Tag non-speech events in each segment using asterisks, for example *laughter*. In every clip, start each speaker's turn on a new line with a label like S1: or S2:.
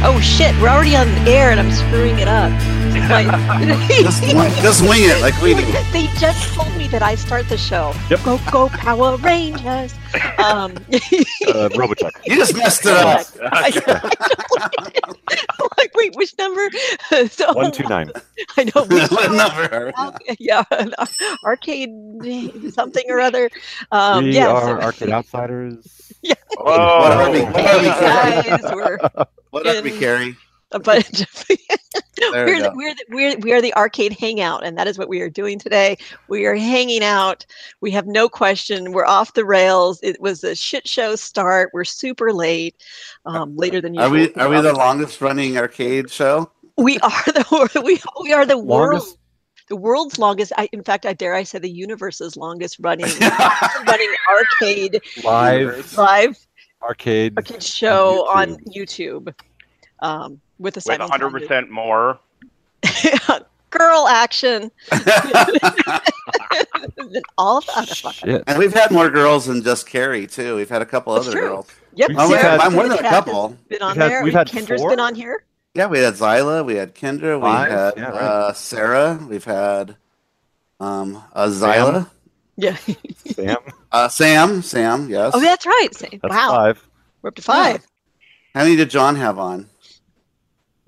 S1: Oh, already on the air and I'm screwing it up. Like, *laughs*
S2: *laughs*
S3: Just, wing- just wing it like we do.
S1: they just told me that I start the show.
S2: Yep.
S1: Go go Power
S2: *laughs*
S1: Rangers. Um, *laughs*
S2: Uh, Robochuck.
S3: You just messed it up.
S1: I, *laughs* I totally- *laughs* like wait, which number? *laughs* so,
S2: One two nine.
S1: I know.
S3: *laughs*
S2: *laughs*
S1: Which
S3: What number?
S1: *laughs* yeah, an arcade something or other. Um,
S2: we
S1: yeah,
S2: are
S1: so-
S2: Arcade Outsiders.
S1: Yeah.
S3: What are we? What are we? Carrie?
S1: guys were
S3: What are we,
S1: In-
S3: Carrie?
S1: a bunch of *laughs*
S2: *laughs*
S3: There we
S1: we're, the,
S3: go.
S1: we're, the, we're, we are the arcade hangout and that is what we are doing today we are hanging out we have no question we're off the rails it was a shit show start we're super late um, later than
S3: Are
S1: usual
S3: we are we the longest running arcade show? *laughs*
S1: we are the *laughs* we, we are the world
S2: Longest.
S1: the world's longest I, in fact i dare i say the universe's longest
S3: *laughs*
S1: running running arcade
S2: Live
S1: live
S2: arcade.
S1: arcade show
S2: On
S1: on youtube um, with a
S4: with
S1: second
S4: 100% more.
S1: *laughs* girl action than all of the other fuck-
S2: Shit.
S3: and we've had more girls than just Carrie too. We've had a couple
S1: That's
S3: other
S1: true.
S3: girls.
S1: Yep,
S2: We've
S3: Oh, we've
S1: Sarah
S3: had
S2: had-
S1: Jessica
S3: more than a
S1: Cass
S3: couple.
S1: has Been on
S2: We've had-
S1: there.
S2: we've had
S1: Kendra's
S2: four?
S1: been on here.
S3: Yeah, we had Zyla, we had Kendra, we
S2: Five?
S3: had
S2: Yeah, right.
S3: uh, Sarah, we've had um, uh, Zyla,
S1: Yeah.
S2: Sam.
S3: uh, Sam, Sam, yes.
S1: *laughs* Oh, that's right. Say-
S2: That's
S1: wow,
S2: five.
S1: we're up to five.
S3: How many did John have on?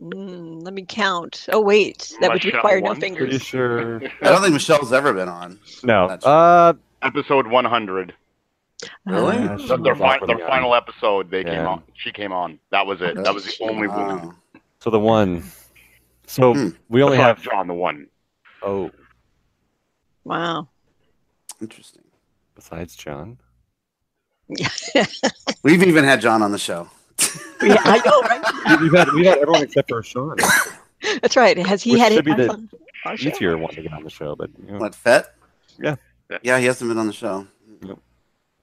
S1: Mm, let me count. Oh wait, that would
S4: Michelle
S1: require no
S4: won.
S2: Pretty
S1: fingers.
S2: sure.
S3: I don't think Michelle's ever been on.
S2: No.
S3: That's-
S2: Uh,
S4: Episode 100.
S3: Really?
S2: Yeah,
S1: Ah.
S4: Their,
S2: Someone
S4: fi-
S2: offered
S4: their
S2: me on.
S4: final episode, they came
S2: Yeah.
S4: on. She came on. That was it. That was the only woman.
S3: Wow.
S2: so the one. So
S3: Hmm.
S2: we only
S4: Besides
S2: have.
S4: John, the one.
S2: Oh,
S1: Wow.
S3: Interesting.
S2: besides John.
S3: We've even had John on the show.
S1: Yeah, I know, right? *laughs*
S2: *laughs* We've had we've had everyone except for Sean.
S1: That's right. Has he
S2: Which
S1: had
S2: should
S1: it
S2: be the-
S1: on our show?
S2: Easier one to get on the show, but you know.
S3: What Fett?
S2: Yeah.
S3: Yeah, he hasn't been on the show.
S2: Nope.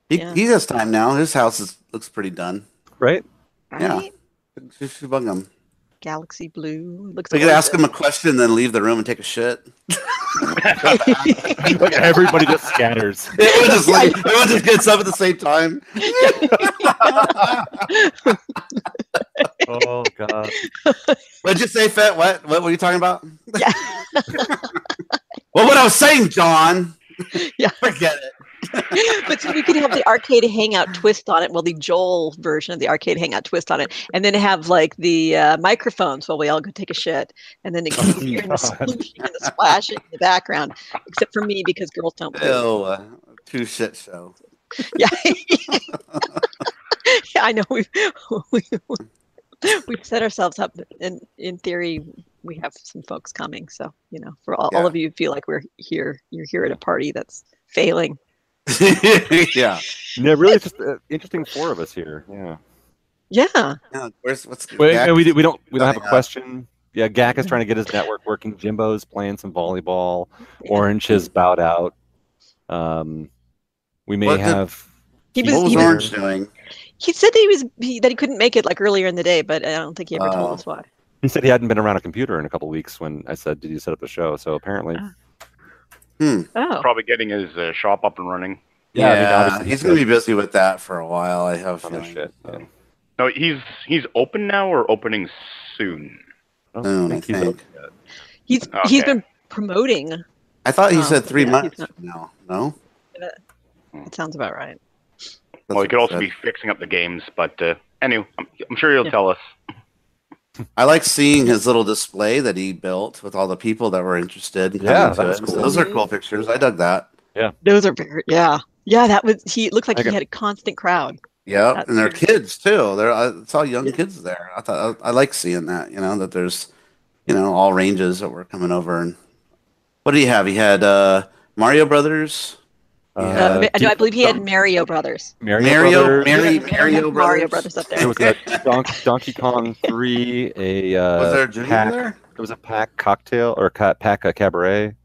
S3: He,
S1: Yeah.
S3: he has time now. His house is, looks pretty done.
S2: right?
S3: yeah.
S1: Right?
S3: You should bug him.
S1: Galaxy blue. Looks.
S3: We could ask him a question, then leave the room and take a shit. *laughs*
S1: gorgeous.
S2: Like everybody just scatters.
S3: Everyone just, like, everyone just gets up at the same time.
S2: Oh god.
S3: What'd you say, Fett? What? What were you talking about?
S1: *laughs* Yeah.
S3: Well, what I was saying, John.
S1: Yeah.
S3: *laughs* Forget it.
S1: but so we could have the arcade hangout twist on it. Well, the Joel version of the arcade hangout twist on it, and then have like the uh, microphones while we all go take a shit, and then it can be hearing the
S2: God.
S1: splooshing and the splashing in the background, except for me because girls don't. Play.
S3: Ew. uh, Two shit show.
S1: Yeah. yeah, *laughs* I know we've we, we've set ourselves up, and in theory, we have some folks coming. So you know, for all, all of you, who feel like we're here. You're here at a party that's failing.
S3: yeah.
S2: Yeah, really, it's just uh, interesting. Four of us here. Yeah.
S1: Yeah.
S3: yeah. Where's what's
S2: Wait, no, we, do- we don't we don't have
S3: Coming
S2: a
S3: up.
S2: question. Yeah, Gak is trying to get his network working. Jimbo's playing some volleyball. Orange has bowed out. Um, we may
S3: What did-
S2: have.
S1: He was,
S3: what was
S1: he was
S3: Orange doing?
S1: He said that he was he, that he couldn't make it like earlier in the day, but I don't think he ever
S3: Oh.
S1: told us why.
S2: He said he hadn't been around a computer in a couple weeks when I said, "Did you set up the show?" So apparently,
S1: Ah.
S3: Hmm.
S1: Oh,
S4: Probably getting his uh, shop up and running.
S2: Yeah, I mean,
S3: Yeah,
S2: obviously
S3: he's
S2: he's
S3: gonna
S2: good.
S3: be busy with that for a while. I have
S2: oh,
S3: feeling.
S2: shit. I don't-
S4: No, he's he's open now or opening soon.
S2: I don't
S3: Soon, I
S2: he's
S3: think.
S2: up yet.
S1: he's he's
S4: Okay.
S1: been promoting.
S3: I thought he
S1: Oh,
S3: said three
S1: yeah,
S3: months
S1: he's not-
S3: from now. No.
S1: It sounds about right.
S3: That's
S4: well, he
S3: what
S4: could
S3: he
S4: also
S3: said.
S4: be fixing up the games, but uh, anyway, I'm, I'm sure he'll
S1: Yeah.
S4: tell us.
S3: I like seeing his little display that he built with all the people that were interested. in coming
S2: Yeah,
S3: to
S2: that was
S3: it.
S2: cool.
S3: So those are cool pictures. I dug that.
S1: Those are very yeah yeah. That was he it looked like
S2: I
S1: he
S2: got-
S1: had a constant crowd.
S3: Yeah,
S1: That's
S3: and they're
S1: cool.
S3: kids too. They're I saw young
S1: Yeah.
S3: kids there. I thought I, I like seeing that. You know that there's, you know, all ranges that were coming over. And what did he have? He had uh Mario Brothers,
S1: Uh,
S3: Yeah.
S1: I- no, I believe he had
S2: Don-
S1: Mario Brothers.
S2: Mario.
S3: Mario,
S2: Brothers.
S3: Mary,
S1: He had
S3: Mario Brothers.
S1: Mario Brothers up
S2: There
S1: there.
S2: was a Donk- Donkey Kong Three. A uh,
S3: Was there a junior
S2: pack,
S3: there?
S2: There was a pack cocktail or ca- pack uh, cabaret.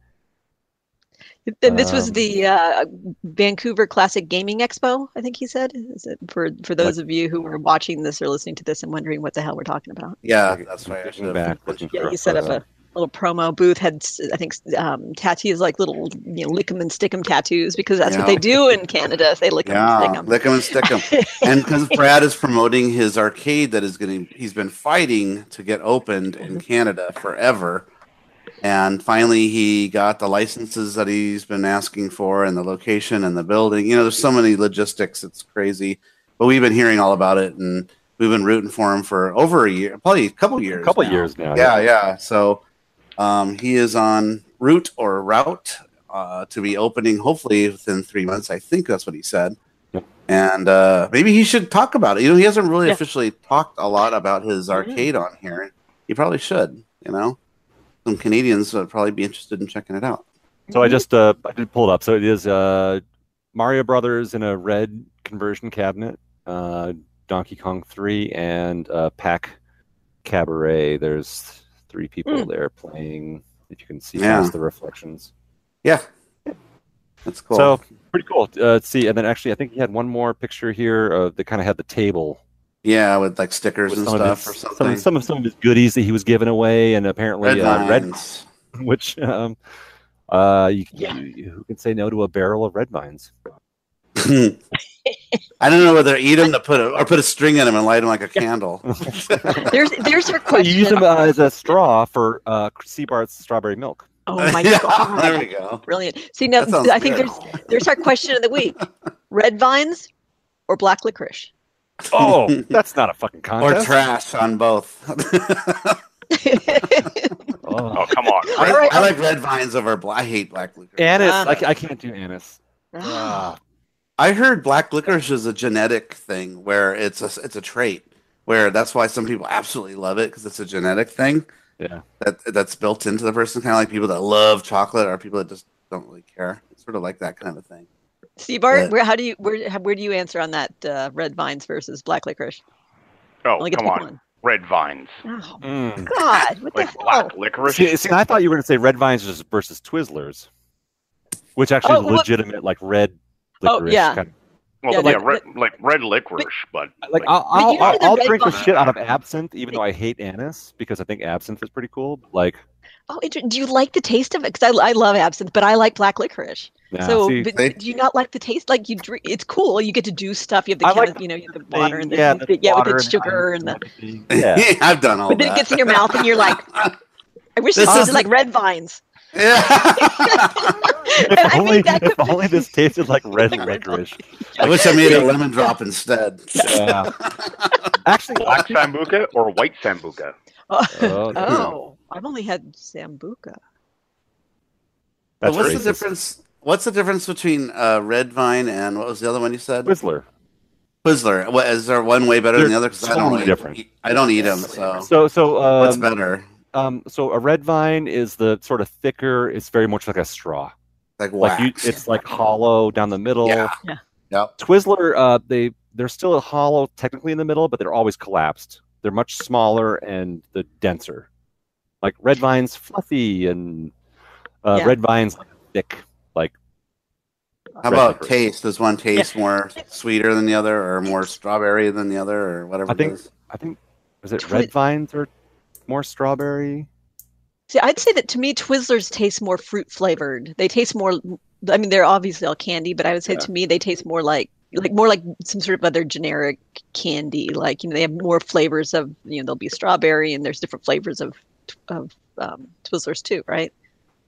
S1: And this was
S2: Um,
S1: the uh, Vancouver Classic Gaming Expo. I think he said Is it- for for those of you who are watching this or listening to this and wondering what the hell we're talking about.
S3: Yeah,
S2: Like,
S3: that's right. I
S2: looking
S3: should have
S2: back,
S3: mentioned-
S2: looking
S1: Yeah,
S2: for
S1: he set up
S2: photo.
S1: a little promo booth had I think um, tattoos like little you know lick 'em and stick 'em tattoos because that's
S3: Yeah.
S1: what they do in Canada. They lick 'em
S3: Yeah,
S1: and
S3: lick 'em and stick 'em.
S1: stick 'em.
S3: and because Brad is promoting his arcade that is getting, he's been fighting to get opened in Canada forever, and finally he got the licenses that he's been asking for, and the location and the building. You know, there's so many logistics; it's crazy. But we've been hearing all about it, and we've been rooting for him for over a year, probably a couple years,
S2: a couple
S3: now.
S2: years now.
S3: Yeah, yeah. So um, he is on route or route uh, to be opening hopefully within three months. I think that's what he said.
S2: Yep.
S3: And uh, maybe he should talk about it. You know, he hasn't really
S1: Yeah.
S3: officially talked a lot about his arcade on here. He probably should. You know, some Canadians would probably be interested in checking it out.
S2: So I just uh, I did pull it up. So it is uh, Mario Brothers in a red conversion cabinet, uh, Donkey Kong Three, and uh, Pac Cabaret. There's three people
S1: Mm.
S2: there playing. If you can see
S3: Yeah.
S2: past the reflections,
S3: Yeah, that's cool.
S2: so pretty cool. Uh, let's see, and then actually, I think he had one more picture here. Uh, that kind of had the table
S3: yeah, with like stickers
S2: with
S3: and
S2: some
S3: stuff
S2: of, his,
S3: or
S2: some-
S3: something.
S2: some of some of his goodies that he was giving away, and apparently
S3: red
S2: uh, red
S3: lines.
S2: *laughs* which um, uh, you,
S1: Yeah.
S2: you, who can say no to a barrel of red vines?
S3: I don't know whether eat them to put a, or put a string in them and light them like a candle.
S1: There's there's
S2: *laughs*
S1: your
S2: Well,
S1: question.
S2: you use them uh, as a straw for uh, Seabart's strawberry milk.
S1: oh my
S3: *laughs* Yeah, There
S1: god.
S3: we go.
S1: Brilliant. See now
S3: That sounds
S1: I think
S3: good.
S1: there's there's our question of the
S3: *laughs*
S1: week. Red vines or black licorice?
S2: Oh, *laughs* that's not a fucking
S3: Or
S2: contest.
S3: trash on both. *laughs*
S2: Oh.
S1: *laughs*
S4: Oh, come on.
S3: I,
S1: All right.
S3: I like red vines over black. I hate black licorice.
S2: Anise,
S1: Ah.
S2: I, ca- I can't do anise. Ah.
S3: I heard black licorice is a genetic thing where it's a it's a trait where that's why some people absolutely love it because it's a genetic thing.
S2: Yeah.
S3: That that's built into the person, kind of like people that love chocolate or people that just don't really care. It's sort of like that kind of a thing.
S1: Seabart,
S3: Yeah.
S1: where how do you where how- where do you answer on that uh, red vines versus black licorice?
S4: Oh,
S1: Only get to
S4: come
S1: pick
S4: on. Red vines.
S1: one. Oh
S2: Mm.
S1: God! What the
S4: Like
S1: hell?
S4: black licorice.
S2: See, see, I thought you were going to say red vines versus- versus Twizzlers, which actually
S1: Oh,
S2: is
S1: well, look-
S2: legitimate, like red
S1: Oh,
S2: licorice.
S1: yeah.
S2: Kind
S4: Well,
S1: Yeah,
S4: yeah,
S1: like-
S4: red, like red licorice, but
S2: of, like I'll,
S1: But you
S2: I'll,
S1: know
S2: I'll,
S1: the
S2: I'll
S1: red
S2: drink the
S1: vine-
S2: shit out of absinthe, even though I hate anise because I think absinthe is pretty cool. but, Like,
S1: Oh, inter- do you like the taste of it? Because I, I love absinthe, but I like black licorice.
S2: nah,
S1: so
S2: see,
S1: but
S3: they-
S1: do you not like the taste? Like you drink, it's cool. You get to do stuff. You have the
S2: I like
S1: chemi- you know, you have the
S2: thing-
S1: water and the
S2: yeah,
S1: yeah, yeah
S2: water
S1: with the
S2: and
S1: sugar and the.
S2: everything. yeah.
S3: *laughs* I've done all
S1: But then
S3: that.
S1: it gets in your mouth, and you're like, I wish
S3: This
S1: this
S3: is-
S1: tasted like red vines.
S3: *laughs*
S1: *laughs*
S3: yeah.
S1: and *laughs*
S2: If
S1: I
S2: only,
S1: made that
S2: if
S1: could-
S2: only this
S1: *laughs*
S2: tasted like red
S1: Like red
S2: licorice.
S3: I wish I made a lemon drop instead. *laughs*
S2: Yeah. Actually,
S4: black sambuca or white sambuca.
S2: oh,
S1: oh, I've only had sambuca.
S2: that's
S3: what's
S2: racist.
S3: the difference? What's the difference between uh, red vine and what was the other one you said?
S2: Whistler.
S3: Twizzler. What, is there one way better than the
S2: They're
S3: other? Because I don't
S2: totally
S3: really
S2: different.
S3: Eat, I don't eat them, so
S2: So, so
S3: Oh. what's
S2: um,
S3: better?
S2: um, so a red vine is the sort of thicker. It's very much like a straw.
S3: Like
S2: Like
S3: wax.
S2: you, it's like hollow down the middle.
S3: Yeah.
S1: Yeah.
S3: Yep.
S2: Twizzler, uh, they they're still hollow technically in the middle, but they're always collapsed. They're much smaller and the denser. Like red vines, fluffy and uh,
S1: Yeah.
S2: red vines like, thick.
S3: How
S2: red
S3: about
S2: licorice.
S3: taste? Is one taste more sweeter than the other, or more strawberry than the other, or whatever?
S2: I think
S3: It is?
S2: I think is it
S1: Twi-
S2: red vines or more strawberry?
S1: See, I'd say that to me, Twizzlers taste more fruit flavored. They taste more. I mean, they're obviously all candy, but I would say
S2: Yeah.
S1: to me, they taste more like like more like some sort of other generic candy. Like you know, they have more flavors of you know, there'll be strawberry and there's different flavors of of um, Twizzlers too, right?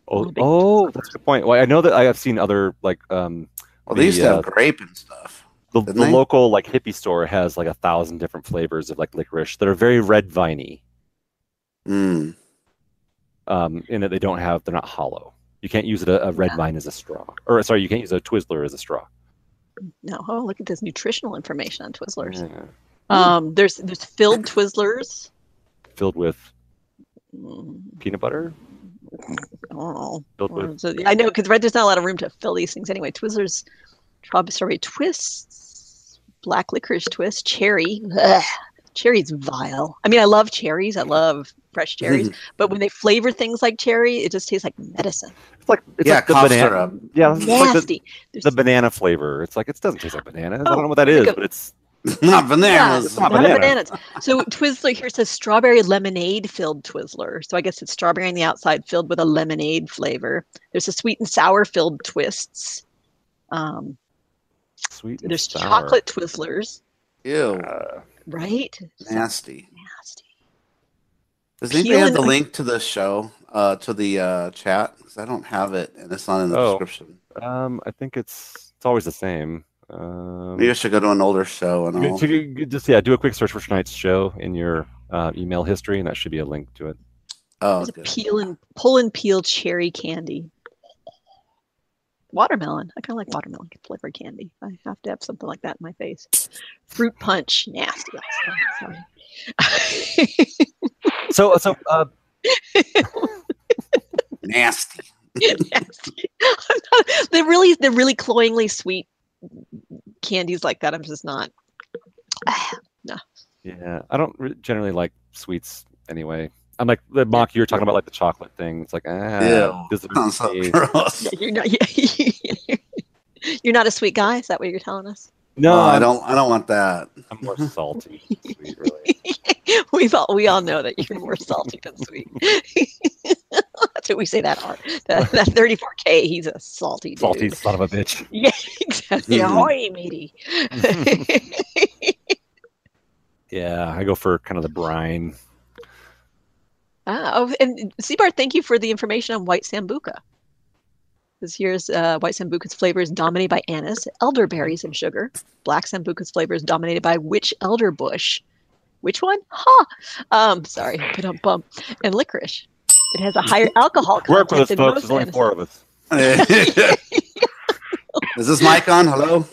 S2: Oh,
S1: Little bit.
S2: oh, that's a good point. Well, I know that I have seen other like um
S3: Well, they used
S2: the,
S3: to
S2: uh,
S3: have grape and stuff.
S2: the,
S3: Didn't
S2: the
S3: they?
S2: local like hippie store has like a thousand different flavors of like licorice that are very red viney.
S3: Mm.
S2: Um, in that they don't have they're not hollow. You can't use it a, a red
S1: Yeah.
S2: vine as a straw, or sorry, you can't use a Twizzler as a straw.
S1: No, oh look at this nutritional information on Twizzlers.
S2: Yeah.
S1: Um, there's there's filled Twizzlers.
S2: Filled with
S1: Mm,
S2: peanut butter,
S1: Oh,
S2: filled with
S1: Or so- I know because right there's not a lot of room to fill these things anyway. Twizzlers, strawberry twists, black licorice twist, cherry. Ugh. Cherry's vile. I mean, I love cherries. I love fresh cherries, but when they flavor things like cherry, it just tastes like medicine.
S2: it's like it's
S3: yeah,
S2: like the
S3: cough
S2: banana.
S3: syrup.
S2: Yeah, it's like the,
S1: Nasty. There's-
S2: the banana flavor. It's like it doesn't taste like bananas. I
S1: Oh,
S2: don't know what that
S1: it's
S2: is,
S1: like a-
S2: but it's
S3: *laughs* not bananas.
S1: Yeah, not
S2: banana.
S1: bananas. So Twizzler here says strawberry lemonade filled Twizzler. So I guess it's strawberry on the outside filled with a lemonade flavor. There's a sweet and sour filled twists. Um,
S2: Sweet. and
S1: there's
S2: sour.
S1: chocolate Twizzlers,
S3: Ew,
S4: Uh,
S1: right?
S3: nasty.
S1: Nasty.
S3: Does anybody
S1: Peel
S3: have the
S1: and-
S3: link to the show, uh, to the uh, chat? Because I don't have it, and it's not in the
S2: Oh.
S3: description.
S2: Um, I think it's it's always the same. Um,
S3: Maybe I should go to an older show and
S2: you-
S3: all.
S2: so you- you just yeah, do a quick search for tonight's show in your uh, email history, and that should be a link to it.
S3: Oh,
S1: There's a
S3: good.
S1: peel and pull and peel cherry candy. Watermelon. I kind of like watermelon flavored candy. I have to have something like that in my face. Fruit punch. Nasty. Sorry. *laughs*
S2: So so uh, *laughs*
S3: nasty.
S1: nasty. I'm not- *laughs* they're really they're really cloyingly sweet candies like that. I'm just not. *sighs* Ah,
S2: yeah, I don't re- generally like sweets anyway. I'm like the mock you were talking about, like the chocolate thing. It's like ah,
S3: Ew.
S2: this is
S3: *laughs* Sounds so
S2: tasty.
S3: gross.
S1: you're not. *laughs* You're not a sweet guy. Is that what you're telling us? *laughs*
S2: no,
S3: Oh, I
S2: I'm-
S3: don't. I don't want
S2: *laughs*
S3: that.
S2: I'm more salty. than sweet, really.
S1: We've all we all know that you're more salty than sweet. *laughs* That's what we say that hard. That, that 34k. He's a salty dude.
S2: Salty son of a bitch.
S1: Yeah, *laughs* exactly.
S3: Mhm.
S1: Ahoy, matey.
S2: Yeah, I go for kind of the brine.
S1: Ah, oh, and Seabart, thank you for the information on white sambuca. Because here's uh, white sambuca's flavor is dominated by anise, elderberries, and sugar. Black sambuca's flavor is dominated by which elderbush? Which one? Ha! Um, sorry, put on bump and licorice. It has a
S2: *laughs*
S1: higher alcohol content
S2: Work with us,
S1: than
S2: folks.
S1: most
S2: There's only
S1: anise-
S2: four of us.
S3: Is this mic on? Hello.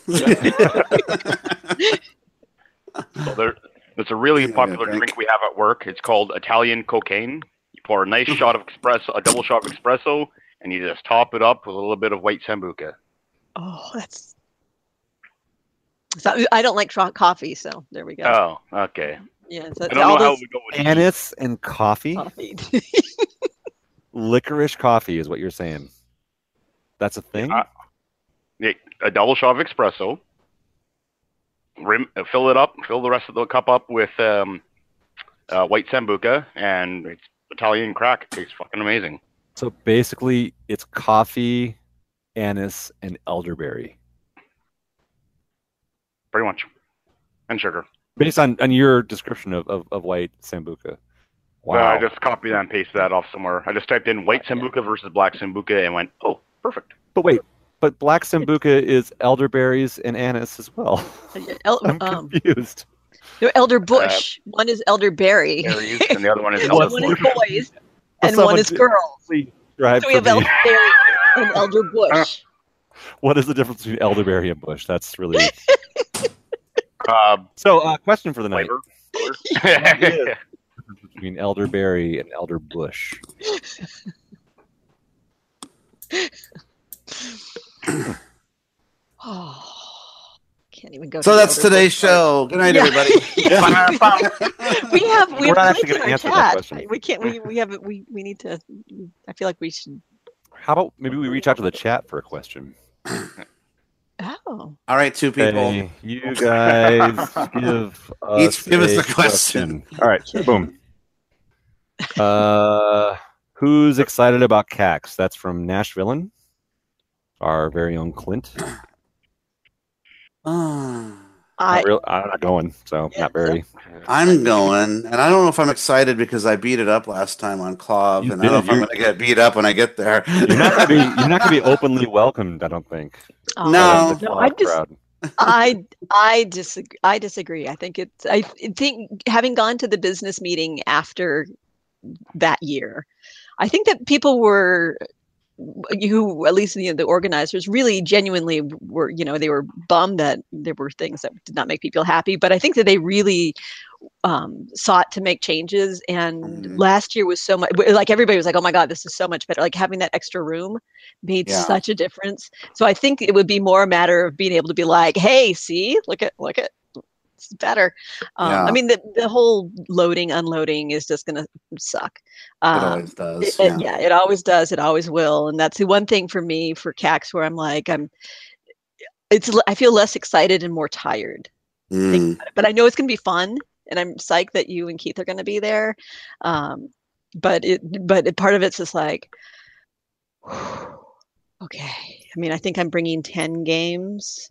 S4: well, there, there's a really
S3: Yeah,
S4: popular
S3: thank-
S4: drink we have at work. It's called Italian cocaine. You pour
S3: *laughs*
S4: a nice shot of espresso, a double shot of espresso, and you just top it up with a little bit of white sambuca.
S1: Oh, that's. So, I don't like tro- coffee, so there we go.
S4: Oh, okay.
S1: yeah, so
S4: I
S1: it's
S4: don't know
S1: all
S4: how
S1: those
S4: we go with
S2: Anise and coffee.
S1: coffee.
S4: *laughs*
S1: *laughs*
S2: Licorice coffee is what you're saying. That's a thing.
S4: I- Yeah, a double shot of espresso. Rim, uh, fill it up. Fill the rest of the cup up with um, uh, white sambuca, and it's Italian crack. It tastes fucking amazing.
S2: so basically, it's coffee, anise, and elderberry.
S4: Pretty much. And sugar.
S2: Based on, on your description of, of, of white sambuca. Wow.
S4: Uh, I just copied and pasted that off somewhere. I just typed in white sambuca versus black sambuca and went, oh, perfect.
S2: but wait, but black sambuca is elderberries and anise as well. *laughs*
S1: El-
S2: I'm
S1: um,
S2: confused.
S1: no, elder bush.
S4: Uh,
S1: one is elderberry.
S4: Aries, and the other one is
S2: Well,
S1: one is
S4: elderbush.
S1: boys and
S2: Someone
S1: one is
S2: did-
S1: girls.
S2: Please describe
S1: So we
S2: for
S1: have
S2: me,
S1: elderberry and elder bush.
S2: *laughs* what is the difference between elderberry and bush? That's
S1: *laughs*
S2: really
S4: Uh,
S2: so. Uh, question for the night:
S4: flavor.
S2: Yeah. between elderberry and elder bush.
S1: Oh, can't even go.
S3: *laughs* So
S1: to
S3: that's
S1: elder
S3: today's
S1: bush
S3: show. Good night,
S1: *laughs* Yeah.
S3: everybody.
S1: part. we have we have
S2: We're not actually
S1: links in
S2: gonna
S1: our
S2: answer that
S1: chat.
S2: question.
S1: We can't. We we have we we need to. I feel like we should.
S2: How about maybe we reach out to the chat for a question?
S1: Oh,
S3: *laughs* All right, two people.
S2: Hey, you guys give us
S3: Each give us a
S2: All right,
S3: *laughs*
S2: boom. Uh, who's excited about CAX? That's from Nashville, our very own Clint. Not
S3: Ah.
S1: I
S2: real- I'm not going, so
S1: Yeah,
S2: not very.
S3: I'm going, and I don't know if I'm excited because I beat it up last time on Clove,
S2: You
S3: and I don't know
S2: did.
S3: if I'm
S2: You're-
S3: going to get beat up when I get there.
S2: You're not gonna
S3: *laughs*
S2: be. You're not gonna be openly welcomed. I don't think.
S1: oh,
S3: No.
S2: By the
S1: No, I
S2: Clog
S1: just-
S2: crowd.
S1: I I disagree. I disagree. I think it's. I think having gone to the business meeting after that year, I think that people were you at least you know, the organizers really genuinely were you know they were bummed that there were things that did not make people happy but i think that they really um, sought to make changes and
S3: Mhm.
S1: last year was so much like everybody was like oh my god this is so much better like having that extra room made
S3: Yeah.
S1: such a difference so i think it would be more a matter of being able to be like hey see look at look at it's better um,
S3: Yeah.
S1: i mean the, the whole loading unloading is just gonna suck
S3: It
S1: um,
S3: always does.
S1: it- it- yeah.
S3: yeah.
S1: it always does. It always will. And that's the one thing for me for CAX where I'm like, I'm, it's, l- I feel less excited and more tired
S3: Mm.
S1: but I know it's going to be fun, and I'm psyched that you and Keith are going to be there. Um, but it, but it, part of it's just like, *sighs* okay. I mean, I think I'm bringing ten games,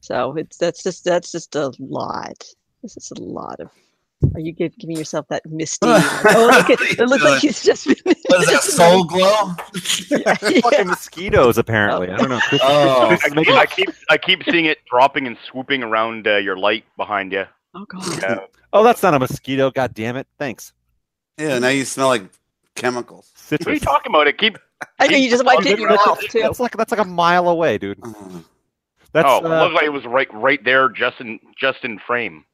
S1: so it's that's just that's just a lot. This is a lot of. Are you give, giving yourself that misty? like, oh, look at, it looks like he's just been.
S3: What is
S1: *laughs*
S3: that? Soul
S2: *laughs*
S3: glow?
S2: Fucking mosquitoes, apparently. I don't know. Chris,
S3: Oh.
S2: Chris
S4: I
S2: is making
S4: keep, I keep I keep seeing it dropping and swooping around uh, your light behind you.
S1: Oh god.
S4: Yeah.
S2: Oh, that's not a mosquito. God damn it. Thanks.
S3: Yeah, now you smell like chemicals.
S4: What are you
S2: Citrus.
S4: talking about? It keep
S1: I know you just wiped it in your
S4: That's-
S1: mouth too.
S2: That's like that's like a mile away, dude.
S3: Oh,
S2: That's
S4: oh, it
S2: uh,
S4: looked like it was right right there, just in just in frame.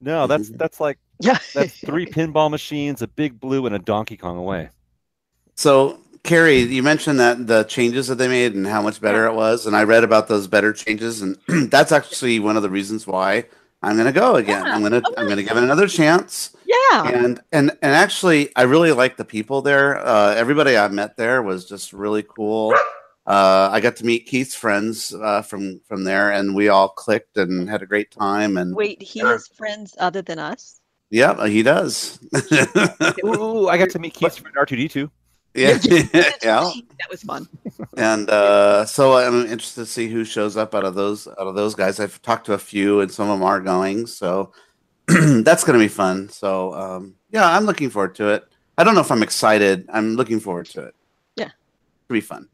S2: no, that's that's like
S1: Yeah.
S3: *laughs*
S2: that's three pinball machines, a big blue, and a Donkey Kong away.
S3: So, Carrie, you mentioned that the changes that they made and how much better it was, and I read about those better changes, and *clears throat* that's actually one of the reasons why I'm going to go again.
S1: Yeah.
S3: I'm going to I'm going to give it another chance,
S1: Yeah.
S3: and and and actually, I really like the people there. Uh, everybody I met there was just really cool. Uh, I got to meet Keith's friends uh, from from there, and we all clicked and had a great time. And
S1: Wait, he
S4: Sure.
S1: has friends other than us.
S3: yeah, he does.
S2: Ooh, I got to meet Keith from R2D2.
S3: yeah, *laughs* yeah.
S1: That was fun.
S3: and uh, so I'm interested to see who shows up out of those out of those guys. I've talked to a few, and some of them are going, so *clears throat* that's going to be fun. So um, yeah, I'm looking forward to it. I don't know if I'm excited. I'm looking forward to it.
S1: Yeah.
S3: it'll be fun.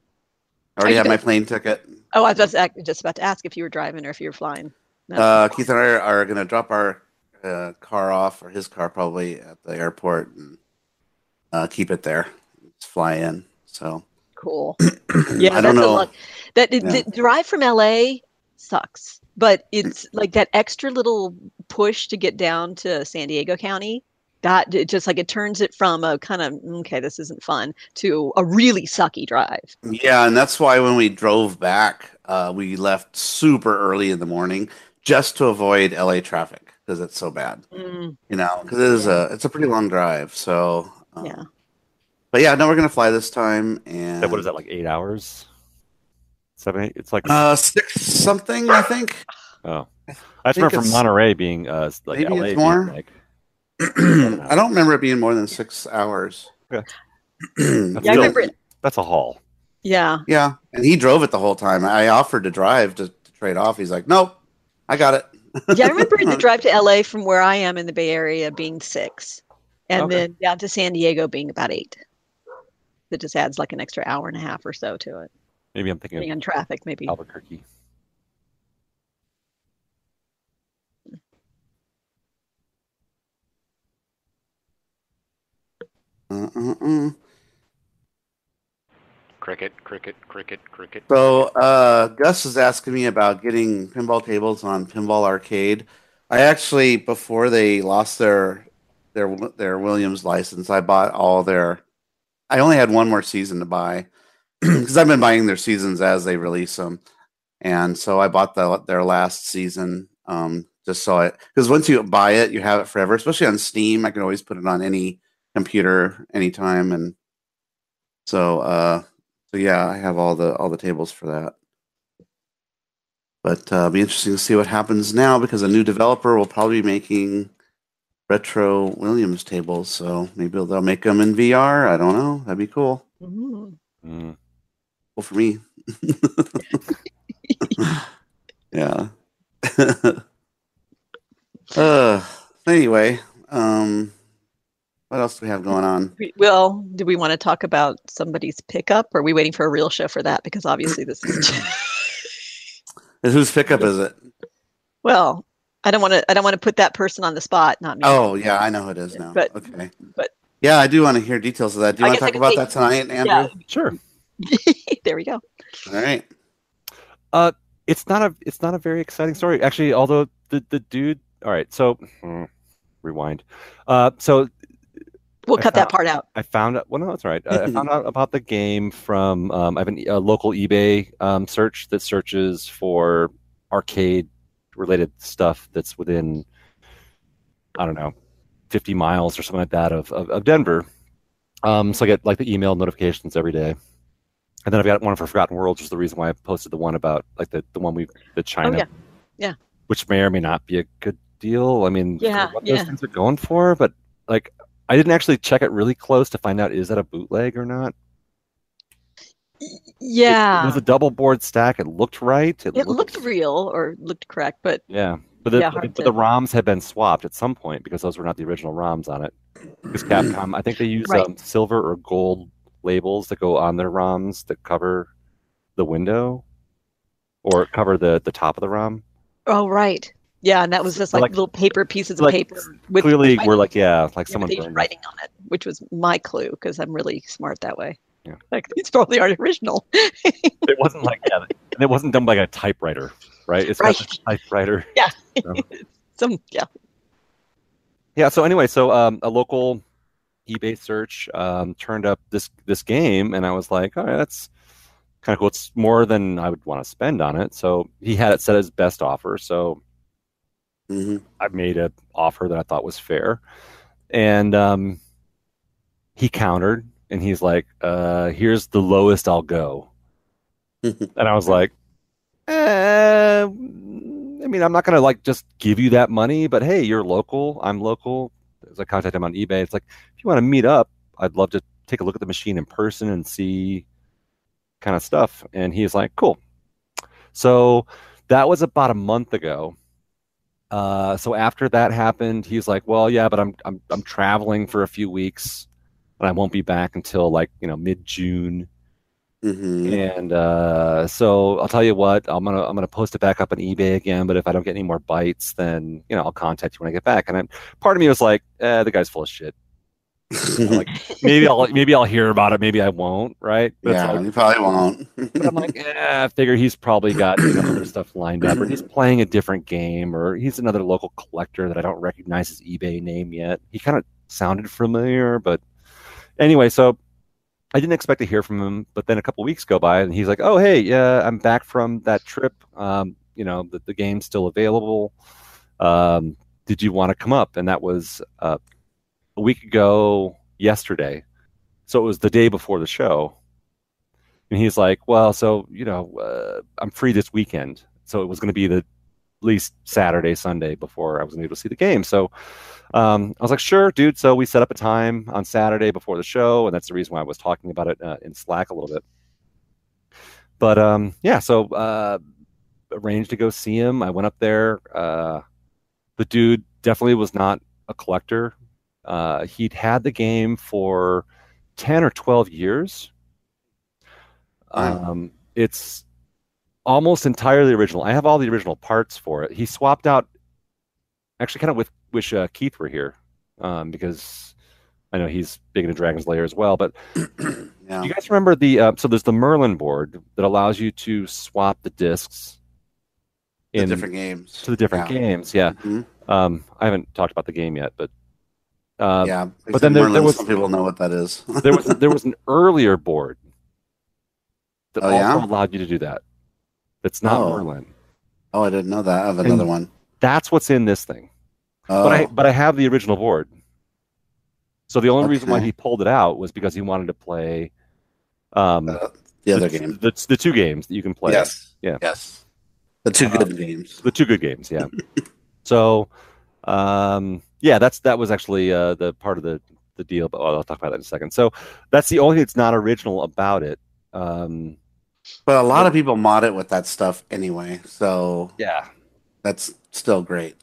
S3: I already
S1: Are you
S3: have my
S1: gonna-
S3: plane ticket.
S1: Oh, I was just, ac- just about to ask if you were driving or if you were flying. No.
S3: Uh, Keith and I are, going to drop our uh, car off, or his car probably at the airport, and uh, keep it there. Just fly in. So *clears throat*
S1: cool. Yeah,
S3: I don't
S1: that's a
S3: know.
S1: lot. That it,
S3: Yeah.
S1: the drive from LA sucks, but it's like that extra little push to get down to San Diego County. That it just like it turns it from a kind of "Mm, okay, this isn't fun to a really sucky drive.
S3: Yeah, and that's why when we drove back, uh, we left super early in the morning just to avoid LA traffic because it's so bad. You know, because it is a it's a pretty long drive. So um,
S1: Yeah.
S3: but yeah, no, we're gonna fly this time, and
S2: That- What is that like? Eight hours? Seven? Eight? It's like
S3: Uh, six something, I think. *clears throat*
S2: oh,
S3: I
S2: I just
S3: think
S2: remember from
S3: it's-
S2: Monterey being uh like
S3: maybe
S2: LA
S3: it's
S2: being
S3: more.
S2: like
S3: I don't remember it being more than six hours. *clears throat*
S2: Okay.
S1: Yeah, I
S2: Still-
S1: remember it.
S2: that's a haul.
S1: Yeah.
S3: Yeah, and he drove it the whole time. I offered to drive to, to trade off. He's like, "Nope, I got it."
S1: yeah, I remember
S2: *laughs*
S1: the drive to LA from where I am in the Bay Area being six, and
S2: Okay.
S1: then down to San Diego being about eight. That just adds like an extra hour and a half or so to it.
S2: Maybe I'm thinking
S1: Being
S2: of
S1: on traffic, maybe.
S2: Albuquerque.
S3: Uh, uh, uh.
S4: Cricket, cricket, cricket, cricket.
S3: So uh, Gus is asking me about getting pinball tables on Pinball Arcade. I actually, before they lost their their their Williams license, I bought all their. I only had one more season to buy *clears throat* because I've been buying their seasons as they release them, and so I bought the, their last season um, just so it because once you buy it, you have it forever. Especially on Steam, I can always put it on any computer anytime, and so uh, so yeah, I have all the all the tables for that. But uh, it'll be interesting to see what happens now because a new developer will probably be making retro Williams tables. So maybe they'll make them in VR. I don't know. That'd be cool.
S1: Mhm.
S2: Mm.
S3: Cool for me. *laughs* yeah. *laughs* uh, anyway, um, what else do we have going on?
S1: We- Well, do we want to talk about somebody's pickup? Or are we waiting for a real show for that? Because obviously this
S2: *clears throat*
S1: is *laughs*
S3: Whose pickup is it?
S1: well, I don't want to. I don't want to put that person on the spot. Not me.
S3: Oh yeah, I know who it is now.
S1: But-
S3: okay.
S1: but-
S3: yeah, I do want to hear details of that. Do you
S1: I
S3: want to
S1: guess I
S3: talk
S1: could
S3: about
S1: say-
S3: that tonight,
S1: yeah.
S3: Andrew?
S2: Sure.
S1: *laughs* there we go.
S3: All right.
S2: it's not a it's not a very exciting story actually although the the dude all right so mm, rewind uh so
S1: We'll
S2: I
S1: cut that
S2: found-
S1: part out.
S2: i found out well no that's all right uh, i found out about the game from um i have an, e- a local ebay um search that searches for arcade related stuff that's within i don't know 50 miles or something like that of of, of denver um so i get like the email notifications every day and then I've got one for Forgotten Worlds, which is the reason why I posted the one about like the, the one we the China
S1: Oh, yeah. Yeah.
S2: which may or may not be a good deal. I mean, for
S1: Yeah,
S2: what
S1: yeah.
S2: those things are going for, but like I didn't actually check it really close to find out is that a bootleg or not. It- it,
S1: Yeah.
S2: was a double board stack. It looked right. It,
S1: It looked real or looked correct, but
S2: yeah. But the,
S1: Yeah,
S2: but,
S1: hard
S2: the
S1: to-
S2: ROMs had been swapped at some point because those were not the original ROMs on it. Because Capcom, I think they use
S1: Right.
S2: um, silver or gold labels that go on their ROMs that cover the window or cover the, the top of the ROM.
S1: oh right. Yeah, and that was just like,
S2: Like-
S1: little paper pieces of
S2: like,
S1: paper with
S2: Clearly,
S1: writing-
S2: we're like, yeah, like
S1: yeah,
S2: someone
S1: they used
S2: burned that.
S1: writing on it, which was my clue because I'm really smart that way.
S2: Yeah.
S1: *laughs* Like these probably aren't original. *laughs*
S2: It *laughs* wasn't like yeah, and it wasn't done by a typewriter, right? It's
S1: Right.
S2: not a typewriter.
S1: Some yeah.
S2: Yeah. So anyway, so um, a local eBay search um, turned up this this game, and I was like, all right, that's kind of cool. It's more than I would want to spend on it. So he had it set as best offer. So
S3: Mhm.
S2: I made a offer that I thought was fair, and um, he countered, and he's like, uh, "Here's the lowest I'll go," and I was like, eh, "I mean, I'm not gonna like just give you that money, but hey, you're local. I'm local." As I contact him on eBay, it's like, "If you want to meet up, I'd love to take a look at the machine in person and see kind of stuff." And he's like, "Cool." So that was about a month ago. Uh, so after that happened, he's like, "Well, yeah, but I'm I'm I'm traveling for a few weeks, and I won't be back until like you know mid June."
S3: Mhm.
S2: And uh, so I'll tell you what, I'm gonna I'm gonna post it back up on eBay again. But if I don't get any more bites, then you know I'll contact you when I get back. And then part of me was like, eh, "The guy's full of shit.
S3: *laughs*
S2: like, Maybe I'll maybe I'll hear about it. Maybe I won't. Right? But it's
S3: yeah,
S2: like-
S3: you probably won't. *laughs*
S2: but I'm like, eh, I figure he's probably got you know, other stuff lined up, or he's playing a different game, or he's another local collector that I don't recognize his eBay name yet. He kind of sounded familiar, but anyway, so I didn't expect to hear from him. But then a couple weeks go by, and he's like, "Oh, hey, yeah, I'm back from that trip. Um, you know, the, the game's still available. Um, did you want to come up?" And that was uh, a week ago yesterday, so it was the day before the show. And he's like, "Well, so you know, uh, I'm free this weekend, so it was going to be the at least Saturday, Sunday before I was going to be able to see the game." So um, I was like, "Sure, dude." So we set up a time on Saturday before the show, and that's the reason why I was talking about it uh, in Slack a little bit. But um, yeah, so uh, arranged to go see him. I went up there. Uh, the dude definitely was not a collector. Uh, he'd had the game for ten or twelve years.
S3: Wow.
S2: Um, it's almost entirely original. I have all the original parts for it. He swapped out, actually, kind of with wish uh, Keith were here um, because I know he's big into Dragon's Lair as well. But
S3: yeah.
S2: do you guys remember the uh, so there's the Merlin board that allows you to swap the discs
S3: The
S2: in
S3: different games.
S2: to the different
S3: yeah.
S2: games. Yeah,
S3: Mhm.
S2: um, I haven't talked about the game yet, but uh,
S3: yeah.
S2: but then there- there
S3: Merlin,
S2: was-
S3: some people know what that is. *laughs*
S2: there was there was an earlier board that
S3: Oh,
S2: also
S3: yeah?
S2: allowed you to do that. That's not
S3: Oh.
S2: Merlin.
S3: oh, I didn't know that. I have another
S2: And-
S3: one.
S2: That's what's in this thing.
S3: Oh,
S2: But I but I have the original board. So the only reason why
S3: Okay.
S2: he pulled it out was because he wanted to play um
S3: Uh, the other
S2: the,
S3: game.
S2: The, the two games that you can play.
S3: Yes.
S2: Yeah.
S3: Yes. The two
S2: Um,
S3: good games.
S2: The two good games, yeah. *laughs* so um yeah, that's that was actually uh the part of the the deal, but I'll talk about that in a second. So that's the only thing that's not original about it. Um
S3: But a lot of people mod it with that stuff anyway, so
S2: yeah.
S3: that's still great.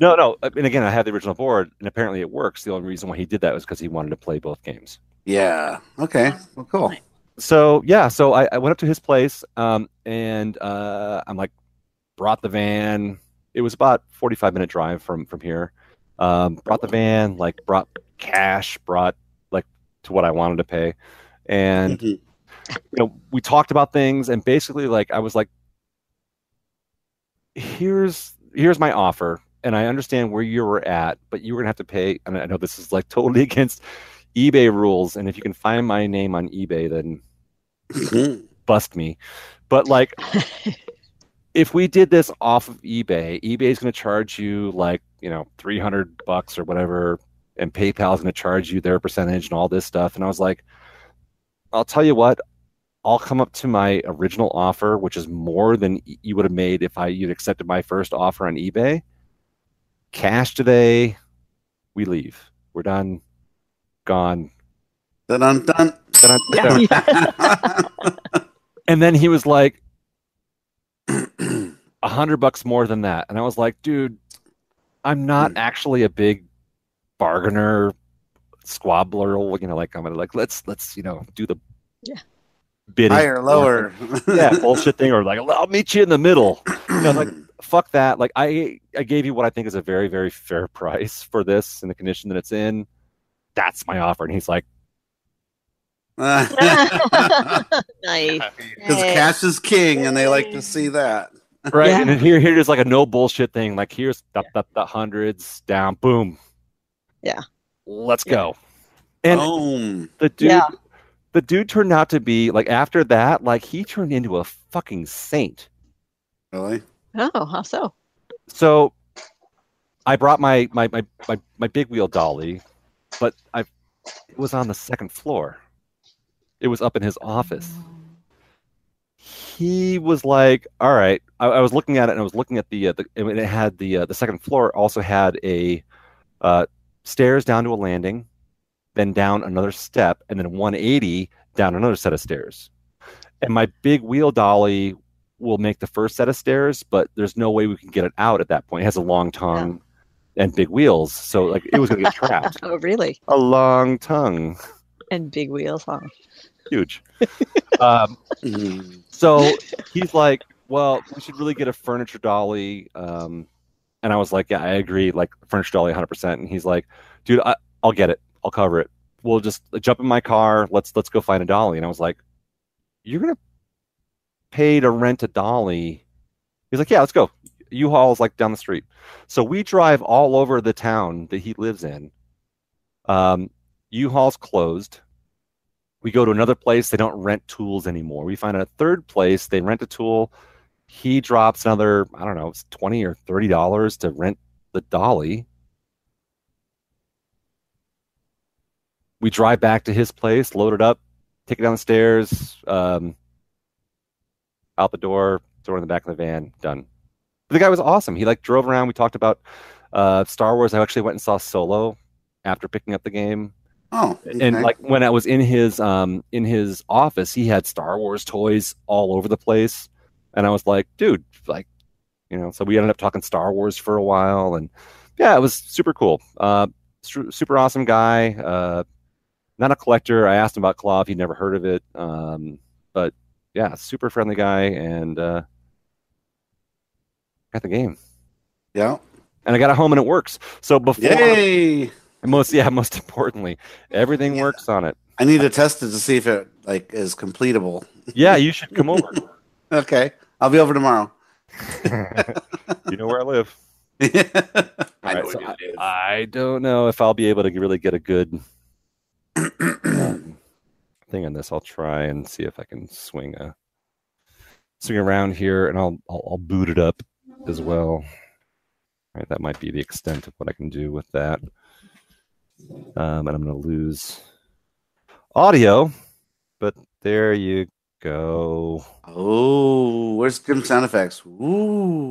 S2: No, no. I mean, again, I had the original board, and apparently it works. The only reason why he did that was because he wanted to play both games.
S3: Yeah. Okay. Well, cool.
S2: So yeah, so I, I went up to his place, um, and uh, I'm like, brought the van. It was about 45 minute drive from from here. Um, brought the van, like brought cash, brought like to what I wanted to pay, and
S3: Mhm.
S2: you know, we talked about things and basically like I was like here's here's my offer and I understand where you were at, but you were gonna have to pay and I know this is like totally *laughs* against eBay rules and if you can find my name on eBay then
S3: *laughs* Mhm.
S2: bust me. But like if we did this off of eBay, eBay's going to charge you like, you know, 300 bucks or whatever, and PayPal's going to charge you their percentage and all this stuff. And I was like, I'll tell you what, I'll come up to my original offer, which is more than y- you would have made if I you'd accepted my first offer on eBay. Cash today, we leave. We're done, gone.
S3: Dun, dun, dun.
S2: Dun, dun, dun.
S1: Yeah.
S2: And then he was like, *laughs* a hundred bucks more than that. And I was like, dude, I'm not
S3: Hmm.
S2: actually a big bargainer, squabbler, you know, like I'm gonna like let's let's, you know, do the
S1: Yeah.
S2: bidding.
S3: Higher, lower. *laughs*
S2: Yeah, bullshit thing, or like I'll meet you in the middle. No, like fuck that. Like I I gave you what I think is a very, very fair *laughs* price for this in the condition that it's in. That's my offer. And
S3: *laughs*
S2: he's like,
S1: nice.
S3: Because cash is king, and they like to see that.
S2: right.
S1: Yeah.
S2: And then here here is like a no bullshit thing. Like here's the, the, the hundreds down, boom.
S1: Yeah.
S2: Let's
S1: Yeah.
S2: go. And
S3: Oh, Boom.
S2: the dude
S1: Yeah.
S2: the dude turned out to be like after that like he turned into a fucking saint
S3: Really?
S1: Oh, how so?
S2: so i brought my my my my, my big wheel dolly but i it was on the second floor it was up in his office he was like all right i, I was looking at it and i was looking at the, uh, the and it had the uh, the second floor also had a uh, stairs down to a landing then down another step and then 180 down another set of stairs and my big wheel dolly will make the first set of stairs but there's no way we can get it out at that point it has a long tongue and big wheels so like it was going to
S1: *laughs*
S2: get trapped
S1: Oh, really?
S2: a long tongue
S1: And big wheels,
S3: *laughs*
S1: huh?
S2: huge um,
S3: Mhm.
S2: so he's like, "Well, we should really get a furniture dolly." Um, and I was like, "Yeah, I agree. Like furniture dolly, 100." percent And he's like, "Dude, I, I'll get it. I'll cover it. We'll just jump in my car. Let's let's go find a dolly." And I was like, "You're gonna pay to rent a dolly?" He's like, "Yeah, let's go." U-Haul's like down the street, so we drive all over the town that he lives in. Um, U-Haul's closed we go to another place they don't rent tools anymore we find a third place they rent a tool he drops another i don't know it's 20 or 30 dollars to rent the dolly we drive back to his place load it up take it down the stairs um, out the door throw it in the back of the van done but the guy was awesome he like drove around we talked about uh, star wars i actually went and saw solo after picking up the game
S3: Oh,
S2: and
S3: okay.
S2: like when I was in his um in his office, he had Star Wars toys all over the place, and I was like, dude, like, you know. So we ended up talking Star Wars for a while, and yeah, it was super cool. Uh, su- super awesome guy. Uh, not a collector. I asked him about Claw if he'd never heard of it. Um, but yeah, super friendly guy, and uh, got the game,
S3: yeah.
S2: and I got it home and it works. So before,
S3: Yay!
S2: most yeah, most importantly, everything
S3: Yeah.
S2: works on it.
S3: I need to test it to see if it like is completable.
S2: Yeah, you should come over.
S3: Okay, I'll be over tomorrow. *laughs*
S2: you know where I live.
S3: I
S2: All right,
S3: know
S2: so
S3: what it is.
S2: I uh, don't know if I'll be able to really get a good um, thing on this. I'll try and see if I can swing a swing around here, and I'll I'll, I'll boot it up as well. All right, that might be the extent of what I can do with that. Um, and I'm going to lose audio, but there you go.
S3: oh, where's Jim sound effects? Ooh,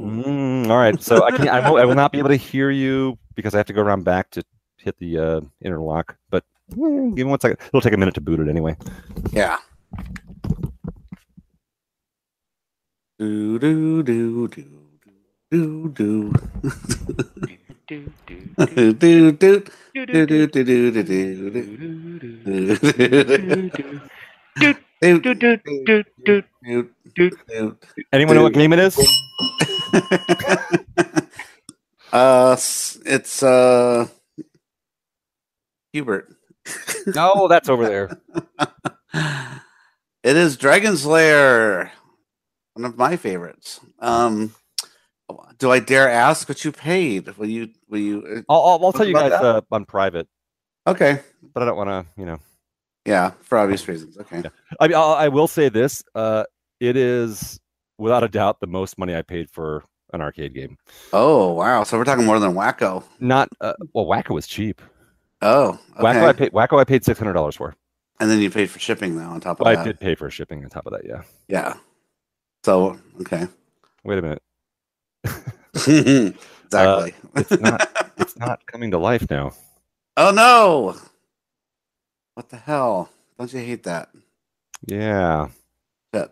S2: Mm, all right, so I can I, won't- I will not be able to hear you because I have to go around back to hit the uh, interlock. But mm, give me one second; it'll take a minute to boot it anyway.
S3: yeah. Do do do do do do *laughs* do do do do do do do do do do do do do do do.
S2: Anyone know what game it is?
S3: *laughs* uh, s- it's uh, Hubert.
S2: No, that's over there.
S3: *laughs* it is Dragon Slayer, one of my favorites. Um, do I dare ask what you paid? Will you? Will you?
S2: I'll, I'll, I'll tell you
S3: About
S2: guys
S3: that?
S2: uh, on private,
S3: Okay,
S2: but I don't want to. You know,
S3: yeah, for obvious reasons. Okay,
S2: I mean, I'll, I will say this: uh, it is without a doubt the most money I paid for an arcade game.
S3: Oh wow! So we're talking more than Wacko.
S2: Not uh, well, Wacko was cheap.
S3: Oh, okay.
S2: Wacko, I paid Wacko, I paid six hundred dollars for.
S3: And then you paid for shipping though on top of
S2: Well, I
S3: that.
S2: did pay for shipping on top of that. Yeah.
S3: Yeah. So okay. *laughs*
S2: Wait a minute.
S3: exactly.
S2: Uh, It's not. it's not coming to life now.
S3: *laughs* oh no. What the hell? Don't you hate that?
S2: Yeah.
S3: Shit.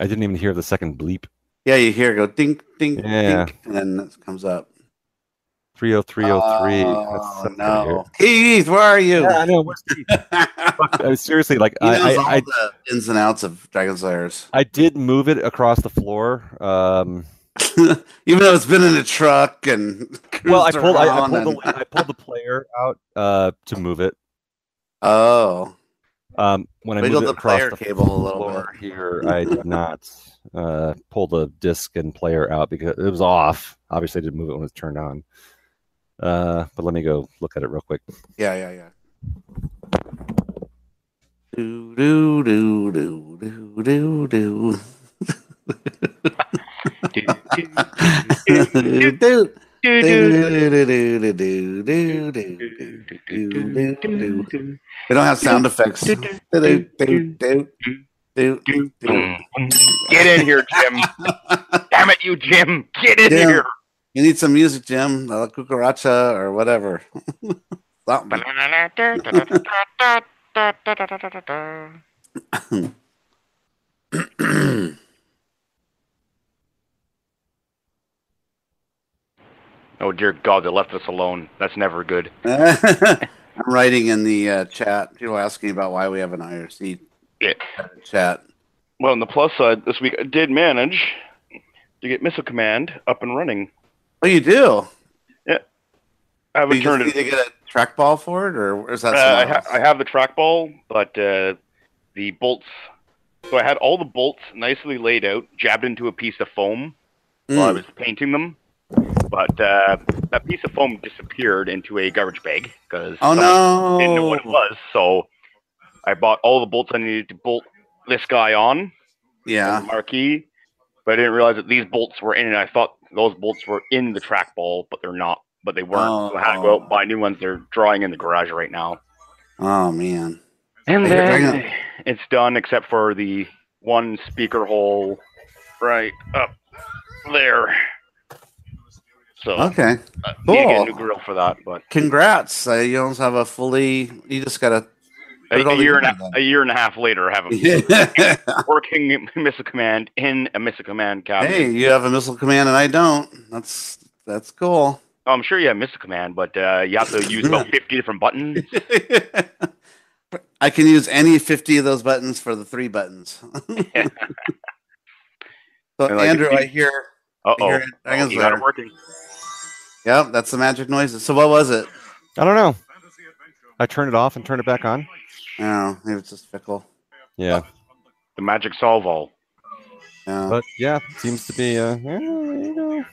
S2: I didn't even hear the second bleep.
S3: Yeah, you hear it go dink, dink,
S2: Yeah.
S3: dink, and then it comes up.
S2: Three oh three oh three.
S3: Oh, no. Keith, where are you? *laughs*
S2: Yeah, I know. where's *laughs* Keith? Fuck, I was seriously like
S3: He
S2: I,
S3: knows
S2: I,
S3: all
S2: I
S3: the ins and outs of Dragon Slayers.
S2: I did move it across the floor. Um,
S3: Even though it's been in a truck and *laughs*
S2: well, I
S3: cruised
S2: pulled, I, I,
S3: around
S2: pulled
S3: and-
S2: the, I pulled the player out uh, to move it.
S3: oh,
S2: Um, when I
S3: Wiggled
S2: moved it
S3: the
S2: across
S3: player
S2: the
S3: cable a little
S2: floor here, I did not uh, pull the disc and player out because it was off. Obviously, I didn't move it when it was turned on. Uh, but let me go look at it real quick.
S3: yeah, yeah, yeah. Do do do do do do do. *laughs* Do, do, do, do, do, do, do, do, do, do, do. We don't have sound effects. Do, do, do, do, do, do,
S4: Mm.
S3: do.
S4: Get in here, *laughs* Jim. Damn it, you, Jim. Get in
S3: Yeah.
S4: here.
S3: You need some music, Jim. La cucaracha or whatever. *laughs* Something.
S4: Oh, dear God, they left us alone. That's never good.
S3: *clears throat* I'm writing in the uh, chat. People asking about why we have an IRC
S4: Yeah.
S3: chat.
S4: Well, on the plus side, this week I did manage to get Missile Command up and running.
S3: Oh, you do?
S4: I
S3: You
S4: haven't
S3: just
S4: turned
S3: need
S4: it.
S3: to get a trackball for it, or is that?
S4: Uh, I, ha- I
S3: something else?
S4: have the trackball, but uh, the bolts. So I had all the bolts nicely laid out, jabbed into a piece of foam while I
S3: Mm.
S4: was painting them. But uh, that piece of foam disappeared into a garbage bag because
S3: Oh no!
S4: didn't know what it was. So I bought all the bolts I needed to bolt this guy on.
S3: Yeah.
S4: the marquee, but I didn't realize that these bolts were in it. I thought those bolts were in the trackball, but they're not. But they weren't. So I had to go out and buy new ones. They're drawing in the garage right now.
S3: Oh man.
S4: And
S3: Hey,
S4: then
S3: hang
S4: it's done, except for the one speaker hole right up there. So
S3: Okay.
S4: uh, need to get a new
S3: cool.
S4: grill for that. But
S3: Congrats! Uh, you almost have a fully. You just gotta.
S4: *laughs* a,
S3: Put it all
S4: a year and
S3: together
S4: a, a year and a half later, I have
S3: *laughs*
S4: a
S3: hey,
S4: working missile command in a missile command cabinet.
S3: you have a missile command and I don't. That's that's
S4: *laughs*
S3: cool.
S4: Oh, I'm sure you have Missile Command, but uh, you have to use about 50 different buttons.
S3: *laughs* I can use any 50 of those buttons for the three
S4: *laughs*
S3: buttons. so,
S4: And like
S3: Andrew,
S4: if you-
S3: I hear,
S4: Uh
S3: I
S4: oh.
S3: hear
S4: You
S3: dragons
S4: got
S3: there.
S4: it working.
S3: Yep, that's the magic noises. So, what was it?
S2: I don't know. I turned it off and turned it back on.
S3: Oh, it was just fickle.
S2: Yeah,
S4: The Magic Solve All.
S3: Yeah.
S2: but yeah, seems to be. Uh, yeah, you know.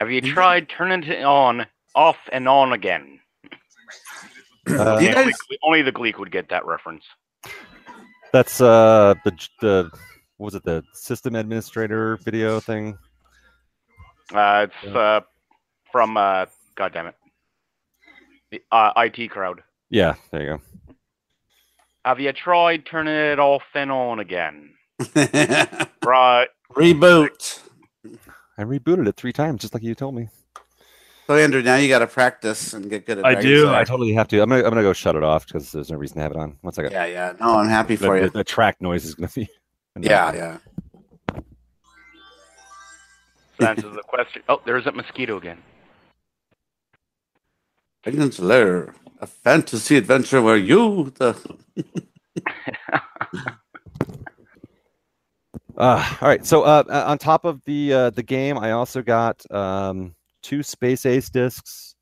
S4: Have
S3: Hmm?
S4: you tried turning it on, off, and on again?
S2: Uh,
S3: Do *laughs* you
S4: Yeah,
S3: guys-
S4: Gleek- only the Gleek would get that reference.
S2: That's uh the the what was it the system administrator video thing?
S4: Uh, it's
S2: Yeah.
S4: uh, from, uh, God damn it, the uh, IT crowd.
S2: Yeah, there you go.
S4: Have you tried turning it off and on again?
S2: *laughs*
S4: Right.
S3: Reboot.
S2: I rebooted it three times, just like you told me.
S3: So, Andrew, now you got to practice and get good at
S2: I
S3: Dragon's
S2: do.
S3: Lair.
S2: I totally have to. I'm gonna I'm gonna go shut it off because there's no reason to have it on. One second.
S3: yeah, yeah. No, I'm happy
S2: The,
S3: for
S2: the,
S3: you.
S2: the track noise is gonna be. *laughs*
S3: Yeah, yeah.
S4: That answers the question. Oh, there's that mosquito again.
S3: Dragon's Lair, a fantasy adventure where you, the.
S2: Uh, all right. So uh, uh, on top of the uh, the game, I also got um, two Space Ace discs,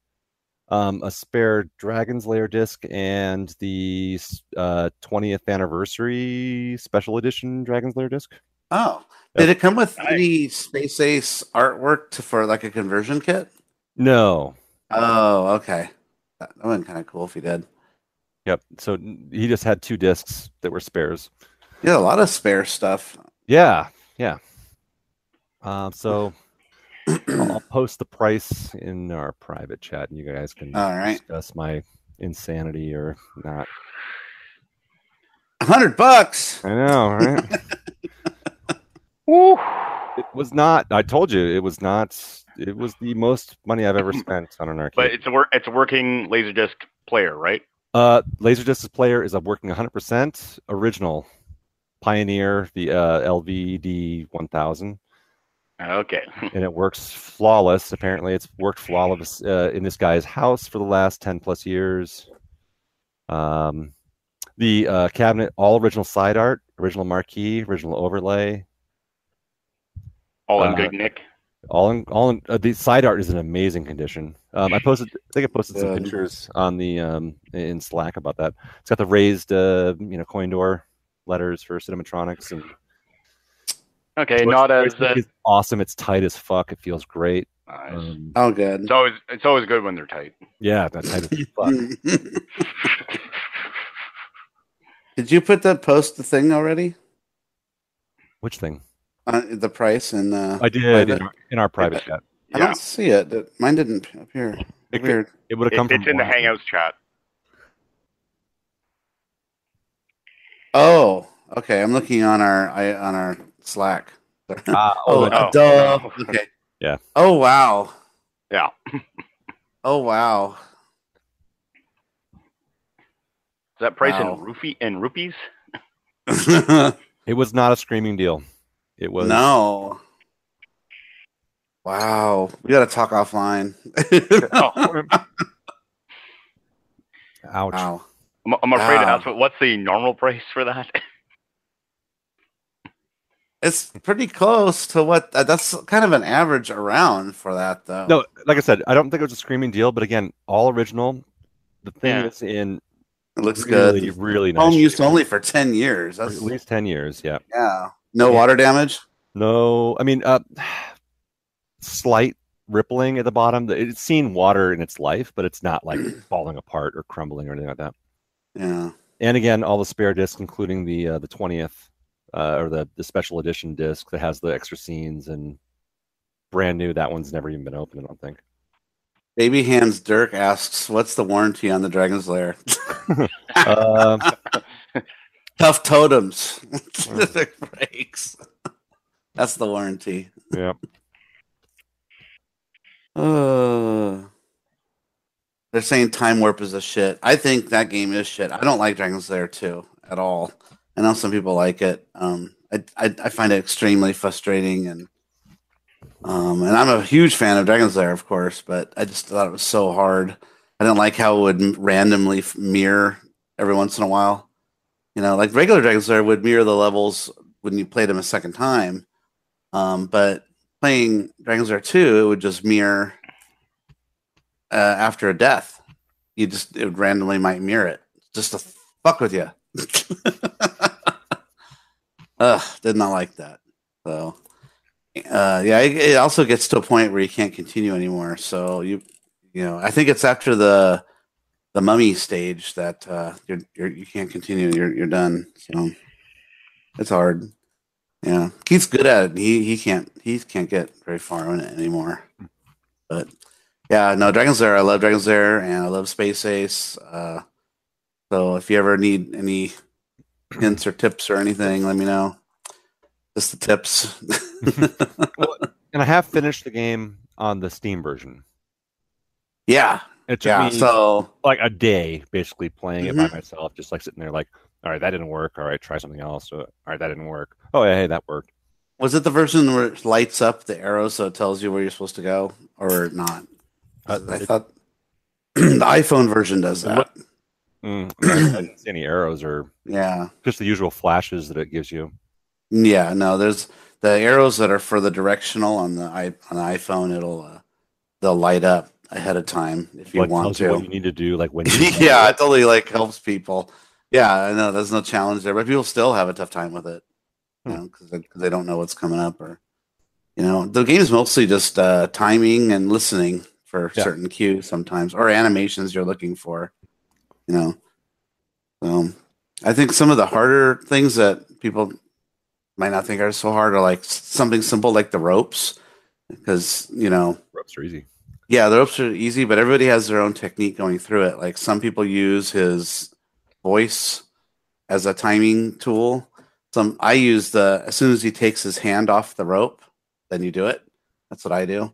S2: um, a spare Dragon's Lair disc, and the s- uh, 20th anniversary special edition Dragon's Lair disc.
S3: Oh,
S2: Yeah.
S3: did it come with
S4: Nice.
S3: any Space Ace artwork to, for like a conversion kit?
S2: No.
S3: Oh, okay. That that would've been kind of cool if you did.
S2: Yep. So n- he just had two discs that were spares.
S3: You had a lot of spare stuff.
S2: Yeah, yeah. Um, so I'll I'll post the price in our private chat, and you guys can
S3: Uh, All right.
S2: discuss my insanity or not.
S3: A hundred bucks.
S2: I know, right?
S4: Woo.
S2: *laughs* it was not. I told you it was not. It was the most money I've ever spent on an arcade.
S4: But it's a wor- it's a working laserdisc player, right?
S2: Uh, Laserdisc's player is up working 100% original Pioneer, the uh, LVD 1000,
S4: Okay. *laughs*
S2: and it works flawless. Apparently, it's worked flawless uh, in this guy's house for the last 10 plus years. Um, the uh, cabinet, all original side art, original marquee, original overlay,
S4: All in
S2: Uh,
S4: good nick.
S2: all in all in uh, the side art is in amazing condition um i posted i think i posted some
S3: Yeah.
S2: pictures on the um in slack about that it's got the raised uh you know coin door letters for cinematronics and
S4: Okay, not as
S2: It's
S4: uh,
S2: awesome it's tight as fuck it feels great
S4: nice.
S2: um,
S3: Oh, good.
S4: It's always it's always good when they're tight.
S2: yeah that's tight
S3: *laughs*
S2: as fuck
S3: Did you put that post the thing already?
S2: which thing
S3: Uh, the price and uh,
S2: i did in our, in our private chat
S3: I
S4: Yeah.
S3: don't see it. That- Mine didn't appear.
S2: it,
S3: Weird.
S2: could- it would have
S4: It-
S2: come from
S4: it's in the
S2: one.
S4: Hangouts chat.
S3: Oh, okay. I'm looking on our I, on our Slack.
S2: Ah,
S3: Oh,
S2: oh,
S3: uh,
S4: oh.
S3: duh.
S4: Oh.
S3: *laughs* Okay.
S2: Yeah.
S3: Oh wow.
S4: Yeah.
S3: *laughs* Oh
S4: *laughs*
S3: wow.
S4: Is that price
S3: Wow.
S4: in rupee in rupees?
S2: it was not a screaming deal it was
S3: no. Wow. We gotta talk offline. *laughs*
S4: Oh,
S2: ouch
S3: wow.
S4: I'm, I'm afraid to
S3: Wow.
S4: ask, but what's the normal price for that? *laughs*
S3: It's pretty close to what uh, that's kind of an average around for that though.
S2: No, like I said, I don't think it was a screaming deal, but again, all original. The thing
S4: Yeah.
S2: is in
S3: It looks
S2: really,
S3: good.
S2: really nice.
S3: Home
S2: shape.
S3: use only for ten years.
S2: For
S3: That's
S2: at least ten years. Yeah.
S3: yeah. No water damage.
S2: No, I mean, uh, slight rippling at the bottom. It's seen water in its life, but it's
S3: *clears throat*
S2: not like falling apart or crumbling or anything like that.
S3: Yeah.
S2: And again, all the spare discs, including the uh, the twentieth uh, or the the special edition disc that has the extra scenes and brand new. That one's never even been opened. I
S3: *laughs*
S2: don't think.
S3: Baby hands Dirk asks, "What's the warranty on the Dragon's Lair?"
S2: Uh,
S3: Tough totems. *laughs* It breaks. *laughs* That's the warranty.
S2: yeah.
S3: *sighs* Uh, they're saying Time Warp is a shit. I think that game is shit. I don't like Dragon's Lair 2 at all. I know some people like it. Um, I, I, I find it extremely frustrating and um, and I'm a huge fan of Dragon's Lair, of course, but I just thought it was so hard. I didn't like how it would m- randomly f- mirror every once in a while. You know, like regular Dragon's Lair would mirror the levels when you played them a second time. Um, but playing Dragon's Lair 2, it would just mirror uh, after a death. You just it would randomly might mirror it just to fuck with you. *laughs* Ugh, did not like that. So, uh, yeah, it, it also gets to a point where you can't continue anymore. So you, you know, I think it's after the the mummy stage that uh, you're, you're you can't continue. You're you're done. So it's hard. Yeah, Keith's good at it. He he can't he can't get very far in it anymore. But yeah, no, Dragon's Lair. I love Dragon's Lair, and I love Space Ace. Uh, so if you ever need any hints or tips or anything, let me know. Just the tips. *laughs*
S2: And I have finished the game on the Steam version.
S3: yeah,
S2: It took
S3: yeah.
S2: me
S3: So
S2: like a day basically playing it by
S3: Mm-hmm.
S2: myself, just like sitting there like, all right, that didn't work. All right, try something else. Uh, All right, that didn't work. Oh yeah, hey, that worked.
S3: was it the version where it lights up the arrow so it tells you where you're supposed to go or not?
S2: Uh,
S3: I
S2: it-
S3: thought *clears throat* the iPhone version does that.
S2: Mm,
S3: *clears throat*
S2: I didn't see any arrows or
S3: Yeah.
S2: just the usual flashes that it gives you.
S3: Yeah, no, there's the arrows that are for the directional on the i on the iPhone. It'll uh, they'll light up ahead of time if you
S2: like,
S3: want
S2: tells you
S3: to.
S2: what you need to do, like
S3: *laughs*
S2: when. You
S3: yeah, it totally like helps people. Yeah, I know there's no challenge there, but people still have a tough time with it, you
S2: Hmm.
S3: know, because they, 'cause they don't know what's coming up or you know the game's mostly just uh, timing and listening for
S2: Yeah.
S3: certain cues sometimes or animations you're looking for, you know. So I think some of the harder things that people might not think are so hard are like s- something simple like the ropes, because you know
S2: ropes are easy.
S3: Yeah, the ropes are easy, but everybody has their own technique going through it. Like some people use his voice as a timing tool. Some I use the as soon as he takes his hand off the rope, then you do it. That's what I do.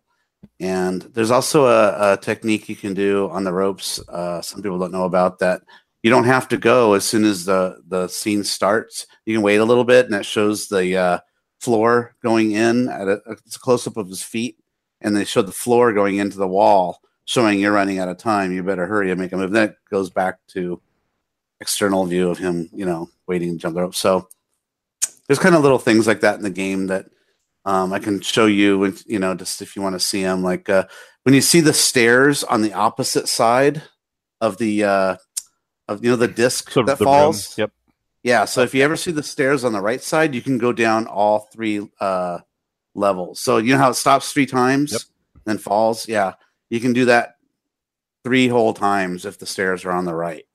S3: And there's also a, a technique you can do on the ropes. Uh, some people don't know about that. You don't have to go as soon as the the scene starts. You can wait a little bit, and that shows the uh, floor going in at a, it's a close up of his feet, and they show the floor going into the wall, showing you're running out of time. You better hurry and make a move. That goes back to external view of him, you know, waiting to jump the rope. So there's kind of little things like that in the game that um, I can show you, and you know, just if you want to see them. Like uh, when you see the stairs on the opposite side of the uh, of you know the disc
S2: Sort
S3: that
S2: of the room.
S3: falls.
S2: Yep.
S3: Yeah. So if you ever see the stairs on the right side, you can go down all three uh, levels. So you know how it stops three times,
S2: Yep.
S3: then falls. Yeah, you can do that three whole times if the stairs are on the right.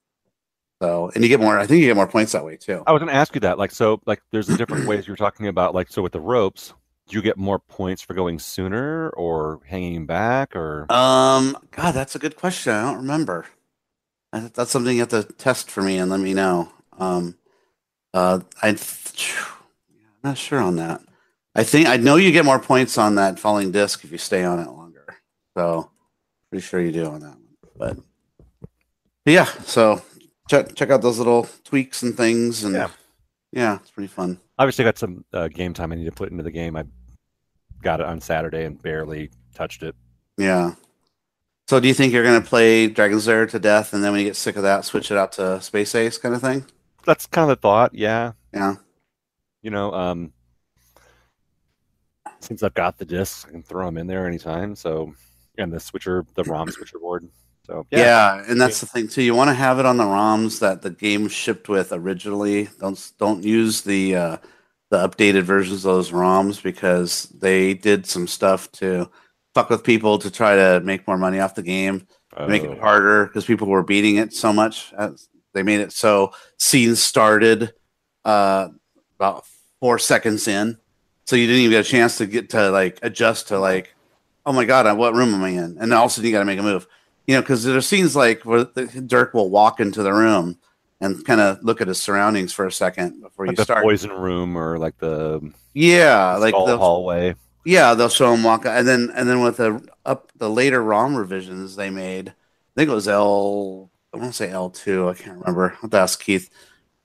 S3: So and you get more. I think you get more points that way too.
S2: I was going to ask you that. Like, so, like, there's the different ways you're talking about. Like, so with the ropes, do you get more points for going sooner or hanging back or?
S3: Um, God, that's a good question. I don't remember. I th- That's something you have to test for me and let me know. Um, uh, I, th- I'm not sure on that. I think I know you get more points on that falling disc if you stay on it longer. So, pretty sure you do on that one. But, but yeah, so check check out those little tweaks and things, and
S4: Yeah.
S3: yeah, it's pretty fun.
S2: Obviously, I got some uh, game time I need to put into the game. I got it on Saturday and barely touched it.
S3: Yeah. So, do you think you're gonna play Dragon's Lair to death, and then when you get sick of that, switch it out to Space Ace kind of thing?
S2: That's kind of the thought. Yeah.
S3: Yeah.
S2: You know, um, since I've got the discs, I can throw them in there anytime. So, and the switcher, the
S3: *clears throat*
S2: ROM switcher board. So
S3: Yeah. and that's the thing too. You want to have it on the ROMs that the game shipped with originally. Don't don't use the uh, the updated versions of those ROMs because they did some stuff to fuck with people to try to make more money off the game, make it
S2: Oh.
S3: harder because people were beating it so much. Uh, They made it so scenes started uh, about four seconds in, so you didn't even get a chance to get to like adjust to like, oh my god, uh, what room am I in? And also you got to make a move you know, because there are scenes like where the, Dirk will walk into the room and kind of look at his surroundings for a second before you
S2: Like the
S3: start.
S2: poison room or like the
S3: Yeah, like
S2: skull
S3: they'll,
S2: hallway.
S3: yeah, they'll show him walk, and then and then with the up the later ROM revisions they made, I think it was L, I want to say L two, I can't remember. I'll have to ask Keith,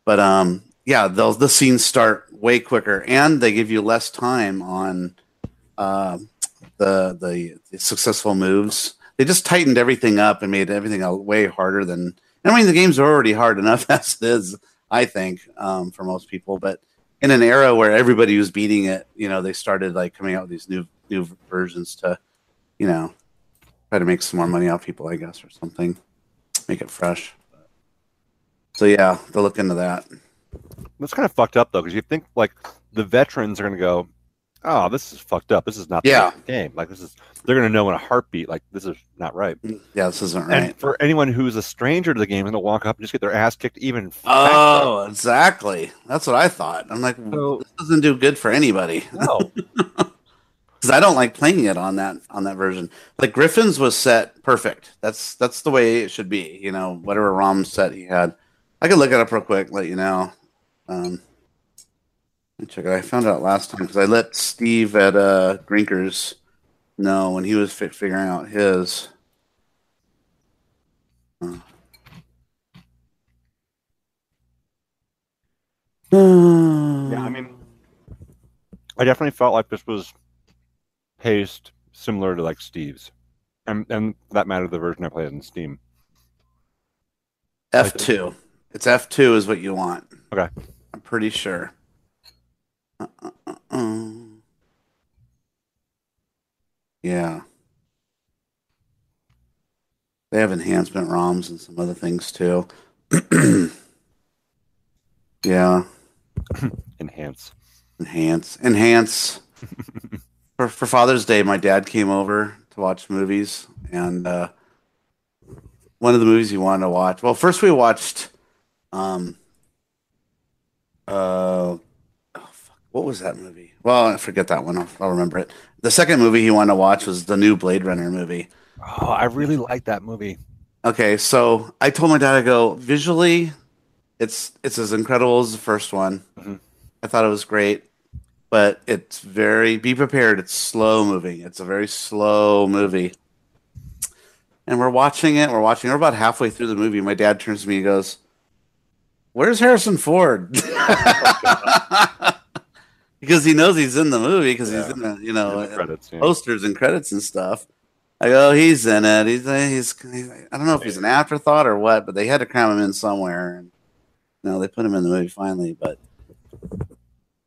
S3: but um, yeah, those the scenes start way quicker, and they give you less time on um, the, the the successful moves. They just tightened everything up and made everything a- way harder than. I mean, the games are already hard enough *laughs* as it is, I think, um, for most people. But in an era where everybody was beating it, you know, they started like coming out with these new new versions to, you know, try to make some more money off people, I guess, or something, make it fresh. So yeah, they'll look into that.
S2: That's kind of fucked up though, because you think like the veterans are gonna go, "Oh, this is fucked up. This is not the
S3: Yeah.
S2: right game. Like this is they're gonna know in a heartbeat. Like this is not right."
S3: Yeah, this isn't right.
S2: And for anyone who's a stranger to the game, is gonna walk up and just get their ass kicked even. faster.
S3: Oh, exactly. That's what I thought. I'm like,
S2: So-
S3: this doesn't do good for anybody
S2: no,
S3: because I don't like playing it on that on that version. Like Griffin's was set perfect. That's that's the way it should be. You know, whatever ROM set he had. I could look it up real quick, let you know. Um, let me check it. I found out last time because I let Steve at uh, Grinkers know when he was fi- figuring out his. Uh.
S2: yeah, I mean, I definitely felt like this was paced similar to like Steve's, and and for that matter, the version I played on Steam.
S3: F two. It's F two is what you want.
S2: Okay.
S3: I'm pretty sure. Uh, uh, uh, uh. Yeah. They have enhancement ROMs and some other things too. *clears throat* yeah,
S2: Enhance.
S3: enhance, enhance. for for Father's Day, my dad came over to watch movies, and uh, one of the movies he wanted to watch. Well, first we watched, um, uh, oh, fuck, what was that movie? Well, I forget that one. I'll, I'll remember it. The second movie he wanted to watch was the new Blade Runner movie,
S2: Oh, I really like that movie.
S3: Okay, so I told my dad, I go visually, it's it's as incredible as the first one.
S2: Mhm.
S3: I thought it was great, but it's very be prepared. It's slow moving. It's a very slow movie, and we're watching it. We're watching. We're about halfway through the movie. My dad turns to me and goes, "Where's Harrison
S2: *laughs*
S3: Ford?" *laughs* because he knows he's in the movie. Because he's
S2: Yeah.
S3: in the you know
S2: In the credits. yeah.
S3: posters and credits and stuff. I go, "Oh, he's in it. He's, he's he's I don't know if he's an afterthought or what, but they had to cram him in somewhere, and you know, they put him in the movie finally. But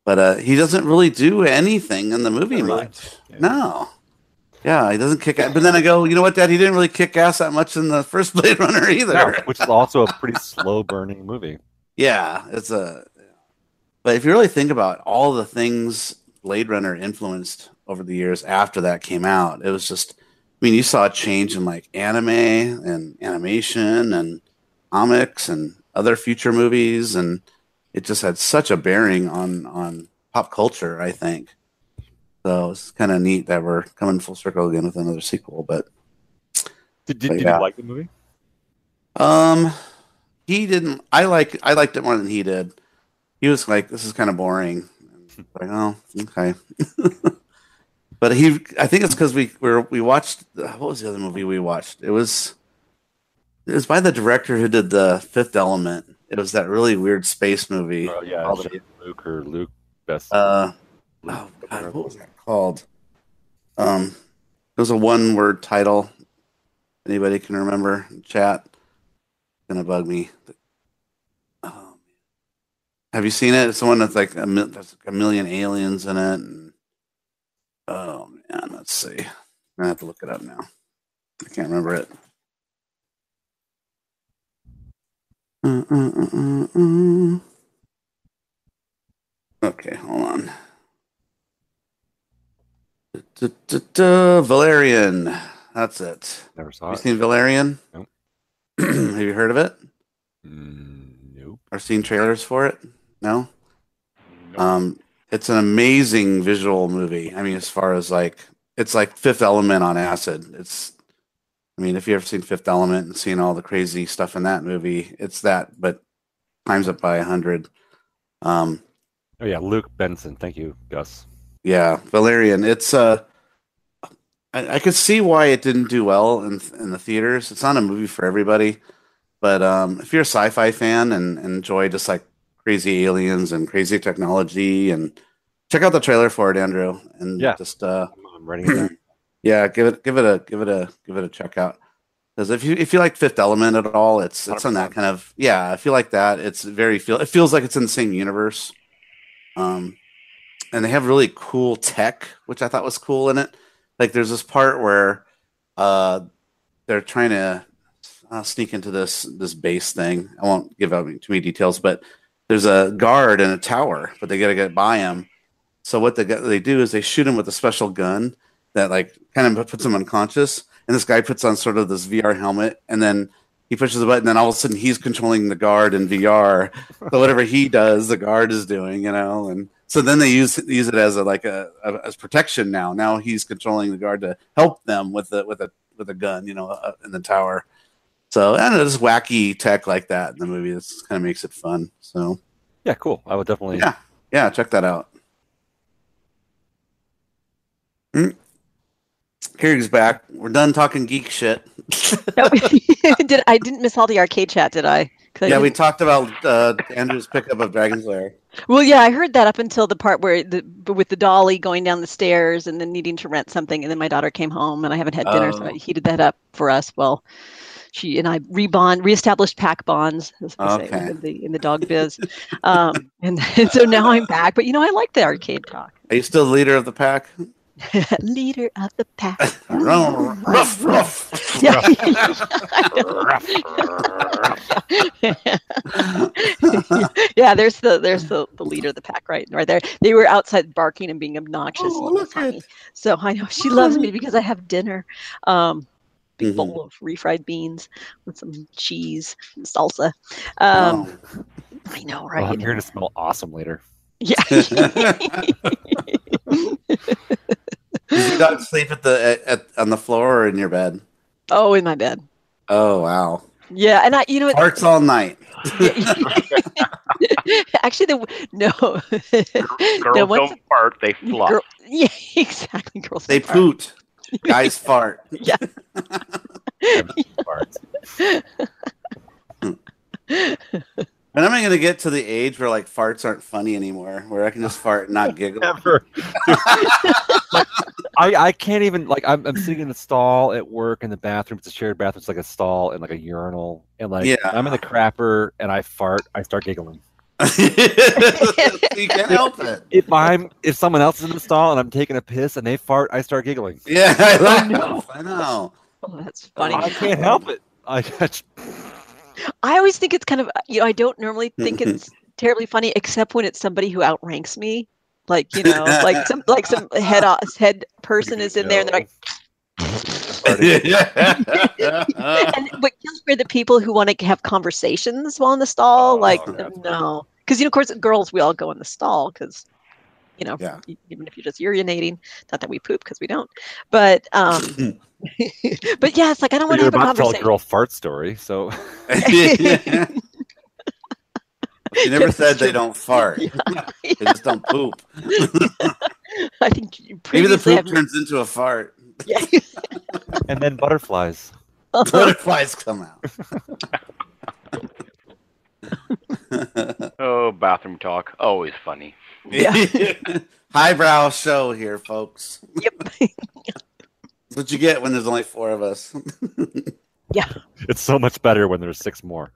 S3: but uh, he doesn't really do anything in the movie
S2: Not really.
S3: much.
S2: Yeah.
S3: No, yeah, he doesn't kick. ass. But then I go, you know what, Dad? He didn't really kick ass that much in the first *laughs* Blade Runner either.
S2: No, which is also a pretty slow burning movie.
S3: Yeah, it's a. But if you really think about all the things Blade Runner influenced over the years after that came out, it was just. I mean, you saw a change in like anime and animation and comics and other future movies, and it just had such a bearing on on pop culture. I think so. It's kind of neat that we're coming full circle again with another sequel, but
S2: Did, did,
S3: But
S2: did
S3: Oh, yeah.
S2: you like the movie?
S3: um, he didn't. I like. I liked it more than he did. He was like, "This is kind of boring." Like, oh, okay. *laughs* but he, I think it's because we were we watched. uh, What was the other movie we watched? It was. It was by the director who did the Fifth Element. It was that really weird space movie.
S2: Oh, yeah,
S3: Probably.
S2: Shane Luke or Luke Best.
S3: Uh,
S2: Luke,
S3: oh God,
S2: whatever.
S3: what was that called? Um, it was a one-word title. Anybody can remember? in Chat. Gonna bug me. Um, have you seen it? It's the one that's like a, mil- that's like a million aliens in it. And, oh man, let's see. I'm gonna have to look it up now. I can't remember it. Uh, uh, uh, uh, uh. Okay, hold on. Du-du-du-du, Valerian. That's it.
S2: Never saw
S3: Have you
S2: it.
S3: seen Valerian?
S2: Nope.
S3: *clears throat* Have you heard of it?
S2: Mm, nope.
S3: Or seen trailers for it? No?
S4: Nope.
S3: Um, it's an amazing visual movie. I mean, as far as like, it's like Fifth Element on acid. It's, I mean, if you've ever seen Fifth Element and seen all the crazy stuff in that movie, it's that, but times up by 100. Um,
S2: Oh yeah, Luke Benson. Thank you, Gus.
S3: Yeah, Valerian. It's uh, I, I could see why it didn't do well in in the theaters. It's not a movie for everybody, but um, if you're a sci-fi fan and, and enjoy just like crazy aliens and crazy technology, and check out the trailer for it, Andrew, and
S2: Yeah.
S3: just uh,
S2: I'm, I'm writing it *laughs* down.
S3: yeah, give it give it a give it a give it a check out. Because if you if you like Fifth Element at all, it's it's on that kind of yeah. If you like that, it's very feel it feels like it's in the same universe. Um, and they have really cool tech, which I thought was cool in it. Like there's this part where uh they're trying to uh, sneak into this this base thing. I won't give out too many details, but there's a guard in a tower, but they gotta get by him. So what they got- they do is they shoot him with a special gun that like kind of puts him unconscious. And this guy puts on sort of this VR helmet, and then he pushes a button, and all of a sudden he's controlling the guard in VR. So whatever he does, the guard is doing, you know. And so then they use use it as a like a, a as protection now. Now he's controlling the guard to help them with the with a with a gun, you know, uh, in the tower. So I don't know, just wacky tech like that in the movie. That's kind of makes it fun. So
S2: Yeah, cool. I would definitely.
S3: Yeah. yeah, check that out. Mm. Kerrig's back. We're done talking geek shit.
S1: No, *laughs* did I didn't miss all the arcade chat, did I? 'Cause I
S3: yeah, we
S1: didn't-
S3: talked about uh, Andrew's pickup of Dragon's Lair.
S1: well, yeah, I heard that up until the part where the b- with the dolly going down the stairs and then needing to rent something, and then my daughter came home and I haven't had dinner, so I
S3: Oh.
S1: heated that up for us. Well, she and I rebond, reestablished pack bonds, as we say
S3: Okay.
S1: in the in the dog biz, um, and, and *laughs* so now I'm back. But you know, I like the arcade talk.
S3: Are you still the leader of the pack?
S1: Leader of the
S3: *laughs*
S1: pack.
S3: ruff,
S1: *laughs*
S3: ruff.
S1: Yeah.
S3: *laughs*
S1: *laughs* yeah, there's the there's the, the leader of the pack right right there. They were outside barking and being obnoxious.
S3: Oh,
S1: and yelling
S3: look
S1: at
S3: at-
S1: me. So I know she loves me because I have dinner. Um big
S3: *laughs* Mhm.
S1: bowl of refried beans with some cheese and salsa. Um
S3: *laughs* Oh.
S1: I know,
S2: Well,
S1: right?
S2: *laughs* I'm here to smell awesome later.
S3: Does
S1: *laughs*
S3: *laughs*
S1: Yeah.
S3: your dog sleep at the at, at, on the floor or in your bed?
S1: Oh, in my bed.
S3: Oh wow.
S1: Yeah, and I, you know,
S3: Parks all night.
S1: *laughs* actually, the no, *laughs*
S4: Girls
S1: no, once-
S4: don't fart; they fluff.
S1: Girl- *laughs* yeah, exactly. Girls
S3: They
S1: don't fart.
S3: poot. Guys fart. *laughs*
S2: Farts.
S3: And am I going to get to the age where like farts aren't funny anymore, where I can just fart and not giggle?
S2: Never. *laughs* Like, I, I can't even like I'm, I'm sitting in the stall at work in the bathroom. It's a shared bathroom. It's like a stall and like a urinal. And like
S3: Yeah.
S2: I'm in the crapper and I fart. I start giggling.
S3: *laughs* you can't help it.
S2: If I'm if someone else is in the stall and I'm taking a piss and they fart, I start giggling.
S3: Yeah, I
S1: Oh,
S3: know. I know.
S1: Oh, that's funny.
S2: I can't help it. I *laughs* just,
S1: I always think it's kind of uh, you know I don't
S3: *laughs*
S1: normally think it's terribly funny except when it's somebody who outranks me, like you
S3: *laughs*
S1: know, like some like some head o- head person is in there and they're like,
S3: *laughs*
S1: and, but just for the people who want to have conversations while in the stall,
S2: Oh,
S1: like
S3: that's
S1: no, because you know of course girls we all go in the stall because you know
S3: Yeah.
S1: e- even if you're just urinating, not that we poop because we don't, but um,
S3: *laughs*
S1: *laughs* but yeah, it's like I don't want to
S2: you're
S1: have a
S2: about to tell a
S1: conversation.
S2: girl fart story.
S3: *laughs*
S2: So *laughs*
S3: she never
S1: Yes,
S3: said they
S1: true.
S3: don't fart. They just don't poop.
S1: I think you
S3: Maybe the
S1: previously have-
S3: poop turns into a fart.
S1: *laughs*
S3: *laughs*
S1: Yeah.
S2: and then butterflies.
S3: Butterflies come out.
S4: Oh, bathroom talk, always funny.
S3: *laughs* Highbrow show here, folks.
S1: yep.
S3: That's what you get when there's only four of us.
S2: It's so much better when there's six more.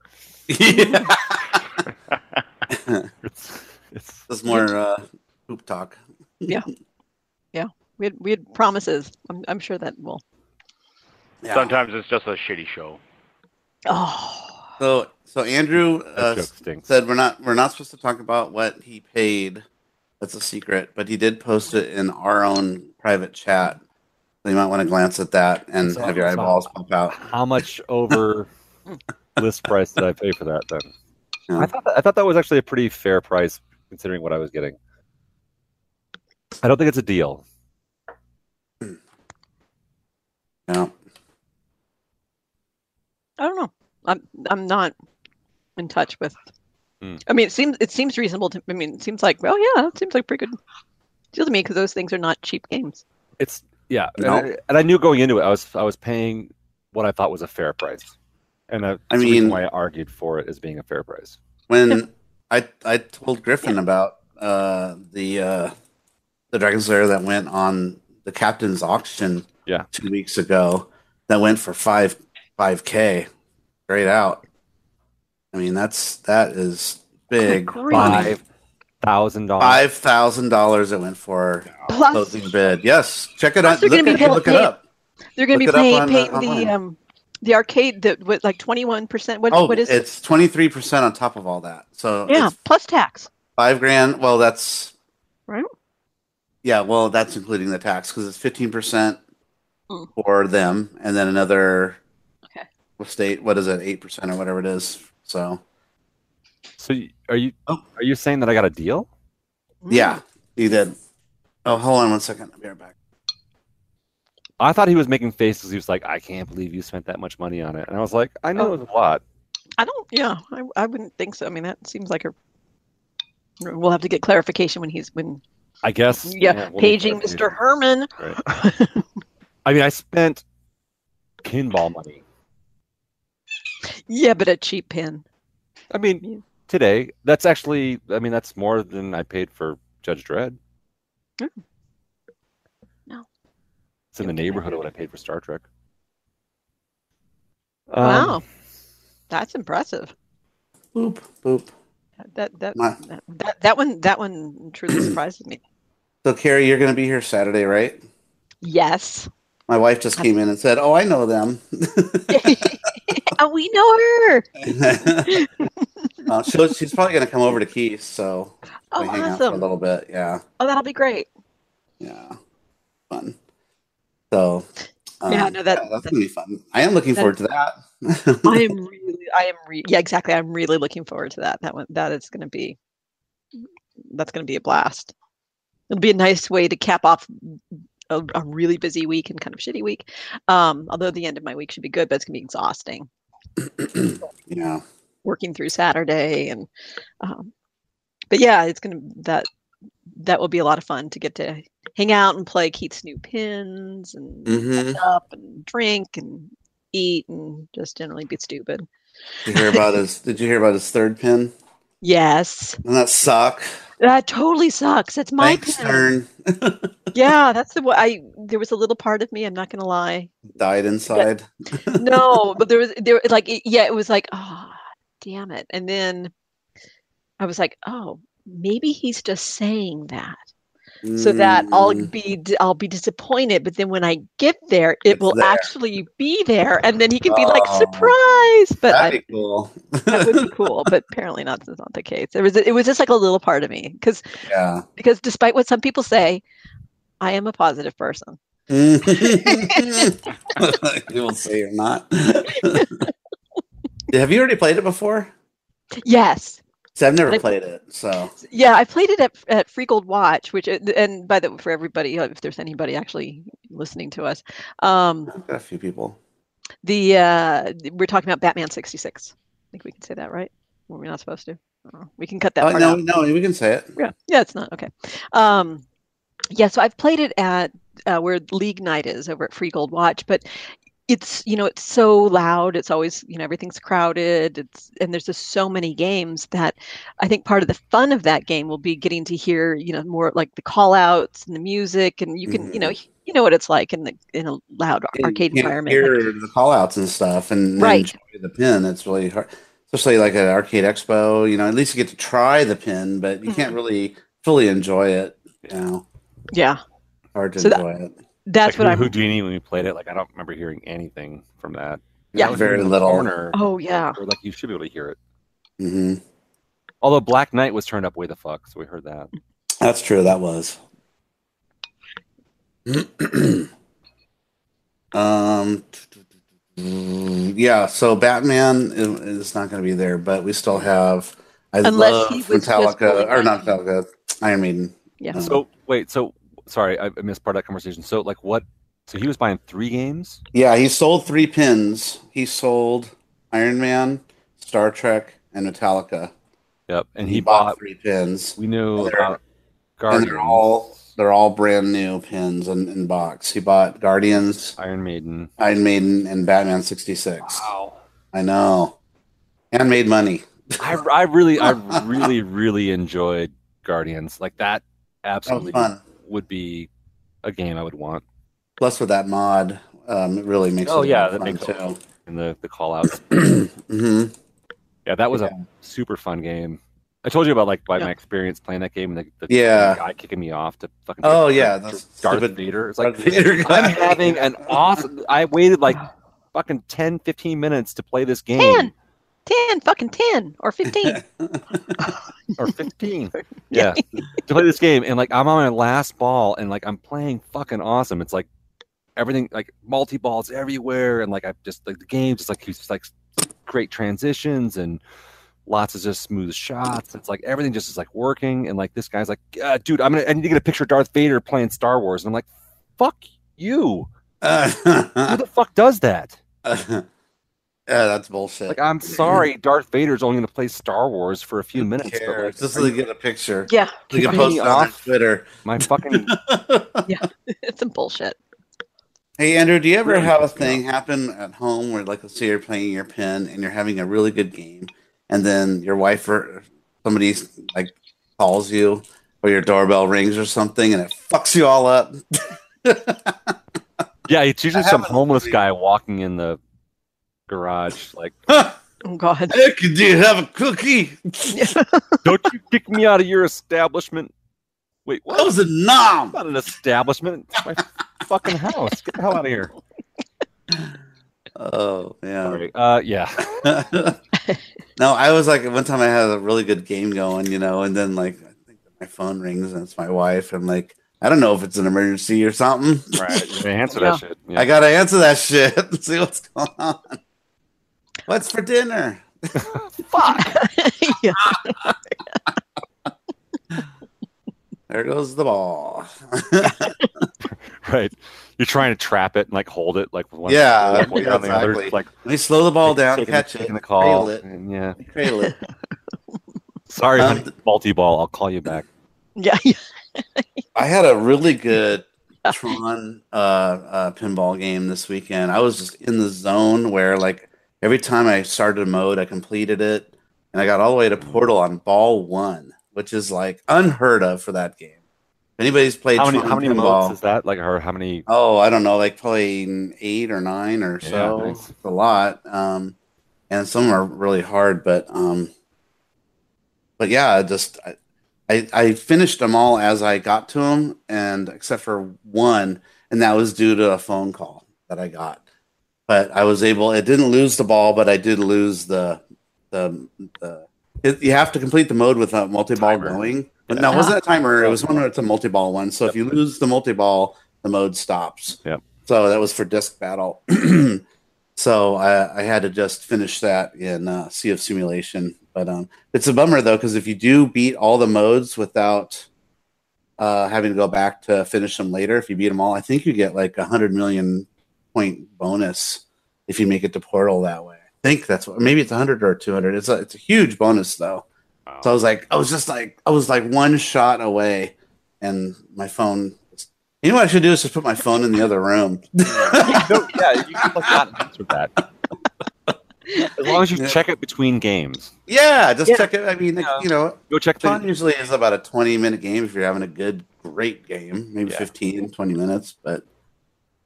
S3: yeah.
S2: It's it's
S3: That's more uh, poop talk.
S1: We had we had promises. I'm I'm sure that will.
S3: Yeah.
S4: Sometimes it's just a shitty show.
S1: Oh.
S3: So, so Andrew
S2: that
S3: uh,
S2: joke stinks.
S3: said we're not we're not supposed to talk about what he paid. That's a secret, but he did post it in our own private chat. So you might want to glance at that and
S2: So-
S3: have your
S2: so-
S3: eyeballs pop out.
S2: How much over list price did I pay for that then?
S3: Yeah.
S2: I thought that, I thought that was actually a pretty fair price considering what I was getting. I don't think it's a deal.
S3: Yeah.
S1: I don't know. I'm I'm not in touch with.
S2: Hmm.
S1: I mean, it seems it seems reasonable to. I mean, it seems like well, yeah, it seems like pretty good deal to me because those things are not cheap games.
S2: It's yeah, and,
S3: No.
S2: I, and I knew going into it, I was I was paying what I thought was a fair price, and that's
S3: I
S2: the reason
S3: mean-
S2: why I argued for it as being a fair price.
S3: When I I told Griffin about uh, the uh, the Dragon Slayer that went on the captain's auction
S2: Yeah.
S3: two weeks ago that went for five five K straight out. I mean that's that is big
S1: grief.
S3: buy.
S2: Thousand dollars.
S3: Five thousand dollars it went for
S1: Plus,
S3: closing bid. Yes, check it out.
S1: They're
S3: Look,
S1: gonna
S3: at
S1: be
S3: it,
S1: able
S3: look
S1: to
S3: it
S1: pay-
S3: up.
S1: they're going to be
S3: look it up
S1: paying
S3: on the-
S1: paying
S3: online.
S1: the um the arcade that was like twenty one percent. What
S3: Oh,
S1: what is it?
S3: it's twenty three percent on top of all that. So
S1: Yeah,
S3: it's
S1: plus tax.
S3: five grand. Well, that's
S1: Right.
S3: Yeah, well, that's including the tax because it's fifteen percent
S1: Mm.
S3: for them, and then another
S1: Okay.
S3: what state. What is it? Eight percent or whatever it is. So
S2: So you- are you
S3: Oh.
S2: are you saying that I got a deal?
S1: Mm.
S3: yeah, you did. Oh, hold on one second. I'll be right back.
S2: I thought he was making faces. He was like, "I can't believe you spent that much money on it," and I was like, "I know
S3: Oh.
S2: it was a lot."
S1: I don't. Yeah, I, I wouldn't think so. I mean, that seems like a. We'll have to get clarification when he's when
S2: I guess.
S1: yeah,
S2: we'll need
S1: paging Mr.
S2: clarification.
S1: Herman.
S2: I mean, I spent pinball money.
S1: yeah, but a cheap pin.
S2: I mean,
S1: Yeah.
S2: today that's actually. I mean, that's more than I paid for Judge Dredd.
S1: Mm. No.
S2: It's in the neighborhood of what I paid for Star Trek. Um,
S1: wow, that's impressive.
S3: Boop boop.
S1: That that,
S3: My-
S1: that that that one that one
S3: *clears throat*
S1: truly surprises me.
S3: So Carrie, you're going to be here Saturday, right?
S1: Yes, *laughs*
S3: My wife just came in and said, "Oh, I know them." *laughs*
S1: Oh, we know her.
S3: Uh, she'll- she's probably going to come over to Keith, so
S1: Oh,
S3: we hang out for a
S1: awesome!
S3: little bit. Yeah,
S1: Oh, that'll be great.
S3: yeah, fun. So, um,
S1: Yeah, no, that-
S3: that's gonna be fun. I am looking
S1: that-
S3: forward to that. *laughs*
S1: I am really, I am re- yeah, exactly. I'm really looking forward to that. That one, that is going to be, that's going to be a blast. It'll be a nice way to cap off a, a really busy week and kind of shitty week. Um, although the end of my week should be good, but it's gonna be exhausting
S3: yeah.
S1: working through Saturday and, um, but yeah, it's gonna that that will be a lot of fun to get to hang out and play Keith's new pins and
S3: Mm-hmm.
S1: up and drink and eat and just generally be stupid.
S3: Did you hear about *laughs* his? Did you hear about his third pin?
S1: Yes,
S3: Doesn't that suck?
S1: that totally sucks. That's my
S3: Thanks,
S1: pin.
S3: turn
S1: Yeah, that's the way I. There was a little part of me. I'm not gonna lie.
S3: died inside.
S1: no, but there was there like it, yeah, it was like oh damn it, and then I was like oh maybe he's just saying that so that I'll
S3: Mm.
S1: be d- I'll be disappointed, but then when I get there, it
S3: It's
S1: will
S3: there.
S1: actually be there, and then he can be like
S3: Oh.
S1: surprise. But I,
S3: That'd be cool.
S1: that would
S3: *laughs*
S1: be cool, but apparently not. That's not the case. It was it was just like a little part of me because
S3: *laughs* yeah.
S1: because despite what some people say, I am a positive person.
S3: you will say you're not. *laughs* Have you already played it before?
S1: Yes,
S3: See, I've never
S1: I-
S3: played it, so
S1: Yeah, I played it at at Free Gold Watch, which and by the for everybody, if there's anybody actually listening to us, um,
S3: I've got a few people.
S1: the uh, we're talking about Batman sixty six. I think we can say that, right? Were we not supposed to? Oh, we can cut that
S3: Oh
S1: part
S3: no,
S1: out.
S3: no, we can say it.
S1: Yeah, yeah, it's not okay. Um, yeah, so I've played it at uh, where League Night is over at Free Gold Watch, but it's you know it's so loud. It's always you know everything's crowded. It's and there's just so many games that I think part of the fun of that game will be getting to hear you know more like the call outs and the music, and you can you know you know what it's like in the in a loud
S3: Yeah, Mm-hmm. you
S1: arcade
S3: can't
S1: environment.
S3: Hear the call outs and stuff and,
S1: Right.
S3: right. enjoy the pin. It's really hard. Especially like at Arcade Expo, you know, at least you get to try the pin, but you
S1: Mm-hmm.
S3: can't really fully enjoy it. You know,
S1: yeah,
S3: hard to
S1: So that-
S3: enjoy it.
S1: that's
S2: like,
S1: what I'm.
S2: Houdini when we played it. Like I don't remember hearing anything from that.
S1: *laughs* Yeah.
S2: That was
S3: Very
S2: in the
S3: little.
S2: Corner,
S1: Oh yeah,
S2: where, like you should be able to hear it.
S3: hmm
S2: Although Black Knight was turned up way the fuck, so we heard that.
S3: That's true. That was. *clears throat* um. Yeah. So Batman i- is not going to be there, but we still have. I
S1: Unless
S3: love
S1: he was just
S3: Metallica
S1: pulling
S3: or not
S1: up.
S3: Metallica, Iron Maiden.
S1: Yeah.
S3: Um,
S2: So wait, so sorry, I I missed part of that conversation. So like what? So he was buying three games.
S3: Yeah, he sold three pins. He sold Iron Man, Star Trek, and Metallica.
S2: Yep, and he, bought.
S3: three pins.
S2: We knew
S3: And they're-
S2: about
S3: And
S2: Guardians,
S3: they're all they're all brand new pins in, in box. He bought Guardians,
S2: Iron Maiden.
S3: Iron Maiden, and Batman sixty six.
S2: Wow,
S3: I know. And made money.
S2: I, I really,
S3: *laughs*
S2: I really, really enjoyed Guardians. Like that,
S3: That was
S2: absolutely
S3: fun.
S2: would be a game I would want.
S3: Plus with that mod, um, it really makes
S2: Oh,
S3: it
S2: yeah,
S3: more
S2: that makes
S3: *clears throat*
S2: it-
S3: fun
S2: And the the call outs.
S3: too. hmm
S2: Yeah, that was a super fun game. I told you about like by
S1: Yeah.
S2: my experience playing that game and the, the
S3: Yeah.
S2: guy kicking me off to fucking.
S3: Oh, yeah, that's
S2: Darth
S3: stupid.
S2: Vader. It's
S3: Darth
S2: *laughs*
S3: *laughs*
S2: like
S3: Vader guy.
S2: I'm having an awesome. I waited like fucking 10, 15 minutes to play this game,
S1: ten. Ten fucking ten or
S2: *laughs*
S1: fifteen.
S2: or fifteen. yeah, to play this game, and like I'm on my last ball, and like I'm playing fucking awesome. It's like everything, like multi balls everywhere, and like I just like the game just like keeps like great transitions and lots of just smooth shots. It's like everything just is like working, and like this guy's like, "Uh, dude, I'm gonna I need to get a picture of Darth Vader playing Star Wars, and I'm like, fuck you, who the fuck does that?
S3: *laughs* yeah, that's bullshit.
S2: Like, I'm sorry, Darth Vader's only going to play Star Wars for a few
S3: Who
S2: minutes. But,
S3: cares?
S2: like,
S3: Just
S2: are
S3: so they
S2: you-
S3: get a picture.
S1: yeah,
S3: They can
S2: Kicking
S3: post
S2: me
S3: it on their
S2: off.
S3: Twitter. *laughs*
S2: my fucking
S1: *laughs* it's some bullshit.
S3: hey, Andrew, do you ever
S2: Really
S3: have a
S2: pissed me
S3: thing happen at home where, like, let's say you're playing your pin and you're having a really good game, and then your wife or somebody like calls you, or your doorbell rings or something, and it fucks you all up? *laughs*
S2: yeah, it's usually
S3: I
S2: some
S3: haven't
S2: homeless
S3: really-
S2: guy walking in the garage, like,
S1: Oh *laughs* god.
S3: Heck, you did have a cookie.
S2: "Don't you kick me out of your establishment?" Wait,
S3: That *laughs*
S2: what?
S3: was a
S2: It's
S3: nom.
S2: not an establishment. It's my fucking house. Get the hell out of here.
S3: Oh yeah.
S2: Sorry. Uh, yeah.
S3: *laughs* no, I was like one time I had a really good game going, you know, and then like I think my phone rings and it's my wife. I'm like, I don't know if it's an emergency or something.
S2: Right.
S3: *laughs*
S2: You gotta answer that shit. Yeah.
S3: I gotta answer that shit *laughs* and see what's going on. What's for dinner?
S1: yeah.
S3: *laughs* There goes the ball.
S2: right? You're trying to trap it and like hold it like with one
S3: Yeah,
S2: like, one hand on the other,
S3: exactly.
S2: like
S3: They slow the ball down,
S2: taking,
S3: catch
S2: taking
S3: it,
S2: the call.
S3: cradle it,
S2: and yeah,
S3: cradle it.
S2: sorry,
S3: Um,
S2: honey, multi ball. I'll call you back.
S1: *laughs* Yeah, yeah.
S3: I had a
S2: *laughs*
S3: really good Tron uh, uh, pinball game this weekend. I was just in the zone where, like, every time I started a mode, I completed it, and I got all the way to Portal on ball one, which is like unheard of for that game. If anybody's played
S2: How many
S3: Tron
S2: how many
S3: pinball,
S2: modes is that? Like, or how many?
S3: Oh, I don't know, like probably eight or nine or
S2: Yeah,
S3: so.
S2: nice.
S3: It's a lot. Um, and some are really hard, but um, but yeah, I just I, I I finished them all as I got to them, and except for one, and that was due to a phone call that I got. But I was able. It didn't lose the ball, but I did lose the the. the it, you have to complete the mode with a multi-ball
S2: Timer.
S3: going. But no, it wasn't a timer. It was one where it's a multi-ball one. So if
S2: Yep.
S3: you lose the multi-ball, the mode stops.
S2: Yep.
S3: So that was for disc battle. *clears throat* so I, I had to just finish that in uh, Sea of Simulation. But um, it's a bummer though because if you do beat all the modes without uh, having to go back to finish them later, if you beat them all, I think you get like a hundred million point bonus if you make it to Portal that way. I think that's what maybe it's a hundred or two hundred. It's a it's a huge bonus though.
S4: Wow.
S1: Uh,
S3: So I was like, I was just like, I was like one shot away, and my phone. You know what I should do is just put my phone in the other room.
S2: *laughs* no, yeah, you can like not answer that. As long as you
S3: Yeah.
S2: check it between games,
S3: yeah, just
S1: Yeah.
S3: check it. I mean,
S2: Yeah.
S3: you know,
S2: go check the
S3: Tron usually is about a 20 minute game if you're having a good, great game, maybe
S2: Yeah.
S3: 15, 20 minutes. But,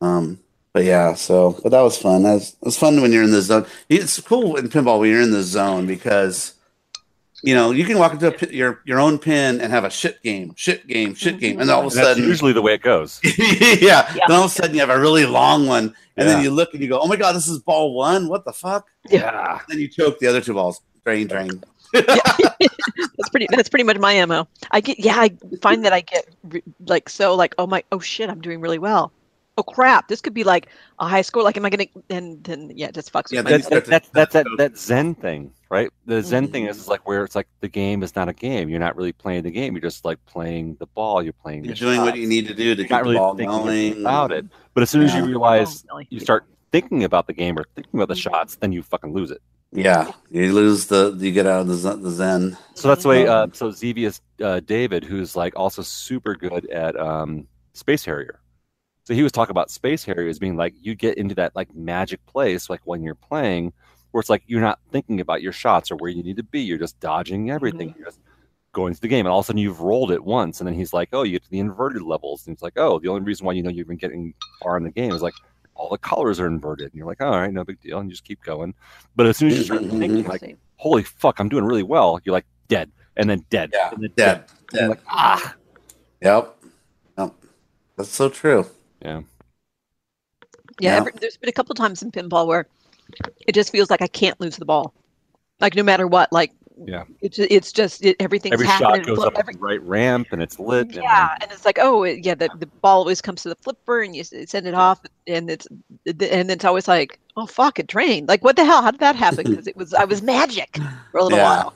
S3: um, but yeah, so, but that was fun. That's it's fun when you're in the zone. It's cool in pinball when you're in the zone because, you know, you can walk into a, pi- your your own pin and have a shit game, shit game, shit game, and all of a
S2: And that's
S3: sudden,
S2: usually the way it goes.
S3: *laughs* yeah, then all of a sudden you have a really long one, and then
S2: Yeah.
S3: you look and you go, oh my god, this is ball one. What the fuck?
S2: Yeah.
S3: Then you choke the other two balls. Drain, drain.
S1: That's pretty. That's pretty much my mo. I get. Yeah, I find that I get re- like so. Like, oh my. Oh shit, I'm doing really well. Oh crap, this could be like a high score. Like, am I gonna? And then yeah, it just fucks.
S3: Yeah,
S1: with my
S3: then
S2: That's
S3: you
S1: head.
S3: start
S2: that,
S3: to-
S2: that, that, that, that Zen thing, right? The Zen
S1: Mhm.
S2: thing
S3: Mm-hmm.
S2: is, is like where it's like the game is not a game. You're not really playing the game. You're just like playing the ball. You're playing.
S3: You're
S2: the
S3: doing what
S2: shots.
S3: you need to do to
S2: You're
S3: keep
S2: not
S3: the ball
S2: really
S3: going.
S2: thinking about it. But as soon as you
S3: Yeah.
S2: realize
S1: Oh, really?
S2: you start thinking about the game or thinking about the
S1: Mhm.
S3: Mm-hmm.
S2: shots, then you fucking lose it.
S3: Yeah, you lose the you get out of the zen. The zen.
S2: So that's the way. Uh,
S3: Um,
S2: so Xevious uh, David, who's like also super good at um, Space Harrier. So he was talking about Space Harrier as being like you get into that like magic place, like when you're playing, where it's like you're not thinking about your shots or where you need to be. You're just dodging everything. You're just going through the game, and all of a sudden you've rolled it once, and then he's like, "Oh, you get to the inverted levels," and it's like, "Oh, the only reason why you know you've been getting far in the game is like." All the colors are inverted, and you're like, "Oh, "All right, no big deal," and you just keep going. But as soon as you start thinking, like,
S1: Interesting.
S2: holy fuck, I'm doing really well. You're like dead, and then dead,
S3: Yeah,
S2: and then
S3: Dead.
S2: And you're
S3: Dead.
S2: like ah,
S3: Yep. Yep. That's so true.
S1: yeah,
S3: Yeah.
S1: Every, there's been a couple times in pinball where it just feels like I can't lose the ball, like no matter what, like
S2: Yeah.
S1: it's it's just it, everything's
S2: every
S1: happening.
S2: shot goes
S1: Well,
S2: up
S1: every-
S2: the right ramp, and it's lit. and
S1: yeah, and it's like oh it- yeah, the, the ball always comes to the flipper and you s- send it off, and it's and it's always like oh fuck it drained. Like what the hell? How did that happen?
S2: *laughs*
S1: Because it was I was magic for a little
S3: Yeah.
S1: while.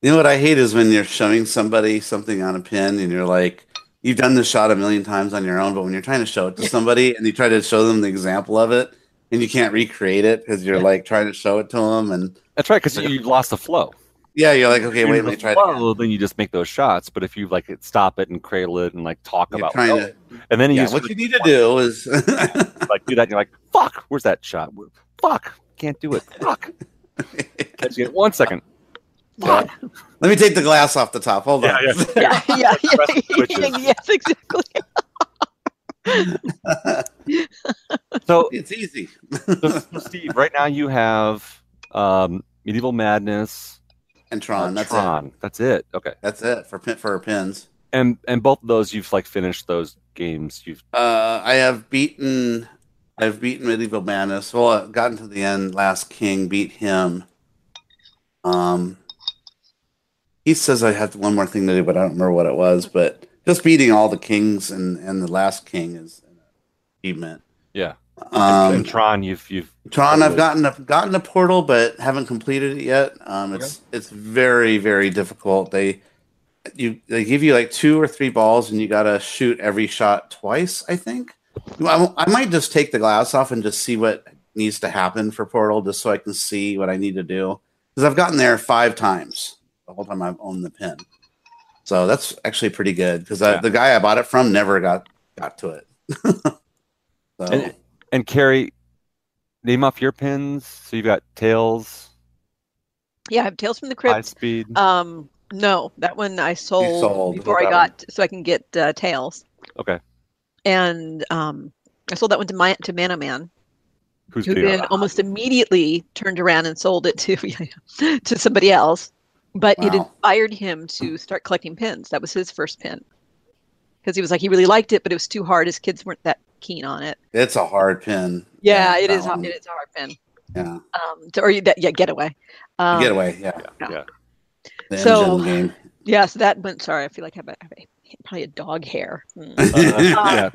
S3: You know what I hate is when you're showing somebody something on a pin and you're like, you've done this shot a million times on your own, but when you're trying to show it to somebody and you try to show them the example of it and you can't recreate it because you're like trying to show it to them and
S2: that's right, because you lost the flow.
S3: yeah, you're like, okay, wait, let me
S2: Lose the
S3: try it. again.
S2: flow, then you just make those shots. But if you like it, stop it and cradle it and like talk
S3: You're
S2: about,
S3: trying
S2: oh,
S3: to,
S2: and then you
S3: yeah,
S2: just
S3: what you need to do is *laughs*
S2: *laughs* like do that, and you're like, fuck, where's that shot? Where- Fuck, can't do it.
S3: *laughs*
S2: Fuck, catch it. One second.
S3: Yeah.
S1: Fuck.
S3: let me take the glass off the top. Hold on.
S2: Yeah, yeah.
S1: *laughs* yeah, yeah, yeah,
S2: switches.
S1: *laughs* yes, exactly.
S2: So,
S3: *laughs* It's easy.
S2: so, so Steve, right now you have um, medieval madness.
S3: And Tron,
S2: uh,
S3: that's it.
S2: Tron. That's it. Okay.
S3: That's it for pin, for pins.
S2: and and both of those you've like finished those games you've
S3: Uh, I have beaten, I've beaten medieval madness. Well, I've gotten to the end. Last king beat him. Um, he says I have one more thing to do, but I don't remember what it was. But just beating all the kings and and the last king is an achievement.
S2: yeah and,
S3: Um,
S2: and tron you've you've
S3: Tron, I've gotten a, gotten a portal, but haven't completed it yet. Um, it's it's very very difficult. They you they give you like two or three balls and you gotta shoot every shot twice i think Well, I, I might just take the glass off and just see what needs to happen for portal just so i can see what i need to do because i've gotten there five times the whole time i've owned the pin so that's actually pretty good because
S2: Yeah.
S3: the guy i bought it from never got got to it *laughs* so
S2: And- And Carrie, name off your pins. So you've got Tails,
S1: Yeah, I have Tales from the
S2: High
S1: Crypt.
S2: Speed.
S1: Um, no, that one I sold,
S3: sold
S1: before I
S3: that
S1: got so I can get uh, Tails.
S2: Okay.
S1: And um, I sold that one to my to Mana Man,
S2: Who's
S1: who
S2: Peter?
S1: then almost immediately turned around and sold it to *laughs* yeah, to somebody else. But it
S3: Wow.
S1: inspired him to start collecting pins. That was his first pin because he was like he really liked it, but it was too hard. His kids weren't that keen on it.
S3: it's a hard pin
S1: Yeah, it
S3: that
S1: is.
S3: one.
S1: It is a hard pin.
S3: yeah
S1: Um, to, or you- that yeah, getaway. Um,
S3: getaway yeah
S1: Yeah.
S2: Yeah.
S3: The
S1: So- *laughs*
S3: engine game.
S1: Yeah, so that went. Sorry, I feel like I have, a, I have a, probably a dog hair. Hmm.
S2: Uh,
S3: *laughs* yeah.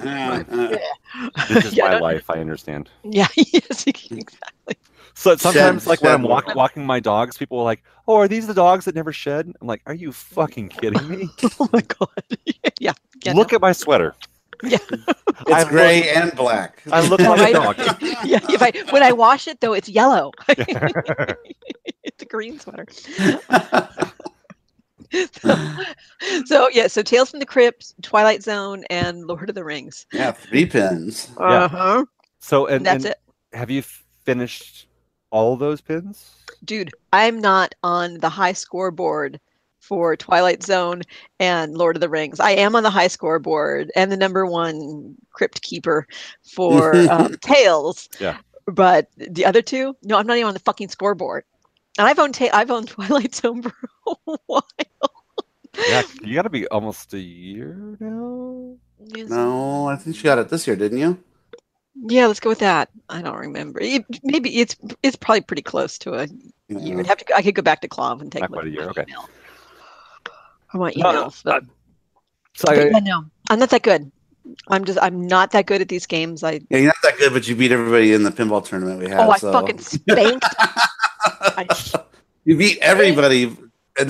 S2: This is
S1: *laughs* Yeah, I
S2: my
S1: don't-
S2: life. I understand.
S1: Yeah, *laughs* yes, exactly.
S2: So sometimes,
S3: Shed-
S2: like when I'm
S3: shed
S2: walk,
S3: one.
S2: walking my dogs, people are like, "Oh, are these the dogs that never shed?" I'm like, "Are you fucking kidding me?
S1: Oh my god. yeah. *laughs* yeah
S2: Look at my sweater. *laughs*
S1: Yeah.
S2: I
S3: It's
S2: look-
S3: gray and black.
S2: I
S1: *laughs*
S2: look like
S1: Right?
S2: a dog.
S1: no. yeah. If I when I wash it though, it's yellow. *laughs* it's a green sweater. so, so, yeah, so Tales from the Crypt, Twilight Zone, and Lord of the Rings.
S3: *laughs* yeah, three pins.
S1: Uh-huh. *laughs*
S2: So and,
S1: And that's
S2: and
S1: it.
S2: Have you f- finished all those pins?
S1: Dude, I'm not on the high scoreboard for Twilight Zone and Lord of the Rings. I am on the high scoreboard and the number one crypt keeper for um, Tales.
S2: Yeah.
S1: But the other two, no, I'm not even on the fucking scoreboard. And I've owned, ta- I've owned *laughs* Twilight Zone for a while.
S2: Yeah, you got to be almost a year now.
S3: No, I think you got it this year, didn't you?
S1: Yeah, let's go with that. I don't remember. It, maybe it's it's probably pretty close to a year. I'd have to. go- I could go back to Clom and take
S2: Not
S1: a look
S2: quite a
S1: at
S2: year,
S1: my
S2: okay.
S1: Email. I want
S2: No, no,
S1: emails. but,
S2: So
S1: but
S2: I,
S1: yeah, no, I'm not that good. I'm just. I'm not that good at these games. I.
S3: Yeah, you're not that good, but you beat everybody in the pinball tournament we had.
S1: oh, I
S3: so.
S1: fucking spanked. I,
S3: you beat everybody, and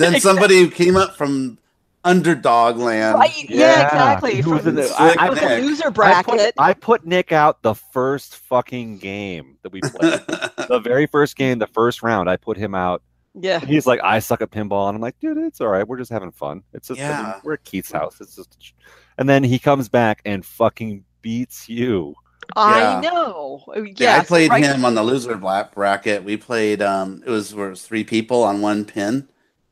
S1: *laughs*
S3: then somebody who came up from underdog land.
S1: right? Yeah,
S2: Yeah,
S1: exactly.
S2: who was
S1: From-
S2: in the-
S1: from
S2: I-
S3: I
S1: the
S3: put-
S1: loser
S2: I put-
S1: bracket.
S2: I put Nick out the first fucking game that we
S1: *laughs*
S2: played.
S3: *laughs*
S2: the very first game, the first round, I put him out.
S1: yeah.
S2: And He's like, I suck at pinball, and I'm like, dude, it's all right. We're just having fun. It's just I mean,
S3: Yeah.
S2: we're at Keith's house. It's just, and then he comes back and fucking beats you.
S1: I
S3: Yeah.
S1: know. Yeah,
S3: yeah, I
S1: so
S3: played
S1: right-
S3: him on the loser bla- bracket. We played. Um, it was where it was three people on one pin,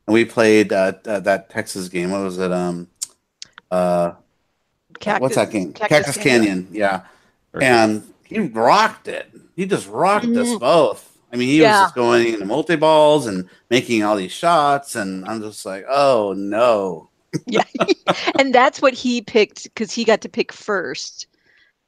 S3: and we played uh, uh, that Texas game. What was it? Um, uh, what's that
S1: Cactus-
S3: game?
S1: Cactus
S3: Cactus,
S1: Canyon.
S3: Canyon. Yeah.
S2: Or-
S3: and he rocked it. He just rocked us
S1: Mhm.
S3: both. I mean, he
S1: Yeah.
S3: was just going into multi balls and making all these shots, and I'm just like, oh no.
S1: yeah and that's what he picked because he got to pick first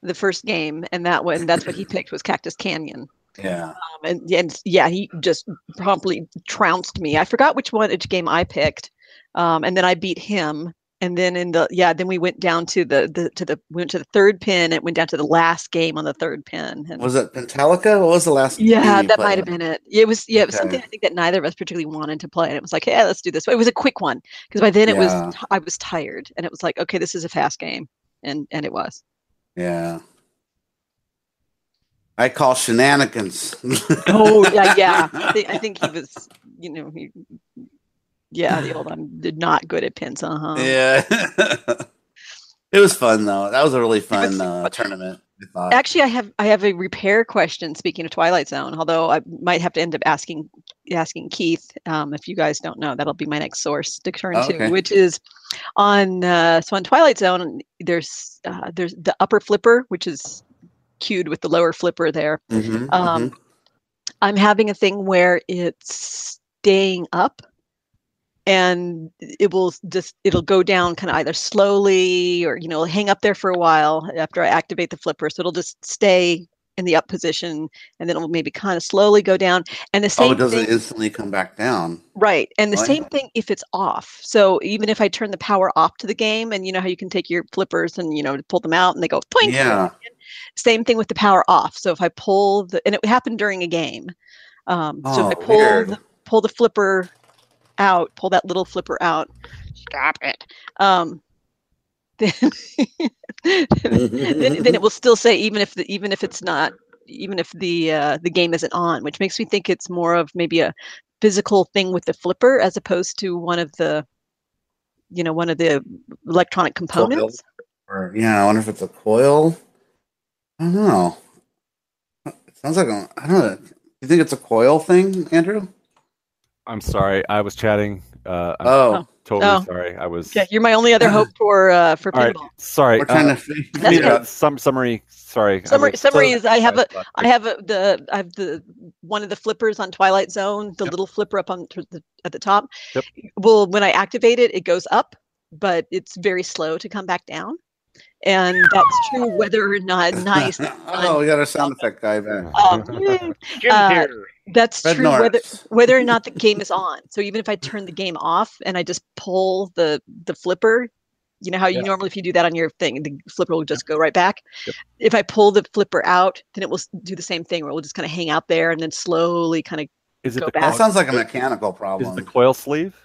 S1: the first game and that one that's what he picked was cactus canyon
S3: Yeah,
S1: um, and, and yeah he just promptly trounced me i forgot which one which game i picked um, and then i beat him and then in the yeah then we went down to the, the to the went to the third pin and went down to the last game on the third pin and
S3: was it Pentalica? What was the last?
S1: yeah
S3: game you
S1: that
S3: played?
S1: might have been it it was yeah it was
S3: Okay.
S1: something i think that neither of us particularly wanted to play and it was like yeah let's do this it was a quick one because by then it
S3: Yeah.
S1: was t- i was tired and it was like okay this is a fast game and and it was
S3: Yeah. I call shenanigans. *laughs*
S1: oh yeah yeah *laughs* I, thi- I think he was you know he yeah the old i'm d- not good at pins uh-huh
S3: yeah. *laughs* it was fun though. That was a really fun
S1: so
S3: uh,
S1: much-
S3: tournament. I thought.
S1: Actually, I have I have a repair question. Speaking of Twilight Zone, although I might have to end up asking asking Keith um, if you guys don't know, that'll be my next source to turn
S3: Okay.
S1: to, which is on uh, so on Twilight Zone. There's uh, there's the upper flipper, which is cued with the lower flipper. There,
S3: Mhm,
S1: um,
S3: mhm.
S1: I'm having a thing where it's staying up and it will s- just it'll go down kind of either slowly or you know hang up there for a while after I activate the flipper so it'll just stay in the up position and then it'll maybe kind of slowly go down and the same
S3: oh, does
S1: thing,
S3: it instantly come back down?
S1: right and the
S3: Right.
S1: same thing if it's off so even if I turn the power off to the game and you know how you can take your flippers and you know pull them out and they go twink
S3: Yeah.
S1: same thing with the power off. So if I pull the and it happened during a game. Um, so if I
S3: Oh,
S1: pull *laughs*
S3: weird. *laughs*
S1: the, pull the flipper out, pull that little flipper out, Stop it. Um, *laughs* then, then, then it will still say even if the, even if it's not even if the uh, the game isn't on, which makes me think it's more of maybe a physical thing with the flipper as opposed to one of the you know one of the electronic components.
S3: Or, yeah, I wonder if it's a coil. I don't know. It sounds like a, I don't know. You think it's a coil thing, Andrew?
S2: I'm sorry. I was chatting. Uh, I'm
S3: oh,
S2: totally
S1: Oh.
S2: sorry. I was.
S1: Okay, you're my only other hope for uh, for
S2: All
S1: pinball.
S2: right. Sorry.
S3: we're trying
S2: uh, *laughs*
S3: to figure
S1: That's
S3: it out.
S2: Some summary. Sorry. I
S1: Summary-
S2: was-
S1: summary is I have a-
S2: sorry.
S1: I have a, the I have the one of the flippers on Twilight Zone, the
S2: Yep.
S1: little flipper up on t- the, at the top.
S2: Yep.
S1: Well, when I activate it, it goes up, but it's very slow to come back down, and that's true whether or
S2: *laughs*
S1: not nice.
S3: *laughs* oh, we got our sound effect guy back.
S1: *laughs* Um, mm,
S4: Jim's
S1: Uh,
S4: here.
S1: that's
S3: Fred
S1: true whether
S3: Norris.
S1: whether or not the game is on. So even if I turn the game off and I just pull the the flipper, you know how you
S2: Yeah.
S1: normally if you do that on your thing, the flipper will just go right back.
S2: Yep.
S1: If I pull the flipper out, then it will s- do the same thing where it will just kind of hang out there and then slowly kind of
S2: *laughs* Is it
S1: Go
S2: the
S1: back.
S3: That
S2: coil-
S3: sounds like a mechanical
S2: is it the
S3: problem.
S2: coil sleeve?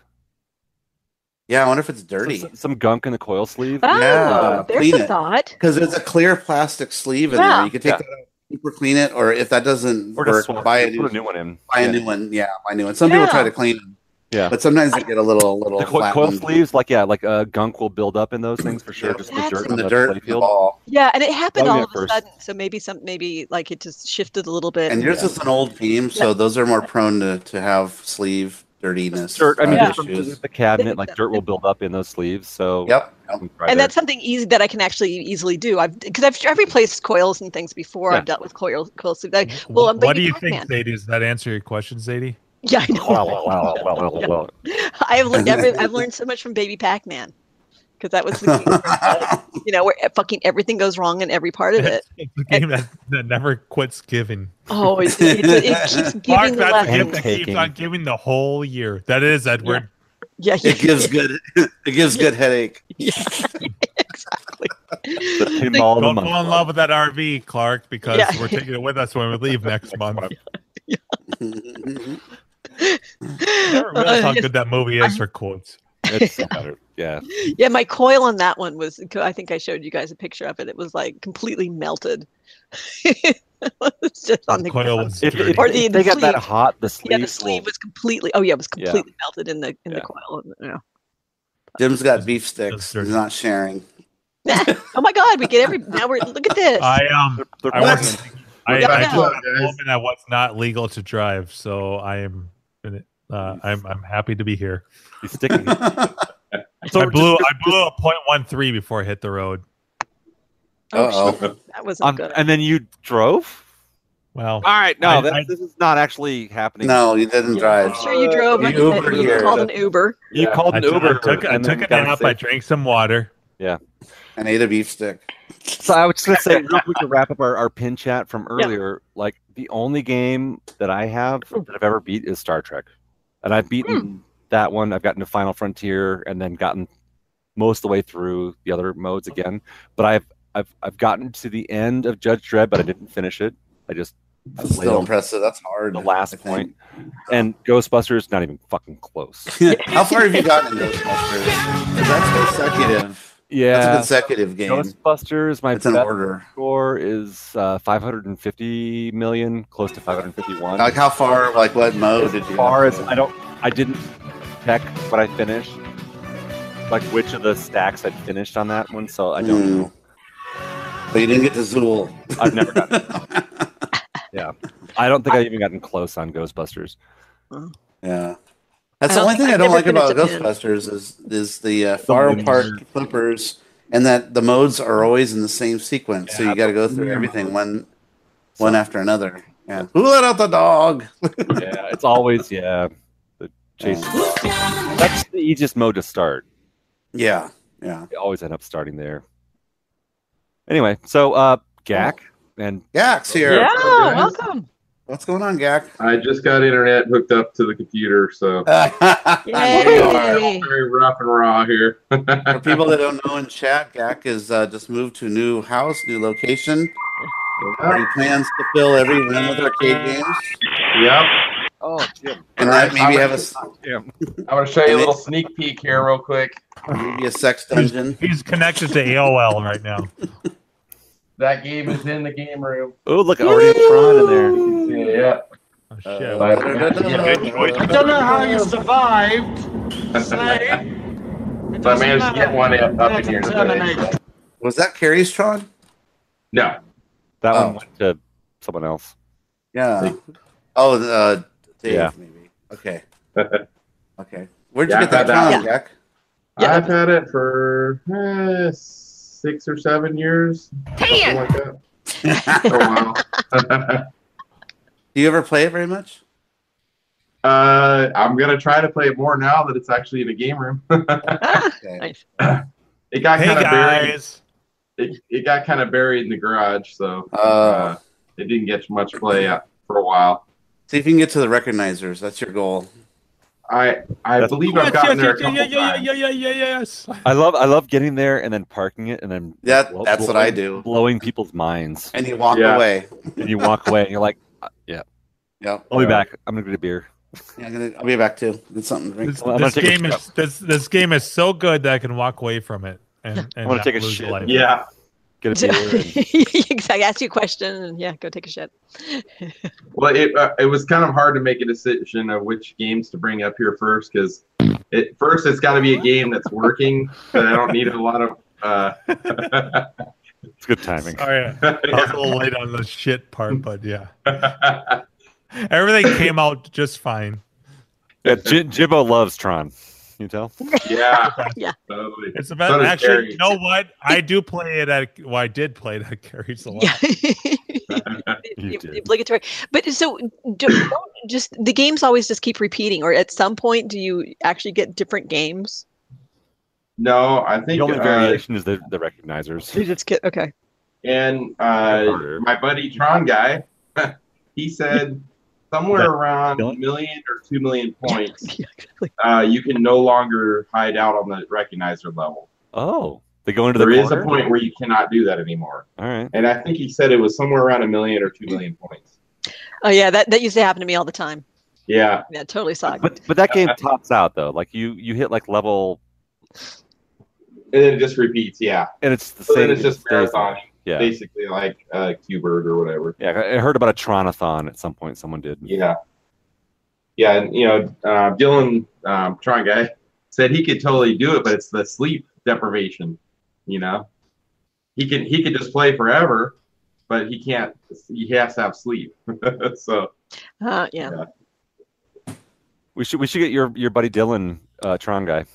S3: Yeah, I wonder if it's dirty.
S2: Some, some gunk in the coil sleeve.
S1: oh,
S3: Yeah,
S1: there's
S3: clean
S1: a
S3: it.
S1: thought.
S3: Because there's a clear plastic sleeve in
S1: Yeah.
S3: there. You could take
S2: Yeah.
S3: that out, super clean it, or if that doesn't
S2: Or
S3: work,
S2: just swap-
S3: buy a
S2: put
S3: new,
S2: a new one in.
S3: buy
S2: Yeah.
S3: a new one. Yeah, buy a new one. Some
S1: Yeah.
S3: people try to clean them.
S2: Yeah.
S3: But sometimes they get a little, little
S2: The coil,
S3: flat
S2: coil
S3: one.
S2: sleeves, like yeah, like uh, gunk will build up in those things for sure.
S3: Yeah.
S2: Just the
S1: That's
S2: dirt
S3: from
S2: on
S3: the
S2: the
S3: dirt
S2: play
S3: and the
S2: field.
S3: ball.
S1: Yeah, and it happened
S2: Throw me
S1: all
S2: at
S1: of
S2: first.
S1: a sudden. So maybe some maybe like it just shifted a little bit.
S3: And yours is an old team, so those are more prone to, to have sleeve dirtiness. uh,
S2: Dirt. I mean,
S1: Yeah.
S2: just from
S3: issues.
S2: the cabinet, like dirt will build up in those sleeves. So
S3: Yep. yep.
S1: and that's something easy that I can actually easily do. I've because I've, I've replaced coils and things before. I've
S2: Yeah.
S1: dealt with coil coils. so Like,
S5: Wh-
S1: well, I'm
S5: what do
S1: Baby
S5: you think,
S1: Pac-Man.
S5: Zadie? Does that answer your question, Zadie?
S1: yeah, I know.
S2: *laughs* Wow, wow, wow, wow, wow, wow, wow.
S1: *laughs* I have learned every, I've learned so much from Baby Pac-Man because that was the game where, you know where e, fucking everything goes wrong in every part of *laughs* it.
S5: It's a game that, that never quits giving.
S1: *laughs* Oh, it, it, it keeps
S5: Mark,
S1: giving the
S5: that's a
S1: lessons.
S5: gift
S2: And
S5: that keeps
S2: taking.
S5: on giving the whole year. That is Edward.
S1: Yeah, *laughs* yeah,
S2: *laughs*
S3: It gives good. It gives
S1: *laughs*
S3: good headache.
S1: exactly.
S2: Pinball of the
S5: Don't
S2: month.
S5: fall in love with that RV, Clark, because
S1: Yeah.
S5: we're taking it with us when we leave next month. *laughs* I never
S1: *laughs*
S5: realized how
S1: Uh,
S5: good that movie is for quotes.
S2: It's
S1: *laughs*
S2: so better.
S5: *laughs*
S2: Yeah.
S1: yeah, my coil on that one was. I think I showed you guys a picture of it. It was like completely melted. *laughs* it's just on the
S5: Coil
S1: ground.
S5: was
S2: If,
S5: dirty.
S2: if,
S1: Or the-
S2: if
S1: the
S2: they got that
S1: sleeve.
S2: hot, the sleeve,
S1: yeah, the sleeve was completely. Oh yeah, it was
S2: Yeah.
S1: completely melted in the in the
S2: Yeah.
S1: coil. Oh, Yeah.
S3: *laughs* Jim's got beef sticks.
S5: That's dirty.
S3: He's not sharing.
S1: Oh my God, we get every now we're look at this.
S5: I um
S2: They're, they're
S5: I
S3: What?
S2: playing- *laughs*
S5: was I,
S1: Yeah, no.
S5: I just had a moment that was not legal to drive, so I am uh, I'm I'm happy to be here.
S1: *laughs*
S2: he's sticking. So
S5: I
S2: just-
S5: blew
S2: just-
S5: I blew a point one three before I hit the road.
S1: oh,
S3: Uh-oh.
S1: shit, that wasn't
S2: on-
S1: good.
S2: and then you drove.
S5: Well,
S2: All right, no,
S5: I-
S2: that,
S5: I-
S2: this is not actually
S3: *laughs*
S2: happening.
S3: no, you didn't drive.
S1: I'm sure you drove.
S3: You
S1: and- and
S3: Ubered
S1: you
S3: here.
S1: called an Uber.
S2: you called
S5: I
S2: an
S5: took-
S2: Uber.
S5: I took, I
S2: and then
S5: took a
S2: got a
S5: nap.
S2: safe-
S5: I drank some water.
S3: And ate a beef stick.
S2: So I was just gonna say real quick to wrap up our, our pin chat from
S1: Yeah.
S2: earlier. Like the only game that I have that I've ever beat is Star Trek, and I've beaten that one. I've gotten to Final Frontier, and then gotten most of the way through the other modes again. But I've I've I've gotten to the end of Judge Dredd, but I didn't finish it. I just
S3: That's
S2: played
S3: still
S2: on
S3: impressive. That's hard.
S2: the
S3: I
S2: last
S3: think. *laughs*
S2: point, and Ghostbusters not even fucking close.
S3: How far have you gotten in
S2: *laughs*
S3: Ghostbusters? 'Cause that's consecutive. That's a
S2: Yeah,
S3: consecutive game.
S2: Ghostbusters. My
S3: it's an
S2: best
S3: order.
S2: score is uh, 550 million, close to 551.
S3: Like how far? Like what mode did
S2: as
S3: you?
S2: far as I don't, I didn't check what I finished, like which of the stacks I'd finished on that one. So I don't
S3: Hmm.
S2: know.
S3: But you didn't get to Zool.
S2: I've never gotten. *laughs* I don't think I've even gotten close on Ghostbusters.
S3: Yeah.
S1: I
S3: That's the
S1: don't
S3: only
S1: think-
S3: thing I
S1: I've
S3: don't
S1: never
S3: like
S1: been
S3: about
S1: into pin.
S3: Ghostbusters is is the uh, far apart flippers, and that the modes are always in the same sequence, so you got to go through everything one one after another. Yeah. Who let out the dog?
S2: Yeah, Hmm. it's always yeah. The chase. That's the easiest mode to start.
S3: Yeah. Yeah.
S2: You always end up starting there. Anyway, so uh, Gak and
S3: Gax here.
S1: Yeah,
S6: Yeah.
S1: welcome.
S3: What's going
S1: *laughs*
S3: on, *laughs* Gak?
S6: I just got internet hooked up to the computer, so
S1: Yay.
S3: we are.
S6: very rough and raw here.
S3: For
S6: *laughs*
S3: people that don't know in chat, Gak has uh, just moved to a new house, new location. where He plans to fill every room with arcade games.
S6: yep.
S2: oh Jim.
S3: And that maybe have a
S2: Damn.
S6: I'm going to show
S3: And
S6: you a
S3: it-
S6: little sneak peek here, real quick.
S3: Maybe a sex dungeon.
S5: He's connected to AOL right now.
S6: That game is in the game room.
S2: Oh, look, already a prawn in there.
S6: *laughs* Yeah.
S5: *laughs* Oh, shit.
S3: Uh,
S4: Good choice.
S7: I don't know how you survived.
S6: I *laughs*
S7: Say.
S6: managed to get one up up in here today.
S7: Terminate.
S3: was that Carrie's Tron?
S6: No.
S2: That
S3: Oh.
S2: one went to someone else.
S3: Yeah. Oh, the, uh, Dave,
S2: Yeah.
S3: maybe. Okay. okay. Where'd you
S6: Yeah,
S3: get that
S6: I've had
S3: Tron, Jack?
S1: Yeah.
S6: I've had it for eh, six or seven years. Something like that. Oh, For a while.
S3: Do you ever play it very much?
S6: *laughs* uh, I'm going to try to play it more now that it's actually in a game room.
S1: *laughs* Ah,
S3: Okay.
S1: nice.
S6: It got
S5: Hey
S6: kind of buried.
S5: guys,
S6: It, it got kind of buried in the garage, so
S3: Uh,
S6: uh, it didn't get much play out for a while.
S3: see if you can get to the recognizers. That's your goal.
S6: I I
S2: That's-
S6: believe I've gotten there a couple
S5: yeah, yeah,
S6: times.
S5: yeah, yeah, yeah, yeah, yes.
S2: I love I love getting there and then parking it and then
S3: Yeah,
S2: blow-
S3: that's what
S2: blowing-
S3: I do.
S2: Blowing people's minds.
S3: And you walk
S6: Yeah.
S3: away.
S2: And you walk away and you're like, uh, yeah,
S3: Yep.
S2: I'll be
S6: Yeah.
S2: back. I'm gonna get a beer.
S3: Yeah, I'm gonna, I'll be back too. Get something to drink.
S5: This,
S2: Well, I'm
S5: this
S2: gonna take a
S5: game is this this game is so good that I can walk away from it and, and
S2: wanna
S5: not
S2: take a
S5: lose
S2: shit.
S5: life.
S6: Yeah. *laughs*
S2: Get a beer. and-
S1: exactly. Ask you a question and yeah, go take a shit.
S6: Well, it uh, it was kind of hard to make a decision of which games to bring up here first because it first it's got to be a game that's working that I don't need a lot of. Uh, *laughs*
S2: it's good timing.
S5: *laughs* Sorry, I was a little late on the shit part, but yeah,
S6: yeah.
S5: everything came out just fine.
S2: Yeah, J- Jibbo loves Tron. You tell?
S1: Yeah.
S6: Totally.
S5: It's
S6: So
S5: about
S6: does
S5: actually.
S6: Gary.
S5: You know what? I do play it at. Well, I did play it at Carrie's a
S2: *laughs*
S5: lot.
S1: Yeah. The-
S2: You
S1: the-
S2: did.
S1: the obligatory. But so do, don't just the games always just keep repeating, or at some point, do you actually get different games?
S6: No, I think
S2: The only
S6: uh,
S2: variation is the, the recognizers.
S1: You just get okay. *laughs*
S6: and uh, my buddy Tron guy, *laughs* he said somewhere
S2: That-
S6: around a
S2: Dylan?
S6: million or two million points,
S1: Yeah, exactly.
S6: uh, you can no longer hide out on the recognizer level.
S2: Oh. They go into the
S6: There is a
S2: corner?
S6: point where you cannot do that anymore.
S2: All right.
S6: And I think he said it was somewhere around a million or two million points.
S1: Oh yeah, that that used to happen to me all the time.
S6: Yeah.
S1: Yeah, totally sucked.
S2: But but that game tops out though. Like you you hit like level
S6: And then it just repeats. Yeah.
S2: and it's the
S6: So
S2: same.
S6: then it's just
S2: stays there.
S6: marathon,
S2: Yeah.
S6: basically like uh, Qbird or whatever.
S2: Yeah, I I heard about a Tronathon at some point. Someone did.
S6: Yeah. Yeah. And, you know, uh, Dylan, um, Tron guy, said he could totally do it, but it's the sleep deprivation, you know? He can he could just play forever, but he can't. He has to have sleep. *laughs* so
S1: Uh, yeah.
S2: We should we should get your your buddy Dylan uh, Tron guy.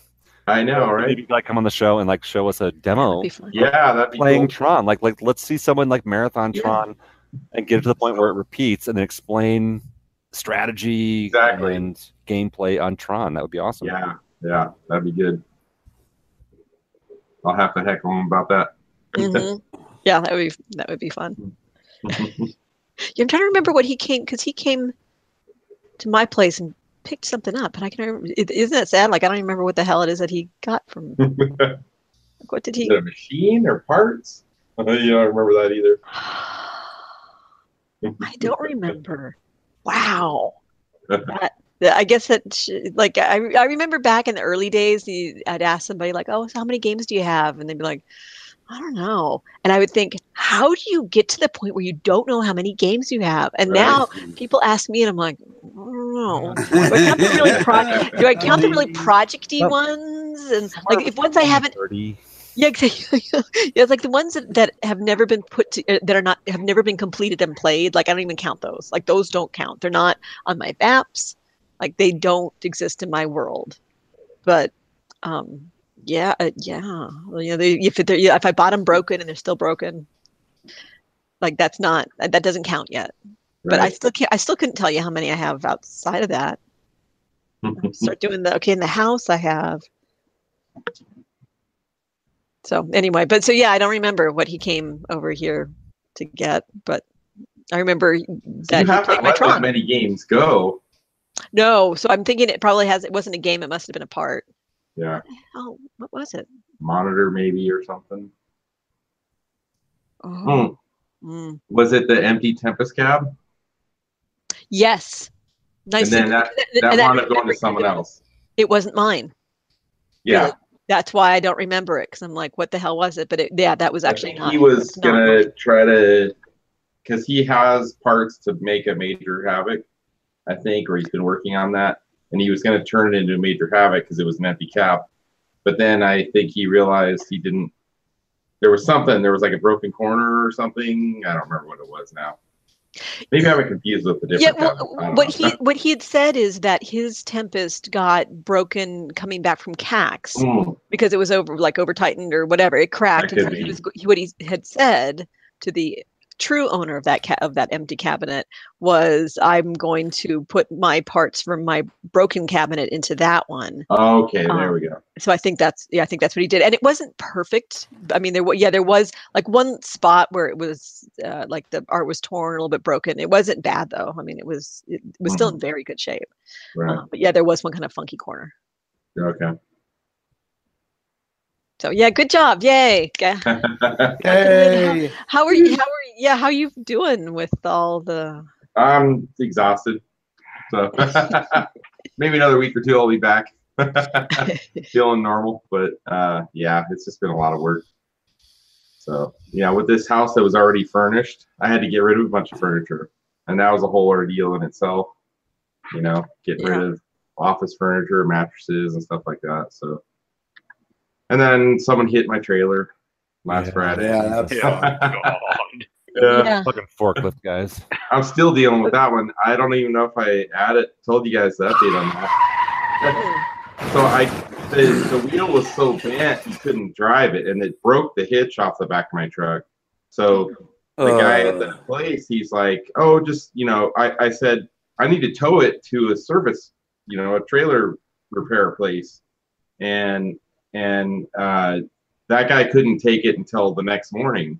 S6: I know, right?
S2: Maybe like come on the show and like show us a demo
S1: Be fun.
S6: Yeah, that'd be
S2: playing
S6: cool.
S2: Tron. Like like let's see someone like marathon
S6: Yeah.
S2: Tron and get to the point where it repeats and then explain strategy
S6: Exactly.
S2: and gameplay on Tron. That would be awesome.
S6: Yeah, yeah, that'd be good. I'll have to heckle him about that.
S1: Mhm. Yeah, that would be that would be fun. Mm-hmm.
S6: *laughs*
S1: Yeah, I'm trying to remember what he came because he came to my place and picked something up, and I can remember. It, isn't that sad? Like I don't even remember what the hell it is that he got from. like, what did
S6: Is
S1: he?
S6: it a machine or *laughs* parts? you don't remember that either.
S1: I don't remember. Wow. That, that- I guess that sh- like I I remember back in the early days, the, I'd ask somebody like, "Oh, so how many games do you have?" And they'd be like, "I don't know." And I would think, "How do you get to the point where you don't know how many games you have?" And
S6: *laughs* Right.
S1: now people ask me, and I'm like, "I don't know." Do I count the *laughs* really
S6: *laughs*
S1: pro- do I count the really projecty
S2: Well-
S1: ones? And like if ones I haven't
S2: 30.
S1: yeah, exactly. *laughs* yeah, it's like the ones that, that have never been put to, uh, that are not have never been completed and played. Like I don't even count those. Like those don't count. They're not on my maps. Like they don't exist in my world. But um, yeah, uh, yeah. Well, you know, they, if they're, yeah, if I bought them broken and they're still broken, like that's not that that doesn't count yet. But I still can't. I still couldn't tell you how many I have outside of that.
S6: *laughs* Mm-hmm.
S1: Start doing the okay in the house I have. So anyway, but so yeah, I don't remember what he came over here to get, but I remember that
S6: you
S1: he
S6: haven't
S1: played my
S6: let that
S1: Tron.
S6: many games go.
S1: No, so I'm thinking it probably has. It wasn't a game. It must have been a part.
S6: Yeah,
S1: Oh, what was it?
S6: monitor maybe or something.
S1: Oh,
S6: Hmm.
S1: mm.
S6: Was it the empty Tempest cab?
S1: yes, Nice.
S6: and then that, that wound up going to someone else.
S1: It wasn't mine.
S6: Yeah,
S1: Really. That's why I don't remember it because I'm like, what the hell was it? But it, yeah, that was actually not.
S6: he was
S1: that's not
S6: gonna
S1: mine.
S6: try to, because he has parts to make a major havoc, I think, or he's been working on that, and he was gonna turn it into a major havoc because it was an empty cap. But then I think he realized he didn't. There was something. There was like a broken corner or something. I don't remember what it was now. Maybe I'm confused with the
S1: Yeah,
S6: different.
S1: well,
S6: cup. I don't
S1: what
S6: know.
S1: he what he had said is that his Tempest got broken coming back from Cax
S6: Mm,
S1: because it was over like over tightened or whatever. It cracked.
S6: That
S1: And
S6: could
S1: so he
S6: be.
S1: was, he- what he had said to the true owner of that ca- of that empty cabinet was, "I'm going to put my parts from my broken cabinet into that one."
S6: okay,
S1: Uh,
S6: there we go.
S1: so I think that's yeah, I think that's what he did, and it wasn't perfect. I mean, there wa- yeah, there was like one spot where it was uh, like the art was torn, a little bit broken. It wasn't bad though. I mean, it was it, was still in very good shape.
S6: Mm-hmm. Right.
S1: Uh, but yeah, there was one kind of funky corner.
S6: Okay.
S1: So yeah, good job, yay!
S6: *laughs*
S1: Yeah.
S3: Hey,
S1: How are you? How are yeah? How you doing with all the?
S6: I'm exhausted. So maybe another week or two, I'll be back. Feeling normal, but uh, yeah, it's just been a lot of work. So yeah, with this house that was already furnished, I had to get rid of a bunch of furniture, and that was a whole ordeal in itself. You know, getting rid of office furniture, mattresses, and stuff like that. So, and then someone hit my trailer last
S5: Yeah.
S6: Friday.
S3: Yeah, that's-
S4: Yeah, oh God.
S6: Yeah.
S2: Fucking forklift
S6: *laughs*
S2: guys.
S6: I'm still dealing with that one. I don't even know if I added told you guys the update on that. So I the, the wheel was so bent you couldn't drive it, and it broke the hitch off the back of my truck. So the guy at the place, he's like, "Oh, just you know," I, I said, "I need to tow it to a service, you know, a trailer repair place," and and uh, that guy couldn't take it until the next morning.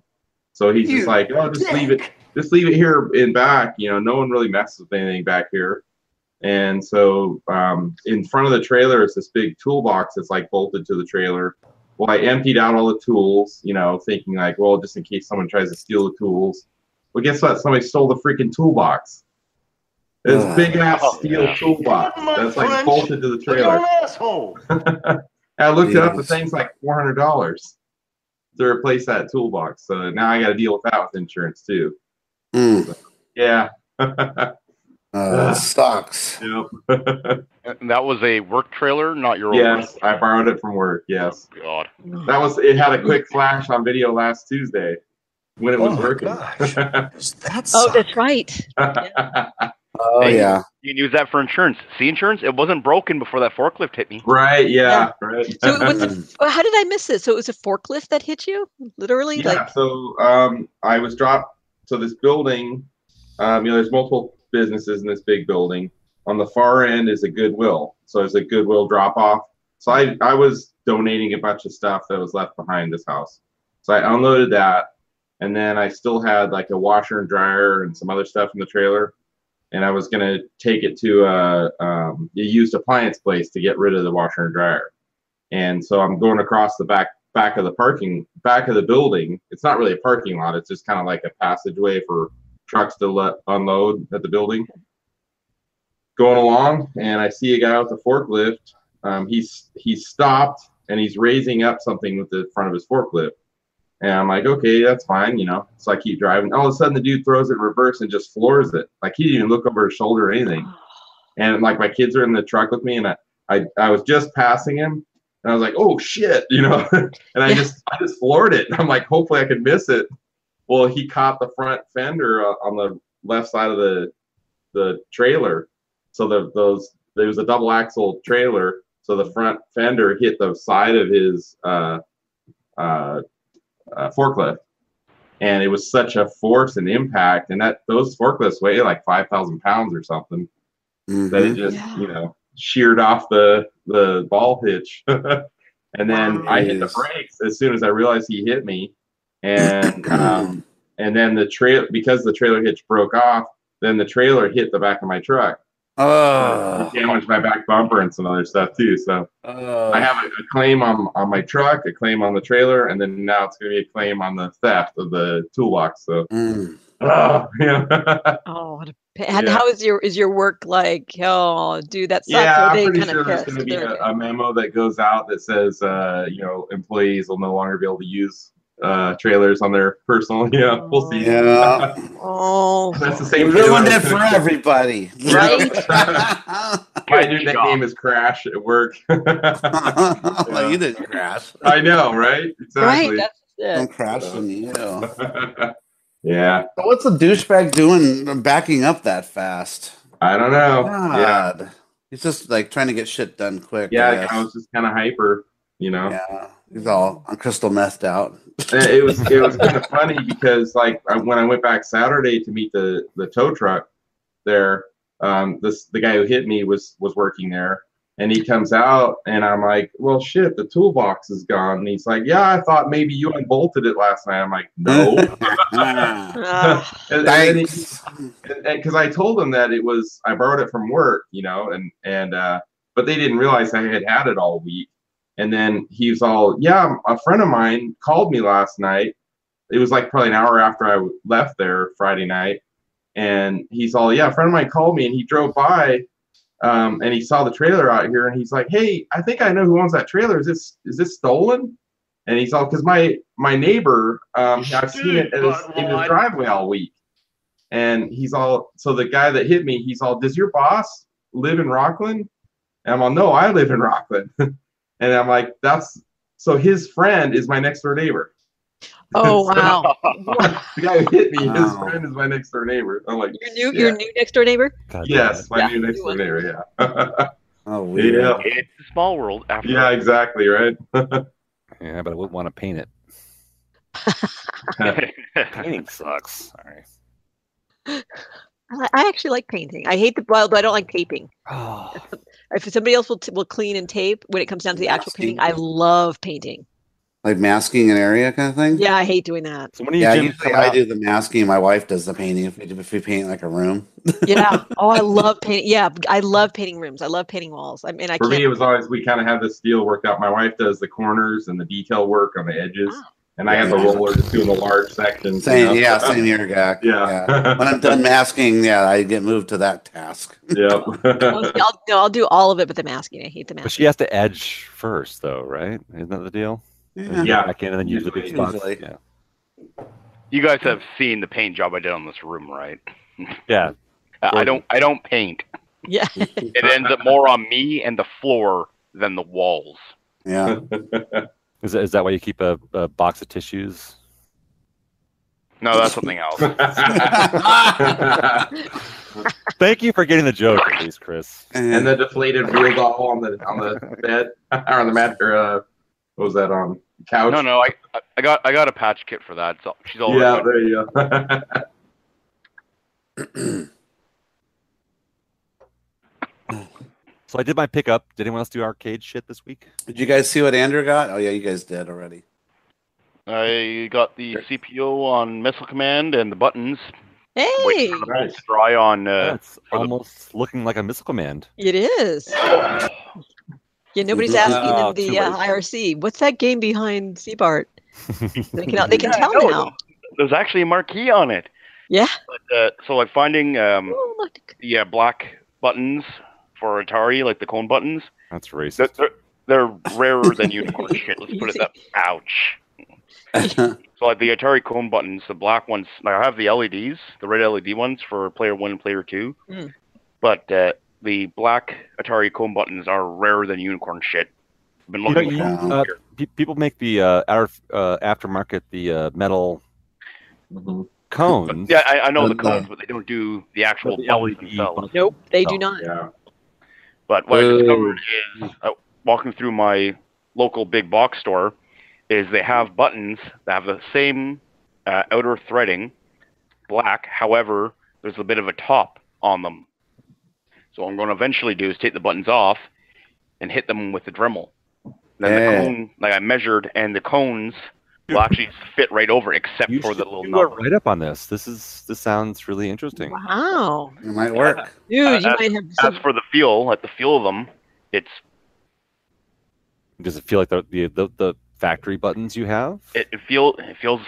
S6: So he's just like, "Oh, just leave it, just leave it here in back. You know, no one really messes with anything back here." And so um, in front of the trailer is this big toolbox that's like bolted to the trailer. Well, I emptied out all the tools, you know, thinking like, well, just in case someone tries to steal the tools. Well, guess what? Somebody stole the freaking toolbox. This
S3: Ugh.
S6: big ass
S4: Oh,
S6: steel
S4: yeah.
S6: toolbox
S7: Give him a
S6: that's like
S7: punch.
S6: bolted to the
S7: Look at an
S6: trailer.
S7: asshole.
S6: I looked it up. The
S3: Jeez.
S6: thing's like four hundred dollars to replace that toolbox. So now I got to deal with that with insurance too.
S3: Mm,
S6: Yeah. *laughs*
S3: uh, sucks.
S6: Yep.
S4: And that was a work trailer, not your own.
S6: yes, I borrowed it from work. Yes.
S4: God.
S6: That was it had a quick flash on video last Tuesday when it was working.
S8: That's
S1: Oh, that's right.
S3: Oh
S4: Hey.
S3: yeah,
S4: You can use that for insurance. See insurance? It wasn't broken before that forklift hit me.
S6: *laughs* right, yeah, right.
S1: So it was.
S3: Mm,
S1: A, f- Oh, how did I miss this? So it was a forklift that hit you, literally.
S6: yeah,
S1: Like
S6: so um I was dropped so this building, um, you know, there's multiple businesses in this big building. On the far end is a goodwill. So there's a goodwill drop off. So I, I was donating a bunch of stuff that was left behind this house. So I unloaded that and then I still had like a washer and dryer and some other stuff in the trailer. And I was gonna take it to a, um, a used appliance place to get rid of the washer and dryer. And so I'm going across the back back of the parking back of the building. It's not really a parking lot. It's just kind of like a passageway for trucks to let unload at the building. Going along, and I see a guy with a forklift. Um, he's he's stopped and he's raising up something with the front of his forklift. And I'm like, okay, that's fine, you know. So I keep driving. All of a sudden, the dude throws it in reverse and just floors it. Like he didn't even look over his shoulder or anything. And like my kids are in the truck with me, and I I, I was just passing him, and I was like, oh shit, you know. *laughs* and I
S1: Yeah.
S6: just I just floored it. *laughs* I'm like, hopefully I can miss it. Well, he caught the front fender uh, on the left side of the the trailer. So the those there was a double axle trailer. So the front fender hit the side of his uh, uh, uh, forklift, and it was such a force and impact. And that those forklifts weigh like five thousand pounds or something. That it
S3: Mhm.
S6: just
S1: Yeah.
S6: you know sheared off the the ball hitch, *laughs* and then I hit the
S3: Jeez.
S6: brakes as soon as I realized he hit me, and um, and then the trail because the trailer hitch broke off. Then the trailer hit the back of my truck,
S3: Oh,
S6: damaged my back bumper and some other stuff too. So
S3: oh.
S6: I have a, a claim on on my truck, a claim on the trailer, and then now it's going to be a claim on the theft of the toolbox. So
S3: Mm.
S6: Ugh, *laughs* yeah.
S1: Oh, what a pa- and
S6: Yeah.
S1: how is your is your work like? Oh, dude, that sucks.
S6: yeah,
S1: Are they
S6: I'm pretty
S1: kinda
S6: sure there's
S1: pissed?
S6: going to be
S1: They're
S6: a,
S1: like,
S6: a memo that goes out that says, uh, you know, employees will no longer be able to use uh, trailers on their personal. *laughs* Yeah, we'll see.
S3: Yeah.
S6: *laughs*
S1: Oh,
S6: That's the
S3: They
S6: same. trailer
S3: ruined
S6: I *laughs*
S3: it
S6: was
S3: for
S6: gonna-
S3: everybody.
S1: Right?
S6: My
S4: Good
S6: new
S4: job.
S6: nickname is Crash at work.
S3: *laughs*
S6: *laughs*
S3: Well, you didn't crash.
S6: I know, right?
S1: right.
S6: Exactly.
S1: That's
S3: I'm
S1: it.
S3: crashing you. So
S6: *laughs* yeah,
S3: What's a douchebag doing backing up that fast?
S6: I don't know. Oh, Yeah,
S3: God. He's just like trying to get shit done quick. I
S6: yeah,
S3: guess.
S6: I was just kind of hyper, you know.
S3: yeah. He's all on crystal methed out.
S6: And Uh, it was it was kind of funny because like I, when I went back Saturday to meet the the tow truck there, um, this the guy who hit me was was working there, and he comes out and I'm like, well, shit, the toolbox is gone, and he's like, yeah, I thought maybe you unbolted it last night. I'm like, no, and,
S3: Ah,
S1: Ah,
S6: *laughs* and then he-
S3: Thanks.
S6: because I told them that it was I borrowed it from work, you know, and and uh, but they didn't realize I had had it all week. And then he was all, yeah, a friend of mine called me last night. It was like probably an hour after I left there Friday night, and he's all, yeah, a friend of mine called me, and he drove by, um, and he saw the trailer out here, and he's like, hey, I think I know who owns that trailer. Is this is this stolen? And he's all, because my my neighbor, um, I've seen it in his, in his driveway all week. And he's all, so the guy that hit me, he's all, does your boss live in Rockland? And I'm all, no, I live in Rockland. and I'm like, that's, so his friend is my next door neighbor.
S1: oh wow.
S6: uh, The guy who hit me, his
S3: Wow.
S6: friend is my next door neighbor. I'm like,
S1: Your new your new next door neighbor.
S2: God,
S6: yes, my
S1: Yeah,
S6: new next door
S1: you
S6: neighbor, yeah. *laughs*
S3: Oh, weird.
S6: yeah.
S4: It's a small world after
S6: Yeah, exactly, right?
S2: Yeah, but I wouldn't want to paint it. Painting sucks. Sorry.
S1: I I actually like painting. I hate the well, but I don't like taping.
S2: Oh,
S1: If somebody else will t- will clean and tape when it comes down to the actual painting, I love painting.
S3: Like masking an area kind of thing?
S1: Yeah, I hate doing
S6: *laughs*
S1: that.
S2: so when are you
S3: Yeah,
S2: Jim,
S3: usually
S2: come
S3: I
S2: out-
S3: do the masking. My wife does the painting if we, if we paint like a room.
S1: Yeah. Oh, I love painting. Yeah, I love painting rooms. I love painting walls. I mean, I
S6: For
S1: can't.
S6: me, it was always, we kind of have this deal worked out. My wife does the corners and the detail work on the edges.
S1: Ah.
S6: And I have the
S3: Yeah.
S6: roller just doing the large sections. you know?
S3: Same,
S6: *laughs*
S3: yeah, same here, Gak.
S6: Yeah.
S3: When I'm done masking, yeah, I get moved to that
S6: *laughs*
S3: task.
S6: Yep. uh, *laughs*
S1: I'll, I'll, no, I'll do all of it, but the masking. I hate the
S2: But
S1: masking.
S2: she has to edge first, though, right? Isn't that the deal?
S3: Yeah.
S6: Yeah.
S2: Back in and then use the big spots.
S3: Usually.
S2: Yeah.
S4: *laughs* You guys have seen the paint job I did on this room, right?
S2: Yeah.
S4: I- I don't. I don't paint.
S1: Yeah.
S4: It ends up more on me and the floor than the walls.
S3: Yeah.
S2: Is that, is that why you keep a, a box of tissues?
S4: No, that's something else.
S2: Thank you for getting the joke, at least, Chris.
S6: and the deflated real doll on the on the bed *laughs* or on the mat or uh, what was that on couch?
S4: No, no, I, I- I got, I got a patch kit for that. So she's all
S6: Yeah,
S4: right.
S6: there you go. *laughs*
S2: So I did my pickup. Did anyone else do arcade shit this week?
S3: did you guys see what Andrew got? Oh, yeah, you guys did
S6: *laughs*
S3: already.
S4: I got the CPO on Missile Command and the buttons.
S1: Hey,
S4: Wait for the
S6: Nice.
S4: balls to dry on. Uh,
S2: That's
S4: for the-
S2: almost looking like a missile command.
S1: it is. Yeah, nobody's
S3: Mhm.
S1: asking
S2: Oh,
S1: in the
S2: too
S1: uh,
S2: late.
S1: IRC. What's that game behind Seabart?
S2: *laughs*
S1: They can, they can
S4: Yeah, I
S1: tell
S4: know.
S1: now.
S4: there's actually a marquee on it.
S1: Yeah.
S4: But, uh, so like finding um,
S1: Oh, look.
S4: the uh, black buttons for Atari, like the cone buttons.
S2: That's racist.
S4: They're, they're, they're rarer than unicorn shit. Let's put it that. Ouch. So like the Atari cone buttons, the black ones. Like I have the LEDs, the red LED ones for player one and player two.
S1: Mm.
S4: But uh, the black Atari cone buttons are rarer than unicorn shit. I've been
S2: You
S4: looking
S2: know,
S4: for
S3: you-
S4: them
S2: uh,
S4: here.
S2: Pe- people make the uh, our, uh, aftermarket the uh, metal
S6: Mhm.
S2: cones.
S4: Yeah, I, I know the
S3: But, uh,
S4: cones, but they don't do the actual
S2: but the E
S4: E buttons
S2: LED
S4: themselves.
S2: buttons.
S1: Nope, they
S2: Oh.
S1: do not.
S6: Yeah.
S4: But what I
S6: Boo.
S4: discovered is uh, walking through my local big box store is they have buttons that have the same uh, outer threading, black. However, there's a bit of a top on them. So what I'm going to eventually do is take the buttons off and hit them with the Dremel. Then
S3: Yeah.
S4: the cone, like I measured, and the cones will actually fit right over, except
S2: You
S4: for the
S2: should
S4: little
S2: do a
S4: knob.
S2: write up on this. This is this sounds really interesting.
S1: Wow,
S3: It might work.
S1: dude,
S4: Uh,
S1: you might have
S4: As
S1: some.
S4: for the feel, like the feel of them, it's
S2: Does it feel like the the, the, the factory buttons you have?
S4: it, it feel it feels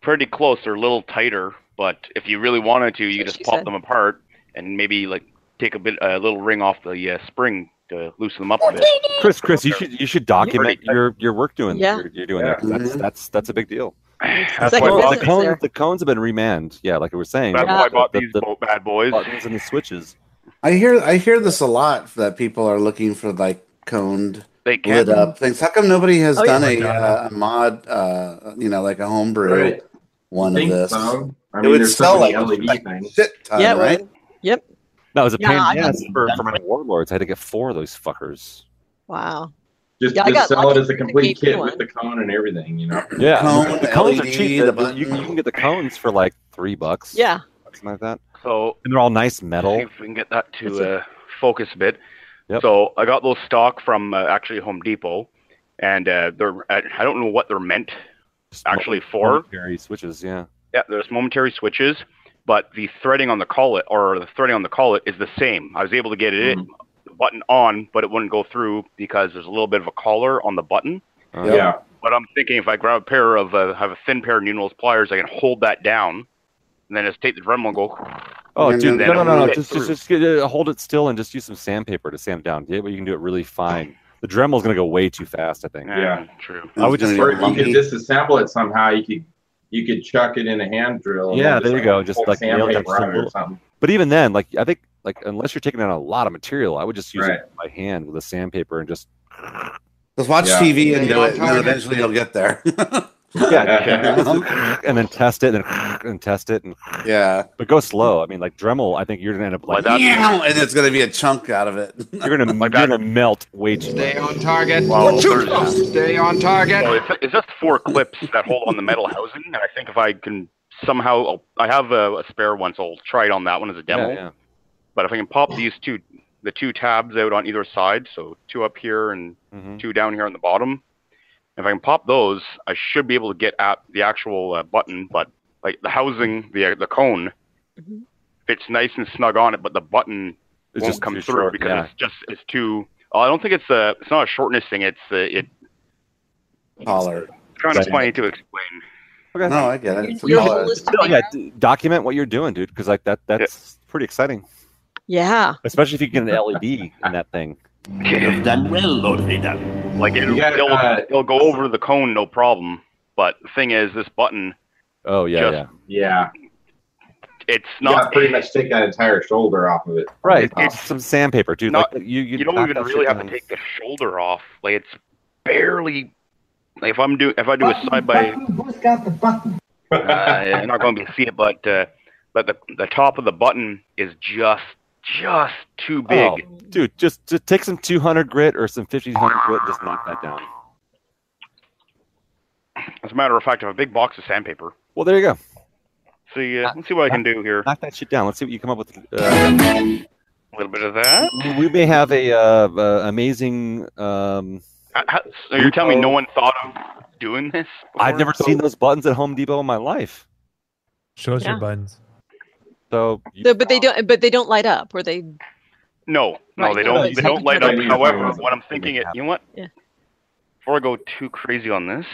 S4: pretty close. They're a little tighter But if you really wanted to, you could
S1: That's what
S4: just
S1: she
S4: pop
S1: said.
S4: them apart and maybe like take a bit a little ring off the uh, spring to loosen them up a bit.
S2: Chris, Chris, you should you should document your your work doing
S1: Yeah.
S2: you're, you're doing
S6: Yeah.
S2: that. 'cause That's that's that's a big deal. *sighs*
S1: like
S4: That's why,
S1: a
S4: I
S2: Well,
S4: bought
S1: business
S2: the
S4: these-
S2: cones
S1: there.
S2: the cones have been remanned. Yeah, like we were saying.
S4: that's why I bought
S2: The-
S4: these
S2: the-
S4: bo- bad boys.
S2: buttons and the switches.
S3: I hear I hear this a lot that people are looking for like coned
S4: They can't.
S3: lit up things. How come nobody has
S1: Oh, yeah.
S3: done a,
S5: Madonna.
S3: uh, a mod, uh, you know, like a homebrew
S6: Right.
S3: one of
S6: Think
S3: this?
S6: so. I
S3: It
S6: mean,
S3: would
S6: there's
S3: sell
S6: so many
S3: like-
S6: LED
S3: like-
S6: things.
S3: Shit ton,
S1: yeah,
S3: right?
S1: well,
S2: That was a
S1: Yeah,
S2: pain
S1: I
S2: in the
S1: got
S2: ass for, for my warlords. I had to get four of those fuckers.
S1: wow.
S6: Just,
S1: Yeah, I
S6: just
S1: got
S6: sell it
S1: lucky
S6: as a
S1: with the
S6: complete
S1: KP
S6: kit
S1: one.
S6: with the cone and everything. You know.
S2: Yeah,
S3: Cone,
S2: the cones are
S3: LED,
S2: cheap.
S3: the
S2: but you, can,
S3: button.
S2: you can get the cones for like three bucks.
S1: Yeah.
S2: something like that.
S4: So
S2: And they're all nice
S4: see
S2: metal.
S4: if we can get that
S1: It's
S4: to
S1: a-
S4: uh, focus a bit.
S2: Yep.
S4: So I got those stock from uh, actually Home Depot, and uh, they're I I don't know what they're meant actually for.
S2: Momentary switches. Yeah.
S4: Yeah, there's momentary switches, but the threading on the collet or the threading on the collet is the same. I was able to get it
S6: Mhm.
S4: the button on, but it wouldn't go through because there's a little bit of a collar on the button.
S2: Uh,
S3: Yeah.
S6: Yeah.
S4: But I'm thinking if I grab a pair of uh, have a thin pair of Nunell's pliers, I can hold that down, and then just take the Dremel and go.
S2: Oh,
S3: And
S2: dude,
S3: then E
S2: no, no,
S4: it'll
S2: no, no.
S4: fit
S2: Just,
S4: through.
S2: just, just get, uh, hold it still and just use some sandpaper to sand it down. Yeah, but you can do it really fine. The Dremel's gonna go way too fast, I think.
S4: Eh,
S6: Yeah.
S4: true.
S2: I would just
S3: It's
S6: Or
S3: gonna
S6: you
S3: get
S6: could
S3: lumpy.
S6: disassemble it somehow. You could you could chuck it in a hand drill. and
S2: Yeah,
S6: then
S2: there you go, just
S6: pull
S2: like nail it
S6: sandpaper
S2: up
S6: out
S2: some-
S3: *laughs*
S6: or something.
S2: But even then, like I think, like unless you're taking out a lot of material, I would just use
S6: Right.
S2: it by hand with a sandpaper and just
S3: Just watch
S6: Yeah.
S3: TV and
S7: Yeah,
S3: do
S7: you
S3: it,
S7: want
S3: and then
S7: target.
S3: eventually you'll get there. *laughs*
S2: *laughs* and then test it and, and test it and
S3: yeah.
S2: but go slow. I mean, like Dremel, I think you're gonna end up like
S4: Like that-
S3: Meow, and it's going to be a chunk out of it. *laughs*
S2: you're
S4: *laughs*
S2: gonna
S4: Like
S2: you're
S4: that-
S2: gonna melt way too. much.
S7: Stay on target.
S6: Oh,
S4: Wow, there's-
S7: Stay on
S4: So
S7: target.
S4: it's, it's just four clips that hold on the metal housing, and I think if I can somehow, I'll, I have a, a spare one, so I'll try it on that one as a demo.
S2: Yeah, yeah.
S4: But if I can pop these two, the two tabs out on either side, so two up here and
S2: Mhm.
S4: two down here on the bottom, if I can pop those, I should be able to get at the actual uh, button. But like the housing, the uh, the cone
S1: Mhm.
S4: fits nice and snug on it, but the button
S2: Mm-hmm. It's
S4: won't
S2: just
S4: come
S2: too
S4: through
S2: short,
S4: because
S2: yeah.
S4: it's just it's too. oh, I don't think it's a it's not a shortness thing. It's uh, it,
S3: Taller.
S4: it's kind of
S2: Right.
S4: funny to explain.
S2: Okay.
S3: No, I get it. It's a
S1: Your
S3: taller.
S1: goal is to
S2: No,
S1: be-
S2: Oh, yeah, d- document what you're doing, dude, because like that that's pretty exciting,
S1: yeah.
S2: especially if you can get an LED in that thing.
S8: You've done well, Lord Vader.
S4: Like it'll,
S6: You got,
S4: it'll,
S6: uh,
S4: it'll go over the cone, no problem. But the thing is, this button,
S2: Oh yeah,
S4: Just-
S2: yeah.
S6: Yeah,
S4: it's
S6: you gotta
S4: not.
S6: pretty much take that entire shoulder off of it.
S2: Right,
S6: Oh.
S2: just some sandpaper, dude.
S4: Not-
S2: like you, you,
S4: you don't
S2: knock
S4: even
S2: that
S4: really
S2: shit
S4: have to
S2: down.
S4: take the shoulder off. Like it's barely. Like if I'm do if I do a side by,
S7: Who's got the button?
S4: uh, I'm not going to see it, but uh, but the the top of the button is just just too big.
S2: Oh, dude, just, just take some 200 grit or some 1500 grit, and just knock that down.
S4: As a matter of fact, I have a big box of sandpaper.
S2: Well, there you go.
S4: See, uh, let's see what I can do here.
S2: Knock that shit down. Let's see what you come up with. Uh,
S4: A little bit of that.
S2: we may have a uh, uh, amazing. Um,
S4: Uh, how- so you're telling me no one thought of doing this?
S2: I've
S4: before?
S2: never seen those buttons at Home Depot in my life.
S5: Show us
S1: Yeah.
S5: your buttons.
S2: So, you-
S1: So, but they don't. But they don't light up, or they.
S4: No, no,
S1: Right,
S4: they
S1: no,
S4: don't.
S1: it's
S4: They
S1: not
S4: don't light
S6: the
S4: up.
S6: kind of-
S4: However,
S6: Yeah.
S4: what I'm thinking, it. You know what?
S1: Yeah.
S4: Before I go too crazy on this,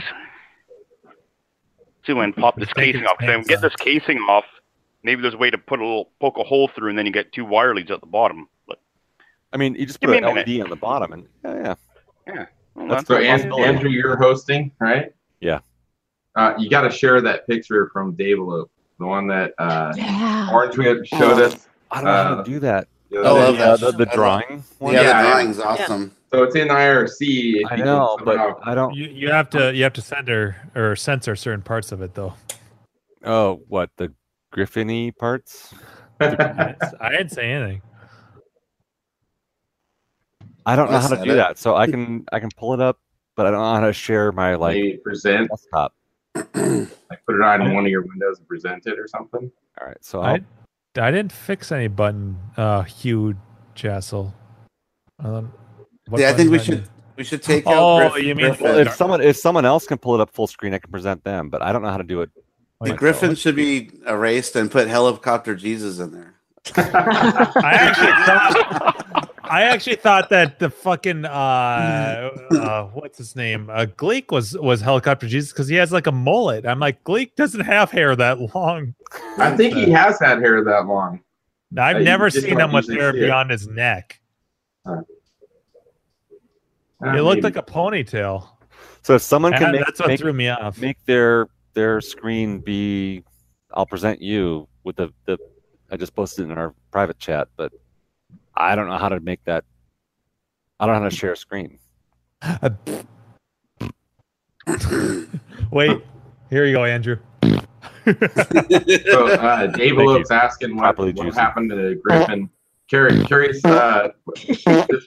S4: see when pop this
S5: Just take
S4: casing
S5: its
S4: off. 'cause Then
S5: pants
S4: get this
S5: off.
S4: casing off. Maybe there's a way to put a little poke a hole through, and then you get two wire leads at the bottom. But
S2: I mean, you just
S4: Give
S2: put
S4: me
S2: an
S4: a minute.
S2: LED on the bottom, and yeah, yeah.
S4: well,
S2: That's
S6: So
S4: a
S6: An-
S4: possibility.
S6: Andrew, you're hosting, right?
S2: Yeah.
S6: Uh, you got to share that picture from Davelope, the one that uh,
S1: Yeah.
S6: Orange Whip showed us.
S2: I don't know how to
S6: Uh,
S2: do that.
S6: the other
S3: I love
S6: day.
S3: that.
S2: the, the
S3: I love-
S2: drawing.
S3: Yeah,
S2: One?
S6: Yeah.
S3: the drawing's awesome.
S6: So it's in IRC. if
S2: I
S6: you can
S2: know,
S6: somehow-
S2: but I don't.
S5: You, you have to you have to center or censor certain parts of it though.
S2: Oh, what the griffiny parts?
S5: *laughs* I didn't- I didn't say anything.
S2: I don't know
S3: I
S2: how to
S3: said
S2: do
S3: it.
S2: that. So I can I can pull it up, but I don't know how to share my *laughs* like
S6: maybe present,
S2: desktop.
S6: like put it on in one of your windows and present it or
S5: *laughs*
S6: something.
S2: All right, so I'll,
S5: I, I didn't fix any button, uh, Hugh Jassel. Um, what
S3: Yeah, I think
S5: button
S3: we
S5: did
S3: should we should take
S5: Oh,
S3: out. Griff-
S5: you mean-
S3: Griffin.
S2: well, if someone if someone else can pull it up full screen, I can present them. But I don't know how to do it.
S5: I-
S3: uh, the Griffin should be erased and put helicopter Jesus in there.
S5: I actually, *laughs* I actually thought that the fucking
S3: *laughs*
S5: uh, uh what's his name? Uh Gleek was was helicopter Jesus because he has like a mullet. I'm like, Gleek doesn't have hair that long.
S6: I think he has had hair that long.
S5: No, I've
S6: Uh, you
S5: never
S6: just
S5: seen
S6: don't
S5: him with
S6: usually
S5: hair
S6: see it.
S5: beyond his neck.
S6: Uh,
S5: It looked like
S6: maybe.
S5: a ponytail.
S2: So if someone can
S5: And
S2: make,
S5: that's what
S2: make,
S5: threw me off.
S2: make their their screen be, I'll present you with the, the I just posted it in our private chat, but I don't know how to make that. I don't know how to share a screen.
S5: Wait, here you go, Andrew. *laughs*
S6: So, uh, Dave
S2: Thank you.
S6: Lopes asking what,
S2: Properly
S6: what
S2: juicy.
S6: happened to Griffin. Curious,
S5: *laughs*
S6: curious uh, just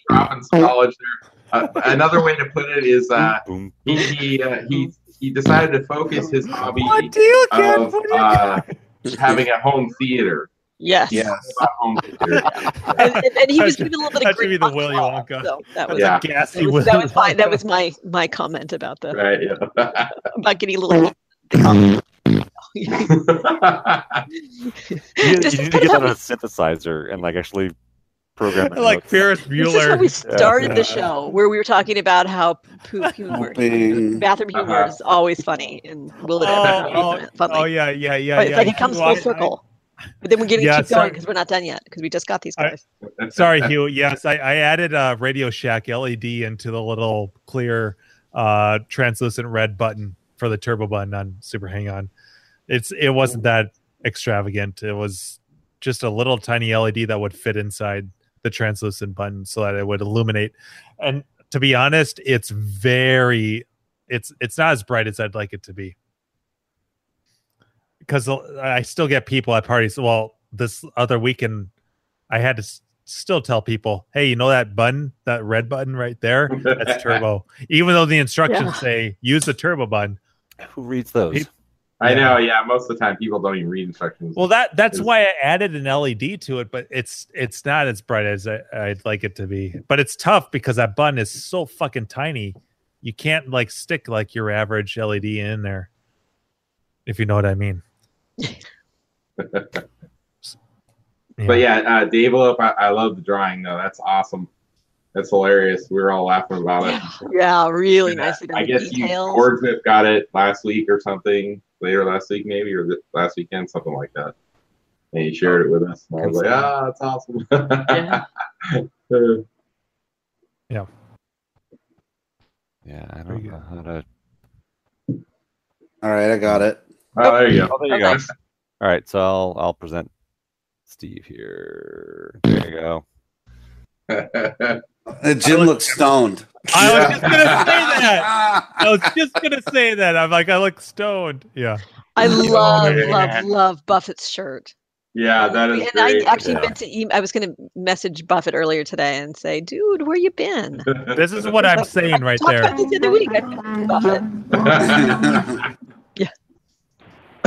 S6: dropping some knowledge there. Uh, another way to put it is uh,
S2: *laughs* Boom.
S6: he he, uh, he he decided to focus his hobby
S5: do you
S1: Oh,
S6: of uh,
S3: *laughs*
S6: having a home theater.
S1: Yes.
S3: yes.
S6: A home theater.
S1: And, and, and he was
S5: That should-
S1: giving a little bit
S5: that
S1: of
S5: should be
S1: Greek
S5: the
S1: on
S5: Willy
S1: claw,
S5: Wonka.
S1: So that was,
S6: Yeah.
S5: Gassy
S1: that was,
S5: Willy
S1: that was my
S5: Wonka.
S1: that was my my comment about the
S6: Right. Yeah. *laughs*
S1: about getting a little.
S2: You, you
S1: Just- *laughs*
S2: need to get that on a synthesizer and like actually program it.
S5: *laughs* like Ferris
S1: This is how
S5: Bueller.
S1: we started
S6: Yeah.
S1: the show, where we were talking about how
S6: *laughs*
S1: poop humor,
S3: Pooping.
S1: bathroom humor
S6: Uh-huh.
S1: is always funny, and will it ever be
S5: Oh, oh,
S1: funny?
S5: oh yeah, yeah, yeah.
S1: But it's
S5: yeah.
S1: like it comes
S5: Well,
S1: full
S5: I-
S1: circle. But then we're getting
S5: Yeah,
S1: keep going
S5: sorry.
S1: because we're not done yet because we just got these
S5: I-
S1: guys.
S5: Sorry, Hugh. Yes, I, I added uh, Radio Shack LED into the little clear, uh, translucent red button for the turbo button on Super Hang On. It's it wasn't that extravagant. It was just a little tiny LED that would fit inside the translucent button so that it would illuminate. And to be honest, it's very it's it's not as bright as I'd like it to be. Because I still get people at parties. Well, this other weekend I had to s- still tell people, hey, you know that button, that red button right there?
S6: *laughs*
S5: That's turbo. Even though the instructions
S1: Yeah.
S5: say use the turbo button.
S2: Who reads those?
S5: People-
S6: I know. Yeah. Most of the time, people don't even read instructions.
S5: Well, that that's
S6: Is-
S5: why I added an LED to it, but it's it's not as bright as I, I'd like it to be. But it's tough because that button is so fucking tiny. You can't like stick like your average LED in there, if you know what I
S6: *laughs*
S5: mean.
S6: But yeah, uh, Dave Lope, I, I love the drawing though. That's awesome. That's hilarious. We were all laughing about it.
S1: Yeah, really
S6: And
S1: nicely done.
S6: I guess you
S1: Details.
S6: Cordzip got it last week or something, later last week maybe, or th- last weekend, something like that. And he shared it with us. And I was like, ah, that's awesome. *laughs*
S1: Yeah.
S2: Yeah, I
S5: Pretty
S2: don't
S5: good.
S2: know how to.
S3: All right, I got it.
S6: Oh, there you go.
S2: Oh, there you go. All right, so I'll I'll present Steve here. There you go.
S3: Uh, Jim looks stoned.
S5: I was
S6: Yeah.
S5: just gonna say that.
S3: *laughs*
S6: *laughs*
S5: I was just gonna say that. I'm like, I look stoned. Yeah.
S1: I love,
S6: yeah.
S1: love, love Buffett's shirt.
S6: *laughs* yeah, that is
S1: and
S6: great.
S1: I
S6: *laughs*
S1: actually
S6: Yeah.
S1: meant to. em- I was going to message Buffett earlier today and say, "Dude, where you been?"
S5: This is what I'm saying right
S1: Talked
S5: there.
S1: about this the other week. I messaged Buffett.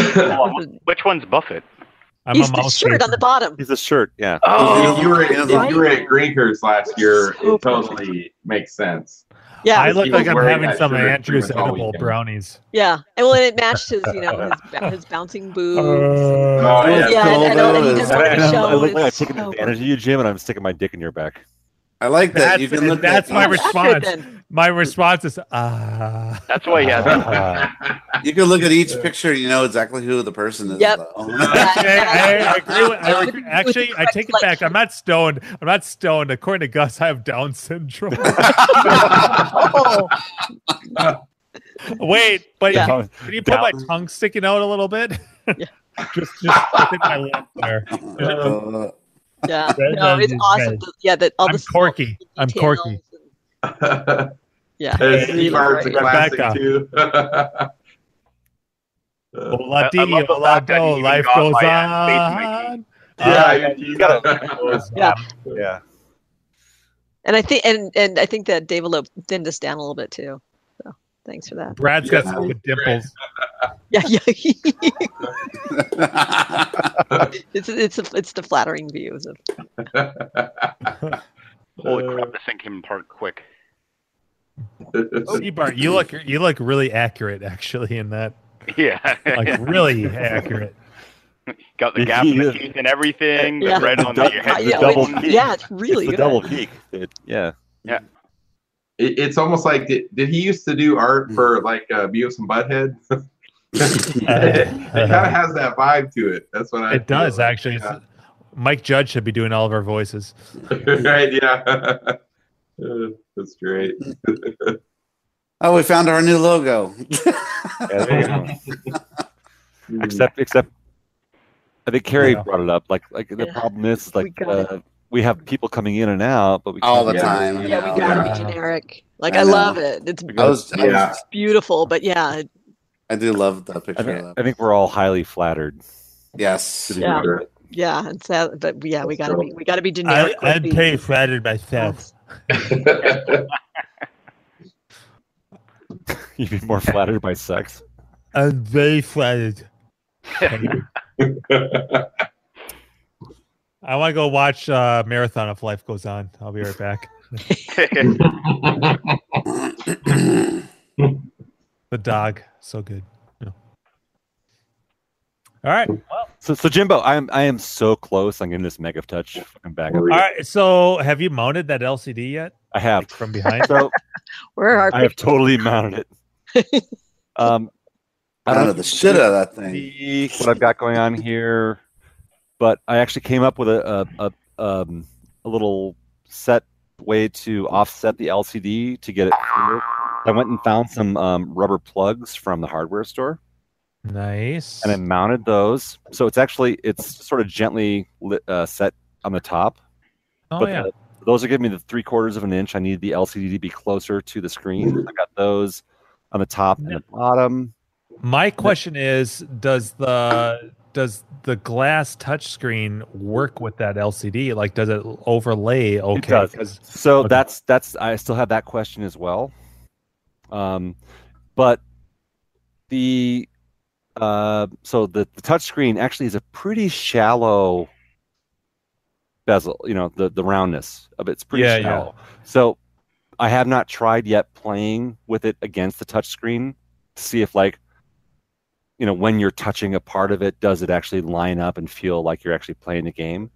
S6: *laughs*
S4: Which one's Buffett?
S5: I'm
S1: He's
S5: a
S1: the
S5: mouse
S1: shirt on
S5: person.
S1: the bottom.
S2: He's a shirt. Yeah.
S3: Oh.
S6: if Oh, you were if you were at
S1: Right.
S6: Greenhurst last year,
S1: So
S6: it totally makes sense.
S1: Yeah,
S5: I look
S6: He was
S5: like I'm
S6: wearing
S5: having
S6: that
S5: some
S6: shirt pretty
S5: Andrew's
S6: much all
S5: edible
S6: weekend.
S5: brownies.
S1: yeah. And well, and it matched his, you know, his, ba-
S5: *laughs*
S1: his bouncing boobs.
S5: Uh,
S6: Oh, yeah.
S1: yeah, and, and, all- and he
S3: Cool,
S1: just
S3: though.
S1: wanted
S2: And
S1: to
S2: I'm-
S1: show.
S2: I look
S1: his-
S2: like I'm taking
S1: oh,
S2: advantage of you, Jim, and I'm sticking my dick in your back.
S3: I like that.
S5: That's-
S3: you can look
S5: that's
S3: at
S5: my
S1: oh,
S5: response.
S1: good
S5: *laughs*
S1: then.
S5: My response is ah.
S4: That's why
S2: *laughs*
S4: he has
S2: Uh,
S3: You can look at each picture. You know exactly who the person is.
S1: Yep.
S3: Though. *laughs*
S1: Yeah,
S5: Okay, I, I agree with, I,
S1: With
S5: agree-
S1: the- with
S5: actually,
S1: the
S5: I take it
S1: correct
S5: back. I'm
S1: light.
S5: not stoned. I'm not stoned. According to Gus, I have Down syndrome. *laughs*
S1: Oh,
S5: Wait, but
S1: Yeah.
S2: Down-
S5: can you put my
S2: Down-
S5: tongue sticking out a little bit?
S1: Yeah.
S5: *laughs* just, just within my lip there.
S3: Uh,
S1: yeah.
S5: Red
S1: No, it's
S5: nose is
S1: awesome.
S5: red.
S1: to- yeah, that all
S5: I'm
S1: the
S5: quirky. I'm
S1: details
S5: quirky.
S1: and-
S6: *laughs* And
S1: Yeah.
S6: Steve Hart's a
S1: Right.
S6: classic
S5: Rebecca.
S6: too. *laughs*
S5: Ola
S4: I- I
S5: di,
S4: love the
S5: ola
S4: fact that he
S5: do,
S4: even
S5: life
S4: got
S5: goes
S4: my, uh, face
S5: on.
S6: yeah,
S5: Uh,
S6: you
S2: gotta-
S6: gotta-
S1: Yeah.
S2: yeah.
S1: And I think and and I think that Dave Lope thinned us down a little bit too. So thanks for that. *laughs*
S5: Brad's got
S3: Yeah.
S5: some good dimples.
S1: Yeah, yeah. it's it's a, it's the flattering views of
S4: Holy crap, this thing came apart quick. *laughs*
S6: *laughs* Oh.
S5: See, Bart, you look you look really accurate actually in that.
S4: Yeah.
S5: Like really accurate.
S4: *laughs* Got the gap in the teeth and everything. The
S1: Yeah.
S4: red on
S2: The
S4: the
S2: dou-
S4: head.
S2: the double
S1: it's-
S2: peak.
S1: yeah, it's really
S2: it's the
S1: good.
S2: double peak. It- yeah.
S6: It, it's almost like did, did he used to do
S2: Hmm.
S6: art for like uh, Beavis and Butthead? *laughs* it
S5: *laughs*
S6: kind of has that vibe to it. That's what I.
S5: Uh, it
S6: feel
S5: does
S6: like.
S5: actually. It's- Mike Judge should be doing all of our voices.
S6: *laughs* right? Yeah, *laughs* Uh, that's great.
S3: Oh, we found our new logo.
S2: *laughs* Yeah, that's
S6: Yeah.
S2: one. except except I think Carrie
S5: Yeah.
S2: brought it up. Like like the
S1: Yeah.
S2: problem is is, like
S1: We
S2: we,
S1: got
S2: uh, we have people coming in and out, but we
S3: All the
S2: can't-
S6: Yeah.
S3: time. you
S1: Yeah,
S3: know.
S1: we gotta
S6: Yeah.
S1: be generic. Like
S3: I
S1: I,
S3: know.
S1: love it. It's
S3: I was, I,
S6: Yeah.
S3: was,
S1: beautiful, but yeah, it-
S3: I do love the
S2: I
S3: picture. of
S2: think,
S3: that.
S2: I think we're all highly flattered. *laughs*
S3: Yes.
S2: to be
S6: *laughs*
S1: Yeah.
S2: honest.
S1: yeah, it's sad, but yeah, we gotta be we gotta be
S5: I,
S1: generic. with
S5: I'd
S1: the-
S5: pay flattered myself.
S2: You'd be more flattered by sex.
S5: I'm very flattered. I want to go watch uh, Marathon if Life Goes On. I'll be right back.
S4: *laughs*
S5: The dog, so good. Yeah. All right.
S2: So so Jimbo, I'm I am so close on getting this mega touch fucking back up.
S5: All right. So, have you mounted that LCD yet?
S2: I have.
S5: Like
S2: *laughs*
S5: from behind?
S2: So
S1: Where are
S2: I have totally mounted
S1: *laughs*
S2: it. Um
S3: *clears throat* I don't know the shit out of that thing.
S2: see what I've got going on here, but I actually came up with a a, a, um, a little set way to offset the LCD to get it. clear. I went and found some um, rubber plugs from the hardware store
S5: nice.
S2: and I mounted those. So it's actually it's sort of gently lit, uh, set on the top.
S5: oh
S2: but
S5: yeah.
S2: the- those are giving me the three quarters of an inch. I need the LCD to be closer to the screen. I got those on the top and the bottom.
S5: My question is: Does the does the glass touchscreen work with that LCD? Like, does it overlay? Okay.
S2: It does.
S5: 'Cause-
S2: So
S5: Okay.
S2: that's that's I still have that question as well. Um, but the uh, so the the touch screen actually is a pretty shallow bezel. You know the the roundness of it's pretty
S5: Yeah, yeah.
S2: shallow. So I have not tried yet playing with it against the touch screen to see if like you know when you're touching a part of it does it actually line up and feel like you're actually playing the game.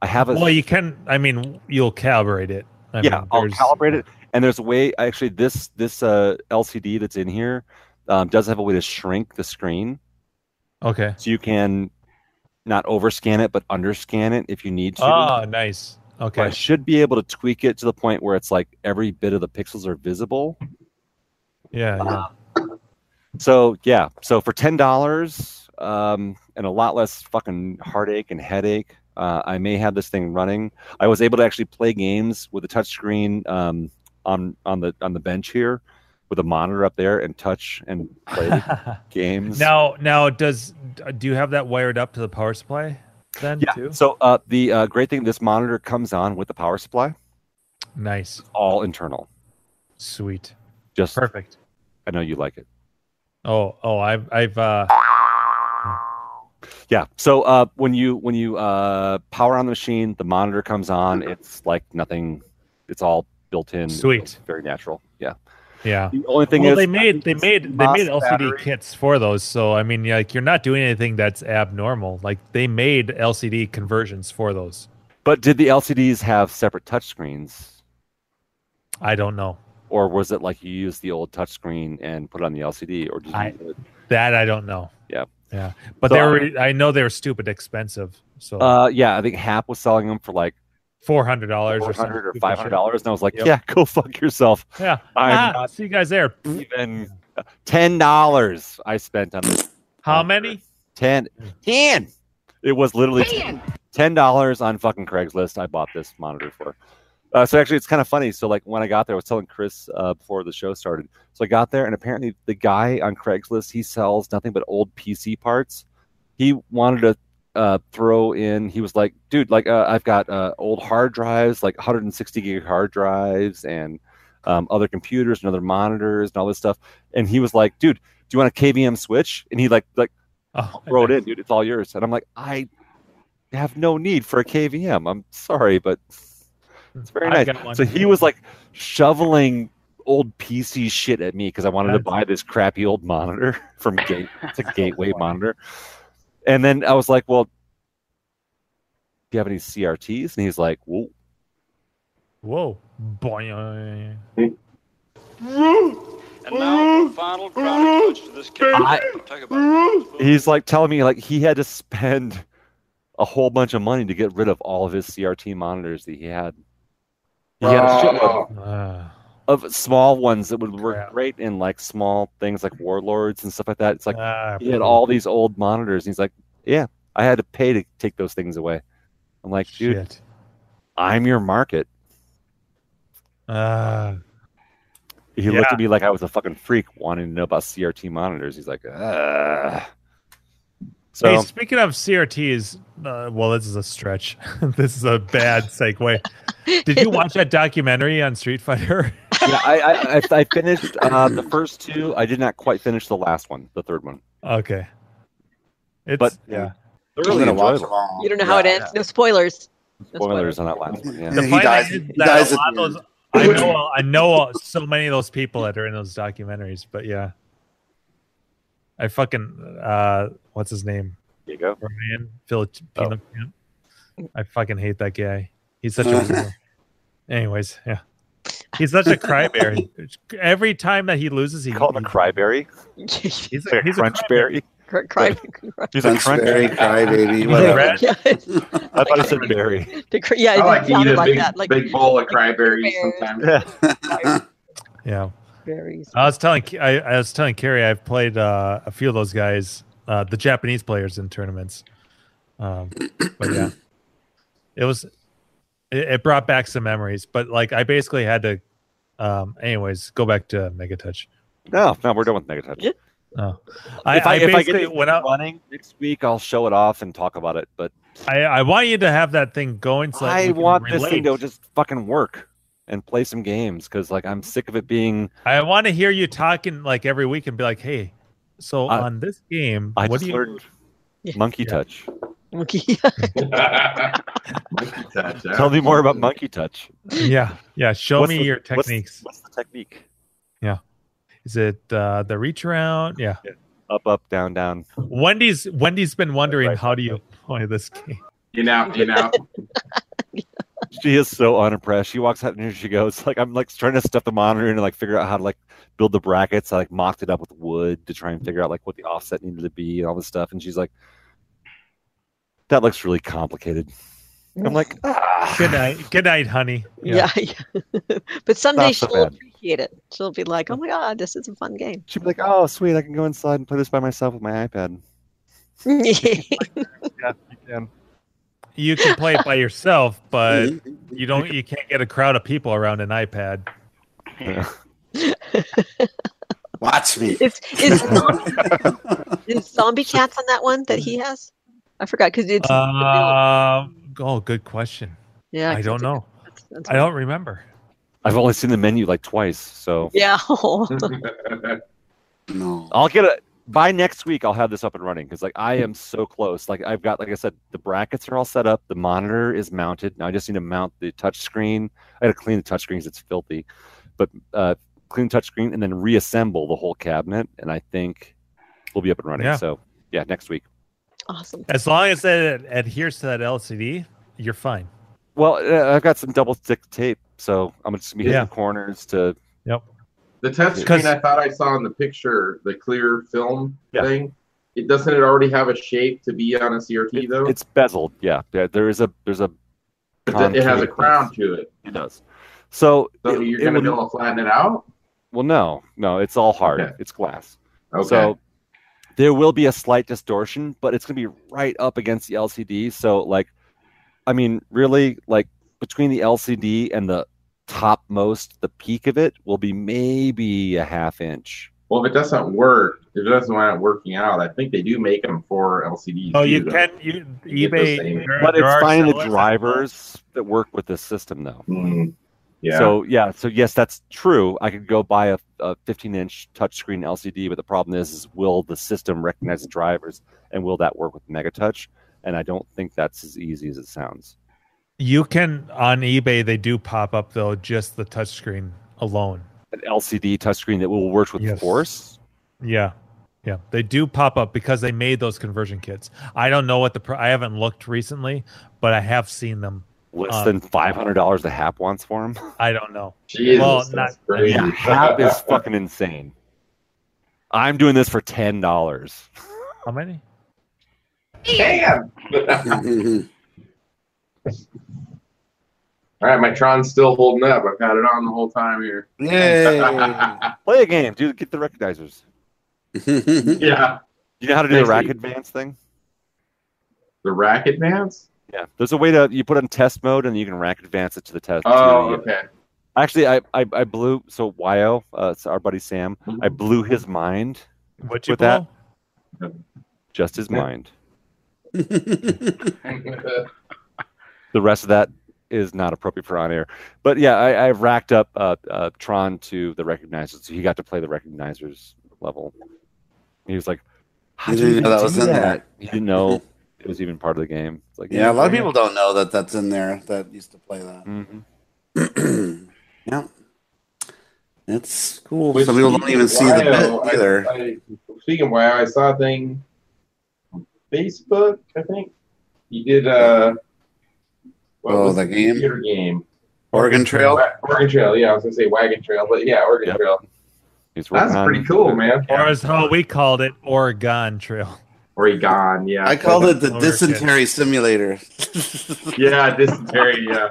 S2: I have a
S5: Well, you can. I mean, you'll calibrate it. I
S2: yeah,
S5: mean,
S2: I'll
S5: there's-
S2: calibrate it. And there's a way. Actually, this this uh, LCD that's in here um, does have a way to shrink the screen,
S5: Okay.
S2: so you can not overscan it, but underscan it if you need to.
S5: Oh, nice.
S2: So I
S5: Okay.
S2: should be able to tweak it to the point where it's like every bit of the pixels are visible.
S5: Yeah.
S2: Um,
S5: yeah.
S2: So yeah, so for ten dollars um, and a lot less fucking heartache and headache, uh, I may have this thing running. I was able to actually play games with a touchscreen um, on on the on the bench here, with a monitor up there and touch and play games.
S5: now, now, does do you have that wired up to the power supply? Then
S2: yeah.
S5: too.
S2: So uh, the uh, great thing, this monitor comes on with the power supply,
S5: Nice.
S2: all internal.
S5: Sweet.
S2: Just
S5: Perfect.
S2: I know you like it.
S5: Oh, oh, I've, I've. uh
S2: Yeah. So uh, when you when you uh, power on the machine, the monitor comes on. It's like nothing. It's all built in.
S5: Sweet.
S2: It's very natural. Yeah.
S5: Yeah.
S2: The only thing
S5: well,
S2: is
S5: they made they made they
S2: Moss
S5: made LCD
S2: battery.
S5: kits for those. So I mean, yeah, like you're not doing anything that's abnormal. Like they made LCD conversions for those.
S2: But did the LCDs have separate touchscreens,
S5: I don't know
S2: or was it like you used the old touchscreen and put it on the LCD, or did
S5: I-
S2: you?
S5: that. I don't know.
S2: Yeah.
S5: Yeah. But
S2: So,
S5: they were. I know they were stupid expensive. So
S2: Uh, yeah, I think Hap was selling them for like
S5: four hundred dollars
S2: four
S5: or something.
S2: hundred or
S5: stupid
S2: five hundred dollars, and I was like,
S5: Yep.
S2: "Yeah, go fuck
S5: *laughs*
S2: yourself."
S5: shit. Yeah.
S2: I'm
S5: Ah, see you guys there.
S2: not even ten dollars I spent on this.
S5: How many?
S2: Ten. Ten. It was literally ten dollars on fucking Craigslist. I bought this monitor for. Uh, so actually, it's kind of funny. So like when I got there, I was telling Chris uh, before the show started. So I got there, and apparently the guy on Craigslist he sells nothing but old PC parts. He wanted to uh, throw in. He was like, "Dude, like uh, I've got uh, old hard drives, like 160 gig hard drives, and um, other computers and other monitors and all this stuff." And he was like, "Dude, do you want a KVM switch?" And he like like *laughs*
S5: Oh,
S2: throw
S5: *laughs*
S2: it in, dude. It's all yours. And I'm like, I have no need for a KVM. I'm sorry, but it's very
S5: I've
S2: nice.
S5: got one.
S2: So he was like shoveling old PC shit at me because I wanted to
S5: That's-
S2: *laughs* buy this crappy old monitor from Gate. It's a Gateway monitor. And then I was like, well, do you have any CRTs? And he's like, whoa.
S5: Whoa. Boing.
S9: And now the final
S8: *laughs*
S9: crowning touch to this case.
S2: I-
S9: Talk about
S2: He's like telling me like he had to spend a whole bunch of money to get rid of all of his CRT monitors that he had. He had a shitload
S6: Oh,
S5: Ah.
S2: of small ones that would work
S5: Crap.
S2: great in like small things like warlords and stuff like that. It's like
S5: Ah,
S2: he had all these old monitors. And he's like, yeah, I had to pay to take those things away. I'm like, dude,
S5: shit.
S2: I'm your market.
S5: Ah.
S2: He
S5: Yeah.
S2: looked at me like I was a fucking freak wanting to know about CRT monitors. He's like, Ugh. so
S5: hey, speaking of CRTs, uh, well, this is a stretch. *laughs* this is a bad segue. Did *laughs* you watch that documentary on Street Fighter?
S2: *laughs*
S5: *laughs*
S2: yeah, I, I, I, I finished uh, the first two. I did not quite finish the last one, the third one.
S5: okay. It's
S2: But-
S5: yeah.
S2: They're
S3: I'm
S2: really
S3: gonna watch
S2: enjoyable.
S3: them all.
S1: You don't know how it
S3: Yeah.
S1: ends. No spoilers. No
S2: Spoilers on that last one. Yeah.
S3: The
S5: The funny
S3: he dies.
S5: thing is
S3: He
S5: that
S3: dies
S5: a
S3: at
S5: lot of
S3: the
S5: those,
S3: end.
S5: I
S3: *laughs*
S5: know I know so many of those people that are in those documentaries, but yeah. I fucking uh what's his name?
S2: There you go.
S5: Ryan Filipino.
S2: Oh.
S5: I fucking hate that guy. He's
S3: *laughs*
S5: such a. weirdo. Anyways, yeah, he's such
S3: *laughs*
S5: a cryberry. Every time that he loses, he
S2: Call him a cryberry.
S1: spoilers. *laughs*
S5: He's
S2: Like
S5: a,
S2: a
S5: he's a cryberry.
S2: crunchberry.
S1: Cry- cry- *laughs*
S2: He's a
S3: That's
S5: *laughs*
S3: very
S2: crunchberry.
S3: crybaby.
S5: a
S3: Whatever.
S5: rat.
S1: yes.
S2: I thought I said berry.
S1: The cry- yeah,
S6: I
S1: it
S6: like to eat
S1: sounded
S6: a
S1: like
S6: big,
S1: that. Like
S6: big bowl of cranberries
S1: bears.
S6: sometimes.
S1: *laughs*
S6: *laughs*
S2: Yeah.
S5: Yeah,
S1: berries.
S5: I was telling I, I was telling Carrie I've played uh, a few of those guys, uh, the Japanese players in tournaments. Um, but yeah, it was it, it brought back some memories. But like I basically had to, um, anyways, go back to Megatouch.
S2: *laughs* No, no, we're done with negative touch.
S1: Yeah.
S5: Oh, I,
S2: if I,
S5: I
S2: if I
S5: basically
S2: get
S5: went out.
S2: running next week, I'll show it off and talk about it. But
S5: I, I want you to have that thing going. So that we
S2: I
S5: can
S2: want this thing
S5: relate.
S2: to just fucking work and play some games because like I'm sick of it being.
S5: I want to hear you talking like every week and be like, "Hey, so
S2: I-
S5: on this game,
S2: I
S5: what
S2: just
S5: do you?"
S2: learned
S1: Yeah.
S2: monkey
S5: Yeah.
S2: touch.
S1: Monkey. *laughs*
S6: Monkey touch, all
S2: Tell
S6: right.
S2: me more about monkey touch.
S5: Yeah, yeah. Show
S2: What's
S5: me
S2: the-
S5: your
S2: what's-
S5: techniques.
S2: What's, the technique?
S5: Is it uh, the reach around? Yeah.
S2: Up, up, down, down.
S5: Wendy's Wendy's been wondering
S2: Right.
S5: how do you play this game.
S6: In out, in
S1: *laughs*
S6: out.
S2: She is so unimpressed. She walks out and here she goes. *laughs* Like I'm like trying to stuff the monitor in and like figure out how to like build the brackets. I like mocked it up with wood to try and figure out like what the offset needed to be and all this stuff. And she's like, "That looks really complicated." I'm
S5: *sighs*
S2: like, ah.
S5: *laughs* Good night, good night, honey.
S1: Yeah. *laughs* yeah. but someday
S2: Not so
S1: she'll
S2: bad.
S1: appreciate it. She'll be like, "Oh my god, this is a fun
S2: *laughs*
S1: game." *laughs*
S2: She'd be like, "Oh, sweet, I can go inside and play this by myself with my iPad." Yeah, you can.
S5: You can play it by yourself,
S3: *laughs*
S5: but
S3: Mhm.
S5: you don't. You can't get a crowd of people around an iPad.
S3: Watch me.
S1: Is is, zombie, is zombie cats on that one that he has? I forgot because it's
S5: Uh, Um. oh, good question.
S1: yeah.
S5: I
S1: 'cause
S5: don't
S1: it's-
S5: know.
S1: that's- that's-
S5: I don't remember.
S2: I've only seen the menu like twice, so
S1: Yeah. *laughs*
S3: No. *laughs*
S2: I'll get it by next week. I'll have this up and running because like I am so close. Like I've got, like I said, the brackets are all set up. The monitor is mounted. Now I just need to mount the touch screen. I got to clean the touch screen 'cause it's filthy, but uh, clean the touch screen and then reassemble the whole cabinet. And I think we'll be up and running.
S5: Yeah.
S2: So yeah, next week.
S1: awesome.
S5: As long as it adheres to that LCD, you're fine.
S2: Well, uh, I've got some double stick tape, so I'm just gonna be hitting
S5: Yeah.
S2: the corners to.
S6: The touch
S5: Because-
S6: screen I thought I saw in the picture, the clear film
S2: Yeah.
S6: thing. It doesn't it already have a shape to be on a CRT though?
S2: It's bezeled. Yeah, there, there is a there's a.
S6: But it has a
S2: concave
S6: crown
S2: piece.
S6: to it.
S2: It does. So,
S6: So
S2: it-
S6: you're
S2: it
S6: gonna
S2: would-
S6: be able to flatten it out?
S2: Well, no, no, it's all hard.
S6: Okay.
S2: It's glass.
S6: Okay.
S2: So there will be a slight distortion, but it's going to be right up against the LCD. So, like, I mean, really, like between the LCD and the topmost, the peak of it will be maybe a half inch.
S6: well if it doesn't work, if it doesn't wind up working out, I think they do make them for LCDs.
S5: Oh,
S6: too,
S5: you
S6: though.
S5: can you
S6: get those
S5: eBay,
S6: things.
S5: there-
S2: But
S5: there
S2: it's
S5: are
S2: finding the
S5: sellers that-
S2: drivers that work with this system, though.
S6: Mm, yeah.
S2: So yeah, so yes, that's true. I could go buy a, a 15-inch touchscreen LCD, but the problem is, is will the system recognize the drivers, and will that work with MegaTouch? And I don't think that's as easy as it sounds.
S5: You can on eBay. They do pop up though, just the touchscreen alone.
S2: An LCD touchscreen that will work with
S5: Yes.
S2: Force.
S5: Yeah, Yeah, they do pop up because they made those conversion kits. I don't know what the pr- I haven't looked recently, but I have seen them.
S2: Less
S5: Um,
S2: than five hundred dollars the Hap wants for him.
S5: I don't know.
S6: Jesus,
S5: Well,
S6: that's
S5: not-
S6: crazy. *laughs*
S2: Yeah, Hap is fucking insane. I'm doing this for ten dollars.
S5: How many?
S6: Damn! *laughs* All right, my Tron's still holding up. I've had it on the whole time here.
S3: Yay.
S2: Play a game. Do get the recognizers.
S6: yeah.
S2: You know how to do
S6: Next
S2: the rack
S6: week.
S2: advance thing?
S6: The racket dance?
S2: Yeah. There's a way to you put it in test mode and you can rack advance it to the test.
S6: Oh,
S2: to the-
S6: okay.
S2: Actually, I, I I blew so Wyo, uh, it's our buddy Sam. I blew his mind,
S5: What you
S2: With that-
S5: blow?
S2: just his
S6: Yeah.
S2: mind.
S3: *laughs*
S2: *laughs*
S6: *laughs*
S2: the rest of that is not appropriate for on air. But yeah, I, I racked up uh, uh, Tron to the recognizers, so he got to play the recognizers level. He was like, "How
S3: You
S2: did
S3: didn't
S2: you
S3: know that
S2: do
S3: was in there.
S2: He didn't know it was even part of the game. It's like,
S3: yeah, a lot of people don't know that that's in there that used to play
S2: Mhm.
S5: Hmm.
S3: that. *clears throat* yeah. It's cool.
S6: Which
S3: Some people don't
S6: speaking
S3: even
S6: of
S3: see the
S6: Wyo,
S3: bit either.
S6: I, I, speaking of why, I saw a thing on Facebook, I think. You did, uh, what
S3: Oh,
S6: was
S3: the
S6: it?
S3: game?
S6: Computer game.
S3: Oregon Trail.
S6: Wa- Oregon Trail, yeah, I was going to say Wagon Trail, but yeah, Oregon
S2: Yep.
S6: Trail.
S2: He's working
S6: That's
S2: on-
S6: pretty cool, man.
S5: Or as how oh, we called it, Oregon Trail. *laughs*
S6: Oregon, yeah.
S3: I called it the
S5: Over
S3: dysentery
S5: *laughs*
S3: simulator.
S6: Yeah, dysentery, yeah.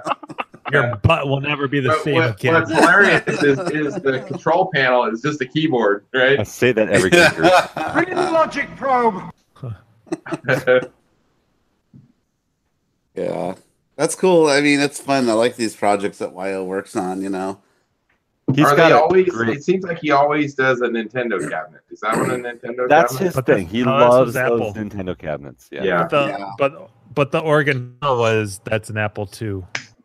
S5: Your butt will never be the
S6: But
S5: same
S6: uh, what,
S5: again.
S6: what's hilarious is, is the control panel is just a keyboard,
S2: I
S6: right?
S2: say that every character.
S9: logic probe.
S3: *laughs* yeah. That's cool. I mean, it's fun. I like these projects that YO works on, you know.
S2: He's
S6: *laughs* Are
S2: got
S6: they
S2: a
S6: always?
S2: great-
S6: It seems like he always does a Nintendo cabinet. Is that what a Nintendo?
S2: That's
S6: cabinet?
S2: his
S5: But
S2: thing.
S5: that's-
S2: He
S5: no, that's
S2: loves
S5: his
S2: those
S5: Apple.
S2: Nintendo cabinets. Yeah.
S6: Yeah.
S5: But the,
S3: Yeah.
S5: but but the Oregon Trail was that's an Apple II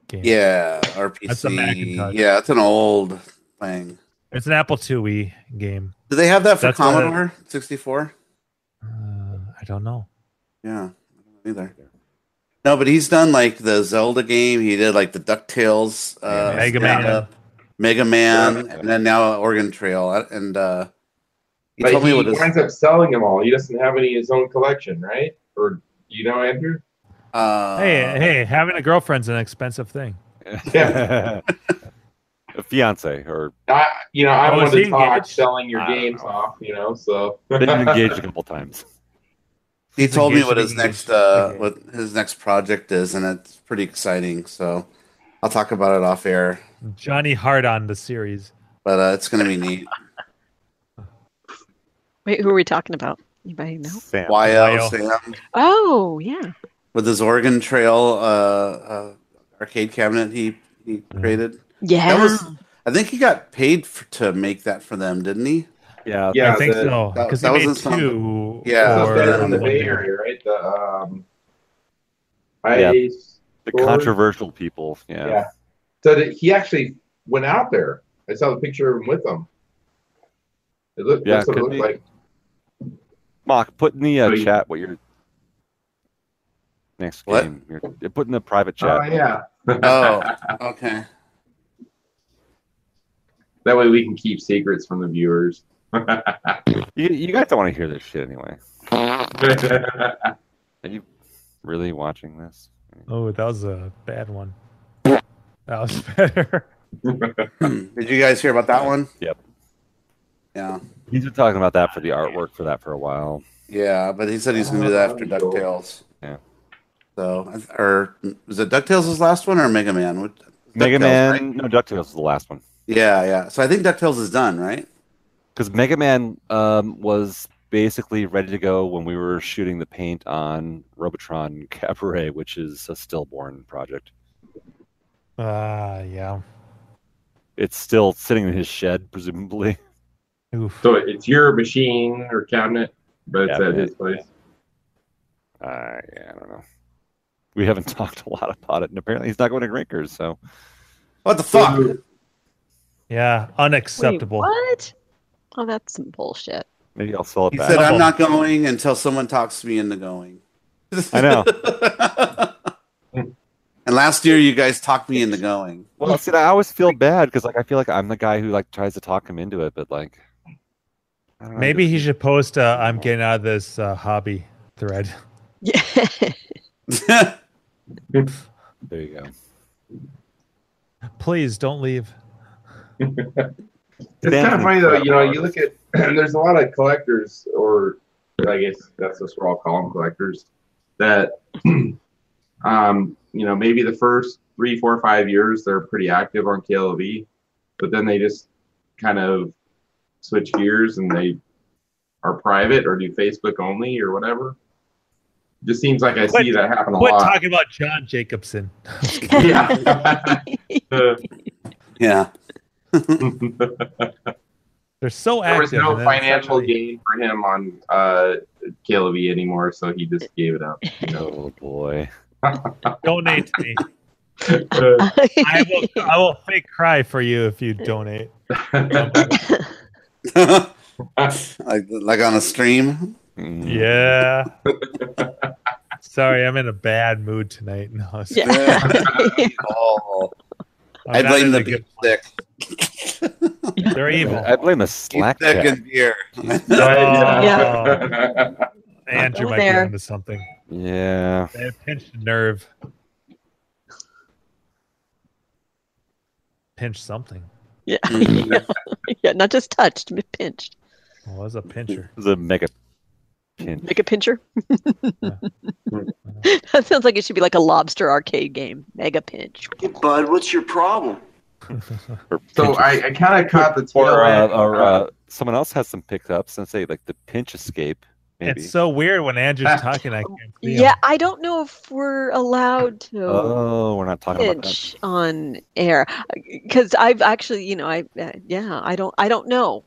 S5: game.
S3: Yeah, or PC.
S5: That's a Macintosh.
S3: Yeah, it's an old thing.
S5: It's an Apple IIe game.
S3: Do they have that for
S5: That's what I-
S3: Commodore 64?
S5: Uh, I don't know.
S3: Yeah, I don't know either. No, but he's done like the Zelda game. He did like the Ducktales, uh,
S5: Mega
S3: stand-up,
S5: Man.
S3: Mega Man,
S2: Yeah.
S3: and then now Oregon Trail. I- And uh, he
S6: But
S3: told
S6: he
S3: me what his.
S6: winds up selling them all. He doesn't have any of his own collection, right? Or you
S2: *laughs*
S6: know, Andrew?
S3: Uh,
S5: hey, hey, having a girlfriend's an expensive thing.
S2: *laughs* a fiance or
S6: I, you know, I
S5: Oh,
S6: want
S5: is
S6: to
S5: he
S6: talk
S5: engaged?
S6: selling your
S2: I don't
S6: games
S2: know.
S6: off. You know, so *laughs*
S2: they've been engaged a couple times.
S3: He
S5: He's
S3: told me
S5: engaged
S3: what
S5: to
S3: his
S5: be
S3: next
S5: engaged.
S3: uh,
S5: Okay.
S3: what his next project is, and it's pretty exciting. So I'll talk about it off air,
S5: Johnny Hard on the series.
S3: but uh, it's gonna be neat.
S1: Wait, who are we talking about? Anybody know?
S2: Sam.
S3: YO
S5: YO.
S3: Sam
S1: Oh, yeah.
S3: with his Oregon Trail uh, uh, arcade cabinet he he
S5: Mm-hmm.
S3: created.
S1: Yeah.
S3: was- I think he got paid for, to make that for them, didn't he?
S2: Yeah.
S6: yeah,
S5: I think
S6: the,
S5: so.
S3: that-
S5: Because
S3: that was
S5: they made
S3: in some-
S5: two.
S3: Yeah.
S6: so
S5: or-
S6: that's
S3: Yeah.
S6: in the Bay Area, right? The um,
S2: Yeah.
S6: I
S2: The
S6: Or-
S2: controversial people. Yeah.
S6: Yeah. So that he actually went out there. I saw the picture of him with them. It looked,
S2: Yeah,
S6: that's what it
S2: could
S6: looked
S2: be.
S6: like.
S2: Mock, put in the uh,
S6: Oh, yeah.
S2: chat what your next
S3: What?
S2: game. Your, put in the private chat.
S6: Oh yeah.
S3: Oh, *laughs* okay.
S6: That way we can keep secrets from
S2: *laughs*
S6: the viewers.
S2: You, you guys don't want to hear this shit anyway.
S6: yeah,
S2: Are you really watching this?
S5: Oh, that was a bad one. That was *laughs* better.
S3: Hmm. Did you guys hear about that one?
S2: Yep.
S3: Yeah,
S2: He's been talking about that for the artwork for that for a while.
S3: yeah, but he said he's gonna do that after Ducktales.
S2: Yeah.
S3: So, I th- or was it Ducktales his last one or Mega Man? What-
S2: Mega
S3: DuckTales,
S2: Man.
S3: right?
S2: No, DuckTales was the last one.
S3: Yeah, yeah. So I think Ducktales is done, right?
S2: Because Mega Man um, was basically ready to go when we were shooting the paint on Robotron *laughs* Cabaret, which is a stillborn project.
S5: Ah, yeah.
S2: It's still sitting in his shed, presumably. *laughs*
S5: Oof.
S6: so it's your machine or cabinet, but it's at
S2: Cabinet.
S6: his place.
S2: Uh, yeah, I don't know. We haven't *laughs* talked a lot about it, and apparently he's not going to Grinkers, so
S3: What the fuck?
S5: Yeah,
S1: Wait,
S5: unacceptable.
S1: what? Oh, that's some bullshit. *laughs*
S2: maybe I'll sell it
S3: He
S2: back.
S3: said, "I'm
S5: Double.
S3: not going until someone talks me into going."
S2: I
S5: *laughs*
S2: know.
S3: *laughs*
S2: *laughs*
S3: and last year, you guys talked me into going. *laughs*
S2: Well, see, I always feel bad because, like, I feel like I'm the guy who like tries to talk him into it, but like, I don't know.
S5: Maybe he should post uh, I'm getting out of this uh, hobby thread. *laughs*
S1: Yeah.
S2: There you go.
S5: Please don't leave.
S6: It's kind of funny though. You know, you look at *clears throat* there's a lot of collectors, or I guess that's what we're all calling collectors. That, *clears throat* um, you know, maybe the first three, four, five years they're pretty active on KLV, but then they just kind of switch gears and they are private or do Facebook only or whatever. Just seems like I see
S5: Quit-
S6: that happen a
S5: Quit
S6: lot.
S5: talking about John Jacobson.
S6: *laughs* yeah.
S5: *laughs*
S6: *laughs*
S3: yeah.
S5: They're so
S6: there
S5: active.
S6: was no
S5: and then
S6: financial
S5: suddenly-
S6: gain for him on uh, KLV anymore, so he just
S2: *laughs*
S5: *laughs*
S6: gave it up.
S2: Oh boy.
S5: Donate to me.
S6: Uh,
S5: I will, I will fake cry for you if you donate.
S3: *laughs* like, like on a stream.
S2: Mm.
S5: Yeah.
S6: *laughs*
S5: Sorry, I'm in a bad mood tonight. No, it's-
S1: Yeah. *laughs*
S5: *laughs*
S3: oh,
S5: I'm
S3: I
S5: not
S3: blame
S5: in
S3: the
S5: a good-
S3: beer stick.
S5: They're evil.
S2: I blame a slack
S3: Beer stick
S2: cat.
S3: and beer.
S5: Oh,
S6: yeah.
S5: Andrew
S1: Go
S5: might be
S1: there.
S5: onto something.
S2: Yeah.
S5: They have pinched a nerve. Pinch something.
S1: Yeah. yeah. Yeah, Not just touched, but pinched.
S5: Well, was a pincher.
S2: It was a mega pinch.
S1: Make a pincher. *laughs* that sounds like it should be like a lobster arcade game. Mega pinch.
S8: Bud, what's your problem?
S2: Or
S6: *laughs* so
S2: pinches.
S6: I, I kind of caught the tail
S2: or, uh,
S6: end.
S2: or uh, someone else has some pickups and say like the pinch escape. Maybe.
S5: It's so weird when Andrew's talking. I can't see
S1: Yeah.
S5: him.
S1: I don't know if we're allowed to.
S2: oh, we're not talking about that.
S1: inch on air because I've actually, you know, I uh, yeah, I don't, I don't know,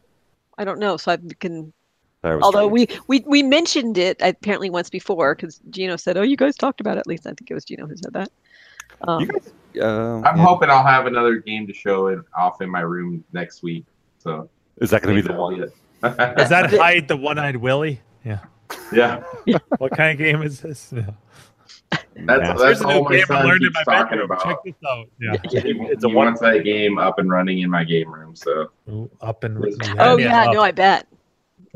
S1: I don't know. So I can,
S2: Sorry, I was
S1: although
S2: trying-
S1: we we we mentioned it apparently once before because Gino said, oh, you guys talked about it. At least I think it was Gino who said that. Um,
S2: You guys, uh, yeah.
S6: I'm hoping I'll have another game to show it off in my room next week. So
S2: Is that going to be the
S6: that'll
S2: one?
S6: be it. *laughs*
S5: Is that hide the one-eyed Willy? Yeah.
S6: yeah,
S5: What kind of game is this? Yeah.
S6: that's
S5: Here's
S6: that's
S5: a new
S6: all my
S5: game I
S6: son
S5: learned in
S6: keeps
S5: my
S6: talking
S5: bedroom.
S2: *laughs*
S5: Check
S6: about.
S5: this out. Yeah.
S6: He,
S2: It's a
S6: he
S2: one-
S6: wants that game up and running in my game room. So
S5: Ooh, up and
S1: oh
S5: yeah,
S1: yeah,
S5: up.
S1: no, I bet,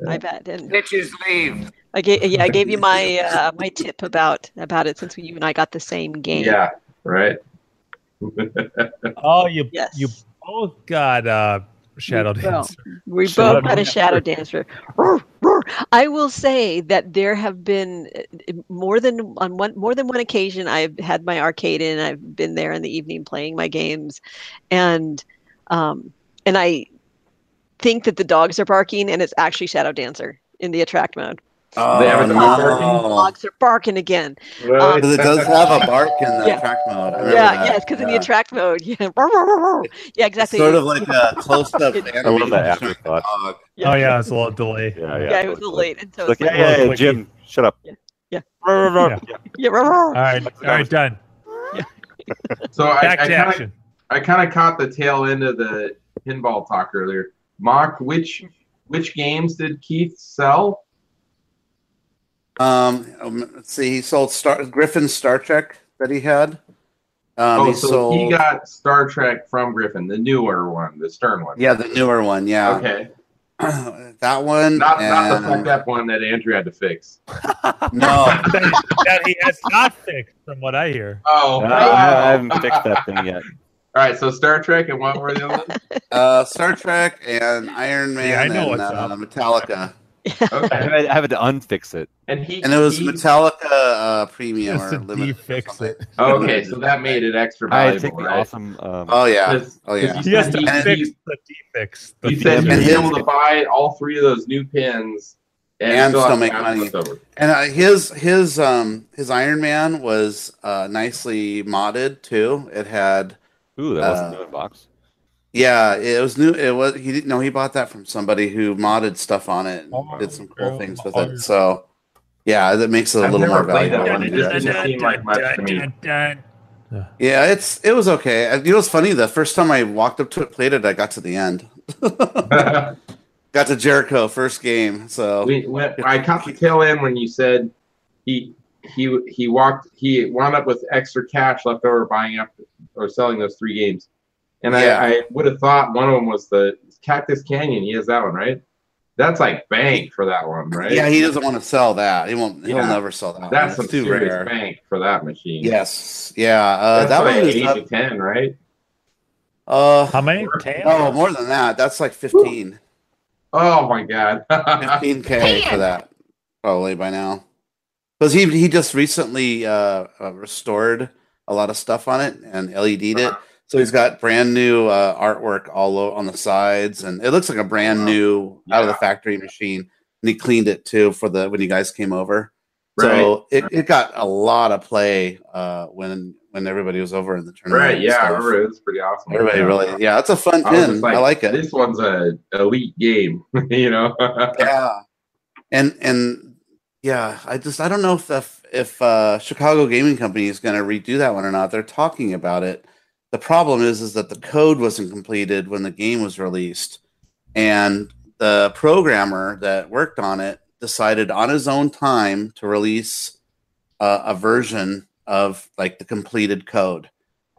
S1: I bet. And
S9: Bitches leave.
S1: I gave yeah, I gave you my uh, my tip about about it since you and I got the same game.
S6: yeah, right.
S5: Oh, you
S1: Yes.
S5: you both got uh, Shadow
S1: You
S5: Dancer.
S1: We
S5: Shadow
S1: both had a shadow dancer. Roar, roar. I will say that there have been uh, more than on one more than one occasion I've had my arcade in. I've been there in the evening playing my games, and um, and I think that the dogs are barking, and it's actually Shadow Dancer in the attract mode.
S3: *laughs* Oh,
S6: They have a dog
S3: no.
S1: Dogs are barking again.
S6: Really?
S1: Um,
S6: *laughs*
S3: 'Cause it does have a bark in the
S1: Yeah.
S3: track mode. I remember
S1: Yeah,
S3: that.
S1: yes, because in the
S3: Yeah.
S1: attract mode, *laughs* yeah, roar, roar, roar, roar. yeah,
S3: It's
S1: exactly.
S3: sort of like a
S1: *laughs*
S3: close-up animation.
S2: I
S3: showing
S2: love that
S3: the *laughs*
S2: afterthought.
S3: dog.
S5: Oh yeah, it's a little delay.
S2: Yeah,
S1: yeah,
S2: yeah.
S1: it was a little late, and so
S2: It's
S1: it's
S2: Like,
S1: like,
S2: yeah,
S5: little
S2: yeah, yeah,
S5: quickie.
S2: Jim, shut up.
S1: Yeah,
S2: *laughs*
S1: yeah.
S2: Roar, roar, roar.
S1: yeah, roar, roar, roar.
S5: All right, all right, done.
S6: so I, I
S5: Back to
S6: kind of
S5: action.
S6: I kind of caught the tail end of the pinball talk earlier. Mock, which which games did Keith sell?
S3: Um, um, let's see. He sold Star Griffin's Star Trek that he had. Um,
S6: oh,
S3: he
S6: so
S3: sold.
S6: he got Star Trek from Griffin, the newer one, the Stern one.
S3: yeah, the newer one. Yeah,
S6: Okay.
S3: *clears throat* that one.
S6: Not not
S3: and-
S6: the fucked up one that Andrew had to fix.
S3: No,
S5: that, that he has not fixed, from what I hear.
S6: Oh.
S2: Uh, No, I I haven't fixed that
S3: *laughs*
S2: thing yet.
S6: All right. So Star Trek and what were the other?
S2: *laughs*
S6: ones?
S3: uh, Star Trek and Iron Man
S5: I know
S3: and
S5: what's up.
S3: uh, Metallica,
S2: I
S6: Okay.
S2: haven't- I haven't to unfix it.
S6: And he
S3: and it was
S6: he-
S3: Metallica uh, Premium
S5: Just
S3: or
S5: to
S3: Limited. or
S5: de-fix
S3: something.
S5: it.
S6: Okay, so that made it extra
S2: I
S6: valuable,
S2: take the
S6: right?
S2: awesome. Um,
S3: Oh yeah,
S6: 'Cause-
S3: oh yeah.
S6: 'cause
S5: He
S6: you
S5: has
S6: said
S5: to
S6: he-
S5: fix
S6: he-
S5: the defix.
S6: You
S5: The
S6: said
S3: And
S6: you'd be
S3: his-
S6: able to buy all three of those new pins
S3: And
S6: have
S3: still make
S6: half
S3: money.
S6: left over.
S3: And uh, his his um his Iron Man was uh, nicely modded too. It had
S2: ooh, that wasn't
S3: uh,
S2: new in box.
S3: yeah, it was new. It was he didn't know he bought that from somebody who modded stuff on it and
S5: Oh,
S3: did some cool
S5: oh,
S3: things with
S5: oh.
S3: it. So yeah, that makes it a
S6: I've
S3: little
S6: never
S3: more
S6: played that
S3: valuable.
S6: one.
S3: when
S6: It
S3: you
S6: just
S3: do that.
S6: didn't seem like much to me.
S3: Yeah, it's it was okay. Uh, You know, what's funny. The first time I walked up to it, played it, I got to the end. Got to Jericho first game. So
S6: *laughs* we, we, I caught the tail end when you said he he he walked he wound up with extra cash left over buying up or selling those three games, and
S3: Yeah.
S6: I, I would have thought one of them was the Cactus Canyon. He has that one, right? That's like bank for that one, right?
S3: Yeah, he doesn't want to sell that. He won't. He'll
S6: Yeah.
S3: never sell that. one.
S6: That's some
S3: It's too
S6: serious
S3: rare.
S6: bank for that machine.
S3: Yes. Yeah. Uh,
S6: That's
S3: that
S6: like
S3: one is
S6: eighty
S3: up-
S6: to ten, right?
S3: uh,
S5: How many?
S6: Four.
S5: Ten?
S3: oh, more than that. That's like 15.
S6: Oh
S3: *laughs*
S6: my god. *laughs*
S3: 15k for that probably by now because he he just recently uh, uh restored a lot of stuff on it and led'd it
S6: Uh-huh.
S3: so he's got brand new uh, artwork all o- on the sides and it looks like a brand new out of the factory machine and he cleaned it too for the when you guys came over so it, it got a lot of play uh when when everybody was over in the tournament
S6: right,
S3: and
S6: yeah, I
S3: stuff.
S6: remember it was pretty awesome.
S3: everybody
S6: Yeah.
S3: really yeah it's a fun
S6: I was
S3: pin
S6: just like,
S3: i like it
S6: This one's a elite game, *laughs* you know.
S3: yeah and and yeah i just i don't know if the, if uh chicago gaming company is going to redo that one or not they're talking about it the problem is is that the code wasn't completed when the game was released and the programmer that worked on it decided on his own time to release uh, a version of like the completed code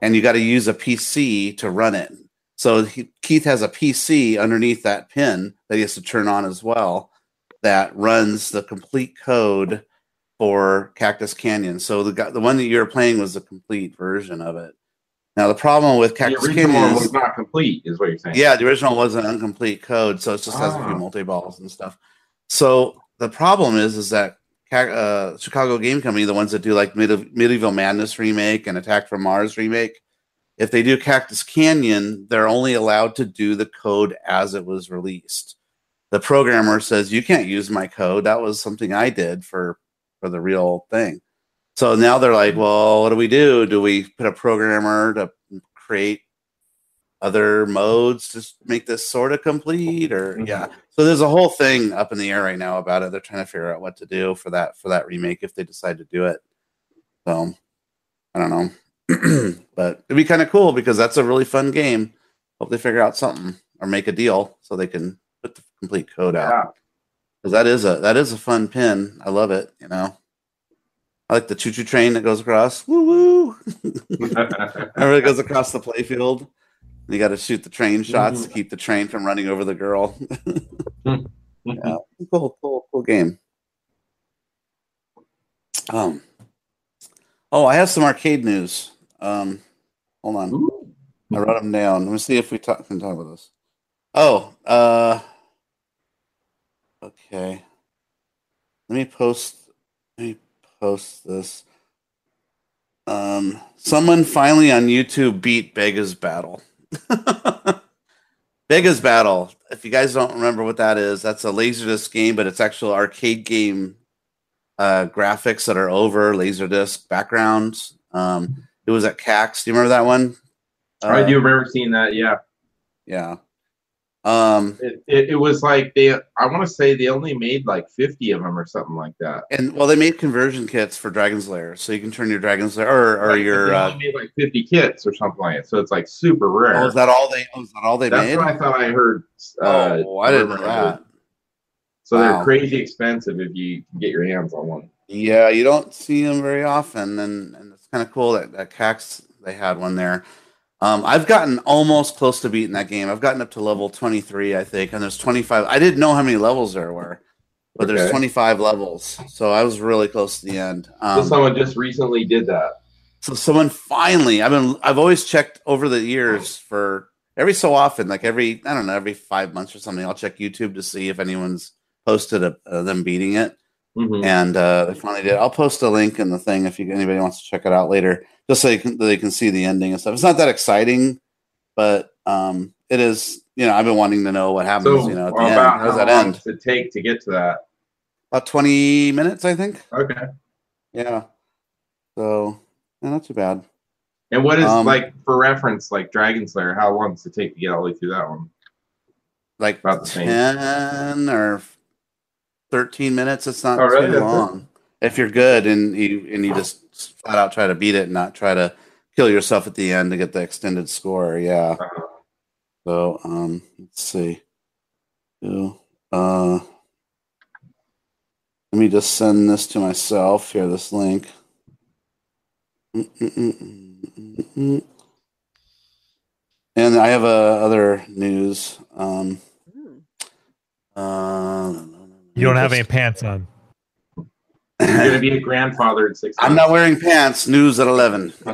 S3: and you got to use a pc to run it so he, Keith has a PC underneath that pin that he has to turn on as well that runs the complete code for Cactus Canyon. So the guy, the one that you were playing was the complete version of it. Now the problem with
S6: the
S3: Cactus
S6: original
S3: Canyon
S6: one
S3: is
S6: was not complete, is what you're saying.
S3: yeah, the original was an incomplete code, so it just has a few
S6: Ah.
S3: multi balls and stuff. So the problem is, is that Ca- uh, Chicago Game Company, the ones that do like Medi- Medieval Madness remake and Attack from Mars remake, if they do Cactus Canyon, they're only allowed to do the code as it was released. The programmer says you can't use my code. That was something I did for for the real thing. So now they're like, well, what do we do? Do we put a programmer to create other modes to s- make this sort of complete or yeah so there's a whole thing up in the air right now about it they're trying to figure out what to do for that for that remake if they decide to do it so i don't know *clears throat* but it'd be kind of cool because that's a really fun game hope they figure out something or make a deal so they can put the complete code out
S6: Yeah.
S3: because that is a that is a fun pin i love it you know i like the choo-choo train that goes across *laughs* woo woo
S6: Uh,
S3: Remember, it goes across the playfield. You got to shoot the train shots to keep the train from running over the girl. *laughs* yeah, cool, cool, cool game. Um, oh, I have some arcade news. Um, hold on.
S6: Ooh.
S3: I wrote them down. Let me see if we talk, can talk about this. Oh, uh, okay. Let me post. Let me post this. Um, someone finally on YouTube beat Bega's Battle. *laughs* Bega's Battle. If you guys don't remember what that is, that's a Laserdisc game, but it's actual arcade game uh, graphics that are over Laserdisc backgrounds. Um, it was at CAX. Do you remember that one?
S6: I
S3: Uh,
S6: do remember seeing that. Yeah,
S3: yeah. Um,
S6: it, it, it was like they. I want to say they only made like fifty of them or something like that.
S3: and well, they made conversion kits for Dragon's Lair, so you can turn your Dragon's Lair or, or
S6: Like,
S3: your.
S6: they
S3: Uh,
S6: only made like fifty kits or something like that. So it's like super
S3: oh,
S6: rare.
S3: is that all they? Oh, is that all they
S6: That's
S3: made?
S6: what I thought I heard. Uh,
S3: oh, I didn't know
S6: rumor.
S3: that.
S6: So
S3: Wow.
S6: they're crazy expensive if you can get your hands on one.
S3: Yeah, you don't see them very often, and, and it's kind of cool that, that Cax they had one there. Um, I've gotten almost close to beating that game. I've gotten up to level 23, I think, and there's 25. I didn't know how many levels there were, but there's
S6: Okay.
S3: 25 levels, so I was really close to the end.
S6: So
S3: Um,
S6: someone just recently did that.
S3: So someone finally, I've been, I've always checked over the years for every so often, like every, I don't know, every five months or something, I'll check YouTube to see if anyone's posted a, uh, them beating it.
S6: Mhm.
S3: And uh, they finally did. I'll post a link in the thing if you, anybody wants to check it out later, just so you can, they can see the ending and stuff. It's not that exciting, but um, it is, you know, I've been wanting to know what happens,
S6: So
S3: you know, at the end.
S6: about
S3: How
S6: how
S3: does that
S6: long
S3: end?
S6: does it take to get to that?
S3: About 20 minutes, I think.
S6: Okay.
S3: Yeah. So, yeah, not too bad.
S6: And what is
S3: Um,
S6: like for reference, like Dragon Slayer? How long does it take to get all the way through that one?
S3: like
S6: About the same.
S3: 10 or 13 minutes it's not
S6: Oh, really?
S3: too
S6: That's it?
S3: long if you're good and you and you just flat out try to beat it and not try to kill yourself at the end to get the extended score yeah
S6: Uh-huh.
S3: so um let's see So, uh let me just send this to myself here this link Mm-mm-mm-mm-mm-mm. and i have uh, other news um
S1: Hmm.
S3: uh,
S5: You don't have any pants on.
S6: You're going to be a grandfather in six.
S3: *coughs* I'm
S6: months.
S3: not wearing pants. News at 11.
S6: *laughs*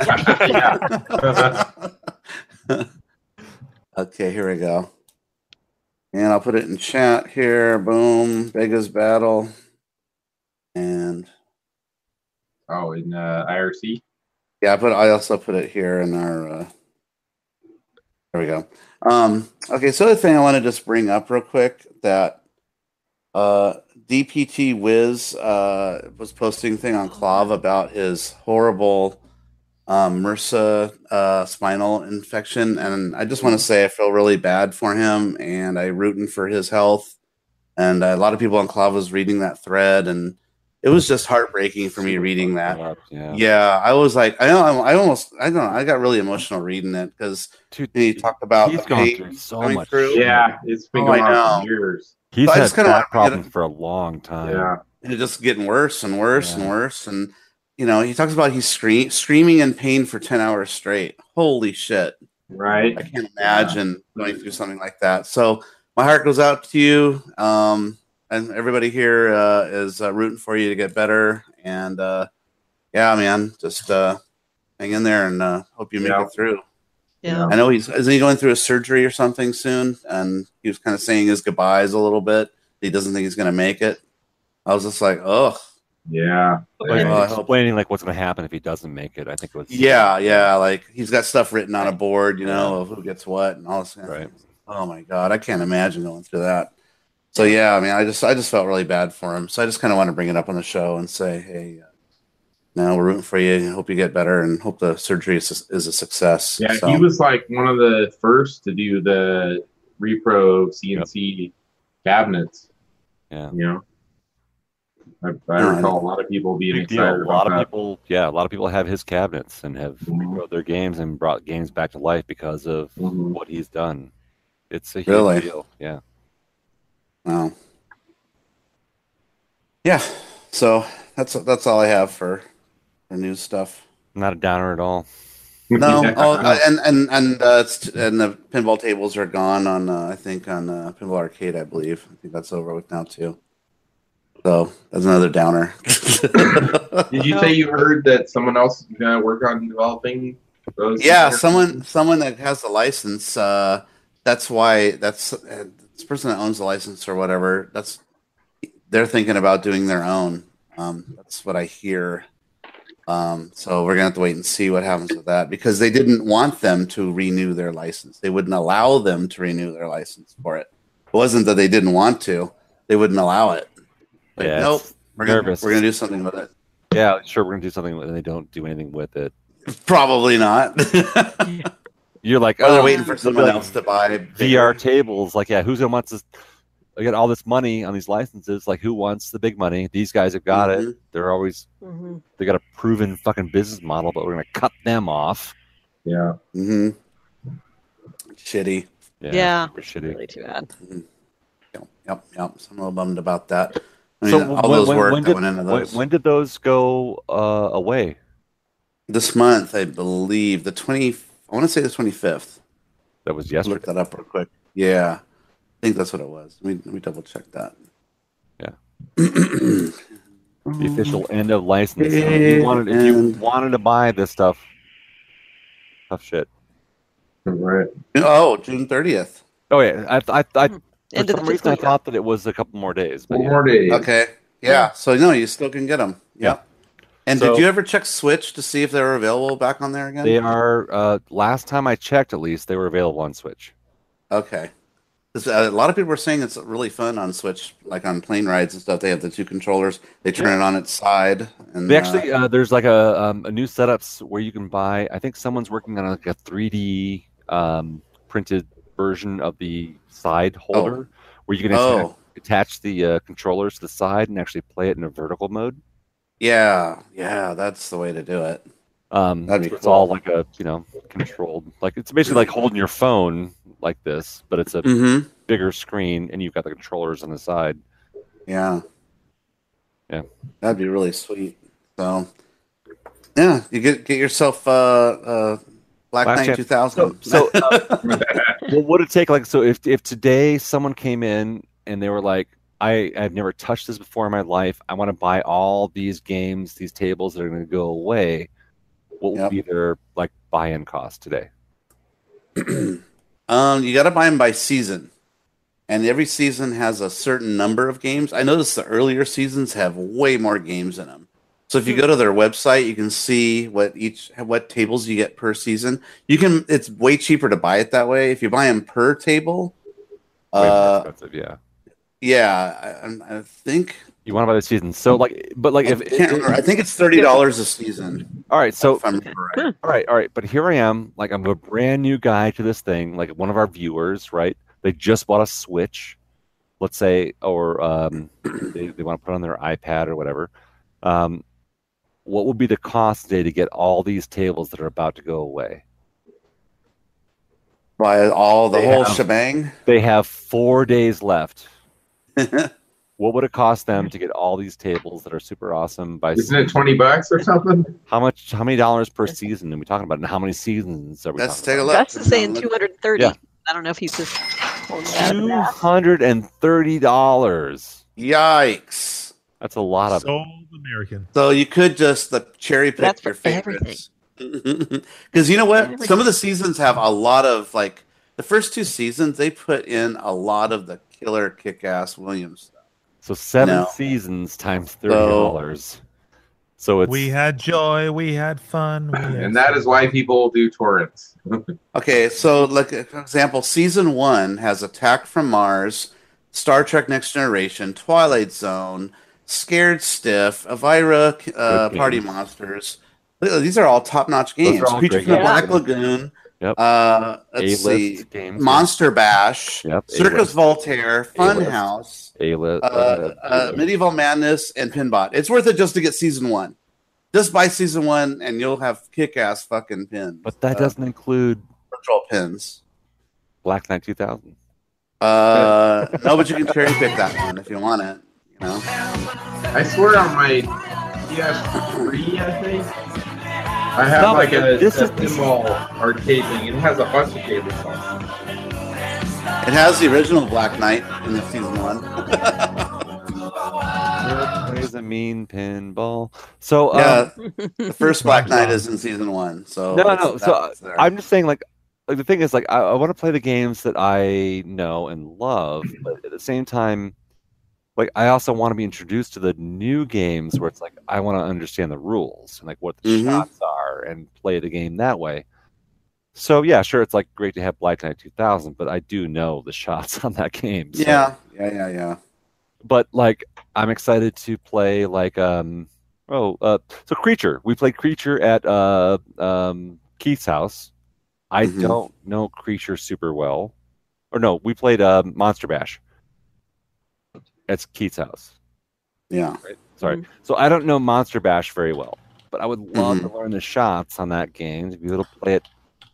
S6: Yeah.
S3: *laughs* okay, here we go. And I'll put it in chat here. Boom. Vegas battle. And
S6: oh, in uh, IRC.
S3: yeah, I put I also put it here in our uh, there we go. Um okay, so the other thing I want to just bring up real quick that uh DPT Wiz uh was posting a thing on Clav about his horrible um, MRSA uh, spinal infection, and I just want to say I feel really bad for him, and I rooting for his health. And uh, a lot of people on Clav was reading that thread, and it was just heartbreaking for me reading that.
S2: Yeah.
S3: Yeah, I was like, I know, I almost, I don't know, I got really emotional reading it because
S2: Dude,
S3: he talked about
S2: he's
S3: the
S2: gone
S3: pain
S2: through so
S3: coming
S2: much.
S3: through.
S6: Yeah, it's been
S3: Oh,
S6: going
S3: I
S6: on
S3: know.
S6: for years.
S2: He's
S3: So I
S2: had
S3: just kinda
S2: back
S3: wanna get
S2: problems
S3: a-
S2: for a long time.
S6: Yeah.
S3: and it just getting worse and worse
S2: Yeah.
S3: and worse. And you know, he talks about he's scre- screaming in pain for ten hours straight. Holy shit!
S6: Right.
S3: I
S2: *laughs*
S3: can't imagine going through something like that. So my heart goes out to you, um, and everybody here uh, is uh, rooting for you to get better. And uh, yeah, man, just uh, hang in there and uh, hope you make
S6: Yeah.
S3: it through.
S1: Yeah.
S3: I know he's isn't he going through a surgery or something soon, and he was kind of saying his goodbyes a little bit. He doesn't think he's going to make it. I was just like, ugh.
S6: Yeah.
S2: Like,
S3: Yeah.
S2: explaining like what's going to happen if he doesn't make it. I think was
S3: Oh, Yeah, yeah. Like he's got stuff written on a board, you know, of who gets what and all this. Kind of
S2: Right.
S3: thing. Oh my god, I can't imagine going through that. So yeah, I mean, I just I just felt really bad for him. So I just kind of want to bring it up on the show and say, hey, uh, now we're rooting for you. Hope you get better and hope the surgery is, is a success.
S6: Yeah,
S3: So-
S6: he was like one of the first to do the repro CNC cabinets.
S2: Yeah.
S6: You know, I, I
S3: Yeah.
S6: recall a lot of people being
S2: Big deal.
S6: excited
S2: A lot
S6: about
S2: of
S6: that.
S2: people, yeah, a lot of people have his cabinets and have
S6: Mhm.
S2: rebuilt their games and brought games back to life because of
S6: Mhm. *laughs*
S2: what he's done. It's a huge
S3: Really?
S2: deal. Yeah.
S3: Wow. Yeah. So that's that's all I have for for news stuff.
S2: Not a downer at all.
S3: No,
S6: Yeah.
S3: oh, uh, and and and uh, it's, and the pinball tables are gone on. Uh, I think on uh, pinball arcade, I believe. I think that's over with now too. So that's another downer. *laughs*
S6: Did you say you heard that someone else is going to work on developing those?
S3: yeah, someone someone that has the license. Uh, that's why that's uh, this person that owns the license or whatever. That's they're thinking about doing their own. Um, that's what I hear. Um, so we're gonna have to wait and see what happens with that because they didn't want them to renew their license. They wouldn't allow them to renew their license for it. It wasn't that they didn't want to; they wouldn't allow it. Like,
S2: yeah.
S3: nope,
S2: it's
S3: we're gonna,
S2: nervous.
S3: we're gonna do something with it.
S2: Yeah, sure, we're going to do something, and they don't do anything with it.
S3: Probably not. *laughs*
S2: You're like,
S3: or
S2: oh,
S3: they're waiting for
S2: like,
S3: someone else to buy bigger.
S2: VR tables. Like, yeah, who's going to want this? I got all this money on these licenses. Like, who wants the big money? These guys have got
S3: Mhm.
S2: it. They're always
S1: Mhm.
S2: they got a proven fucking business model, but we're going to cut them off.
S6: Yeah.
S3: hmm Mm-hmm. Shitty.
S2: Yeah,
S1: Yeah.
S2: super shitty.
S1: Really too bad.
S3: Yep, yep, yep. So I'm a little bummed about that. I mean,
S2: So
S3: Oh, all
S2: when-
S3: those
S2: when-
S3: work
S2: when
S3: that
S2: did-
S3: went into
S2: When,
S3: those.
S2: when did those go uh, away?
S3: this month, I believe, the 20, I want to say the 25th.
S2: That was
S3: Let's Look
S2: yesterday.
S3: that up real quick. Yeah. I think that's what it was. We, we double checked that.
S2: Yeah. The
S3: Yeah.
S2: official end of license. So if you wanted, if you
S3: And-
S2: wanted to buy this stuff, tough shit.
S6: Right.
S3: *clears throat* oh, June 30th.
S2: Oh yeah, I, I, I for
S1: End of the
S2: some reason
S1: fiscal
S2: I
S1: year.
S2: thought that it was a couple more days. But
S6: One
S2: Oh, yeah.
S6: more day.
S3: Okay. Yeah. So, no, you still can get them. Yep. And
S2: So-
S3: did you ever check Switch to see if they were available back on there again?
S2: They are. Uh, last time I checked, at least they were available on Switch.
S3: Okay. 'Cause, uh, A lot of people are saying it's really fun on Switch, like on plane rides and stuff. They have the two controllers. They turn it on its side, and
S2: They
S3: uh,
S2: actually uh, there's like a um, a new setups where you can buy. I think someone's working on like a 3D um, printed version of the side holder where you can attach-
S3: oh
S2: attach the uh, controllers to the side and actually play it in a vertical mode.
S3: yeah, yeah, that's the way to do it.
S2: Um,
S3: That'd be
S2: so it's
S3: cool.
S2: all like a you know controlled like it's basically like holding your phone like this, but it's a
S3: Mm-hmm.
S2: bigger screen and you've got the controllers on the side.
S3: Yeah,
S2: Yeah.
S3: that'd be really sweet. So, yeah, you get get yourself uh, uh Black
S2: Black
S3: Knight
S2: Chan-
S3: two thousand.
S2: *laughs* So, uh, what would it take? Like, so if if today someone came in and they were like, I I've never touched this before in my life. I want to buy all these games, these tables that are going to go away. What will
S3: Yep.
S2: be their like buy-in cost today?
S3: *clears throat* Um, you got to buy them by season, and every season has a certain number of games. I noticed the earlier seasons have way more games in them. So if you go to their website, you can see what each what tables you get per season. You can it's way cheaper to buy it that way. If you buy them per table,
S2: Way more
S3: uh,
S2: expensive, yeah.
S3: yeah, I- I, I think
S2: You want to buy the season, so like, but like if
S3: I can't remember. I think it's thirty dollars a season.
S2: all right, so
S3: if I'm remember right.
S2: all right, all right. But here I am, like I'm a brand new guy to this thing. Like one of our viewers, right? They just bought a Switch, let's say, or um, they, they want to put on their iPad or whatever. Um, what would be the cost today to get all these tables that are about to go away?
S3: Buy all the
S2: They
S3: whole
S2: have-
S3: shebang. *laughs*
S2: They have four days left. What would it cost them to get all these tables that are super awesome by
S6: Isn't it twenty bucks or something?
S2: how much? How many dollars per season are we talking about? And how many seasons are we
S3: Let's
S2: talking
S3: take a
S2: about?
S3: look.
S1: Gus is saying
S3: Look.
S1: 230.
S2: Yeah.
S1: I don't know if he's just pulling that out of
S2: Two
S1: that.
S2: hundred and thirty dollars.
S3: Yikes.
S2: That's a lot of
S5: Sold American.
S3: So you could just the cherry pick
S1: That's for
S3: your favorites. *laughs* Because you know what? Some of the seasons have a lot of like the first two seasons they put in a lot of the killer kick ass Williams stuff.
S2: so seven
S3: No.
S2: seasons times thirty dollars. So it's
S5: We had joy. We had fun. we had
S6: And that is why people do torrents.
S3: Okay, so like for example, season one has Attack from Mars, Star Trek Next Generation, Twilight Zone, Scared Stiff, Avira uh,
S2: Good
S3: Party
S2: games.
S3: Monsters. Th- These are all top notch
S2: are
S3: games.
S2: all
S3: Creature
S2: great
S3: from the
S2: games.
S3: Black Lagoon.
S2: Yep.
S3: Uh, let's see.
S2: A-list games.
S3: Monster Bash,
S2: Yep,
S3: Circus
S2: A-list.
S3: Voltaire,
S2: A-list.
S3: Funhouse,
S2: A-list.
S3: uh, uh, Medieval Madness, and Pinbot. It's worth it just to get season one. Just buy season one, and you'll have kick-ass fucking pins.
S2: but that
S3: uh,
S2: doesn't include
S3: virtual pins.
S2: Black Knight 2000. *laughs*
S3: Uh, no, but you can cherry pick that one if you want it. You know,
S6: I swear on my PS3, I think. I have
S2: No,
S6: like a,
S2: this
S6: this
S2: is- this is-
S6: pinball arcade thing. It has a bunch of tables on it.
S3: it has the original Black Knight in the season one.
S2: Plays a mean pinball. So um,
S3: Yeah, the first Black Knight is in season one. So
S2: No, no,
S3: it's-
S2: no, so
S3: that's there.
S2: I'm just saying, like, like the thing is, like, I, I want to play the games that I know and love,
S3: *clears throat*
S2: but at the same time, like, I also want to be introduced to the new games where it's like I want to understand the rules and like what the
S3: Mhm.
S2: shots are and play the game that way. So yeah, sure, it's like great to have Black Knight 2000, but I do know the *laughs* shots on that game. so-
S3: yeah, yeah, yeah, yeah.
S2: but like I'm excited to play like um oh uh so creature we played creature at uh um Keith's house. I
S3: Mhm.
S2: don't know creature super well, or no, we played uh, Monster Bash. That's Keith's house.
S3: Yeah,
S2: Sorry, so I don't know Monster Bash very well, but I would love to learn the shots on that game to be able to play it.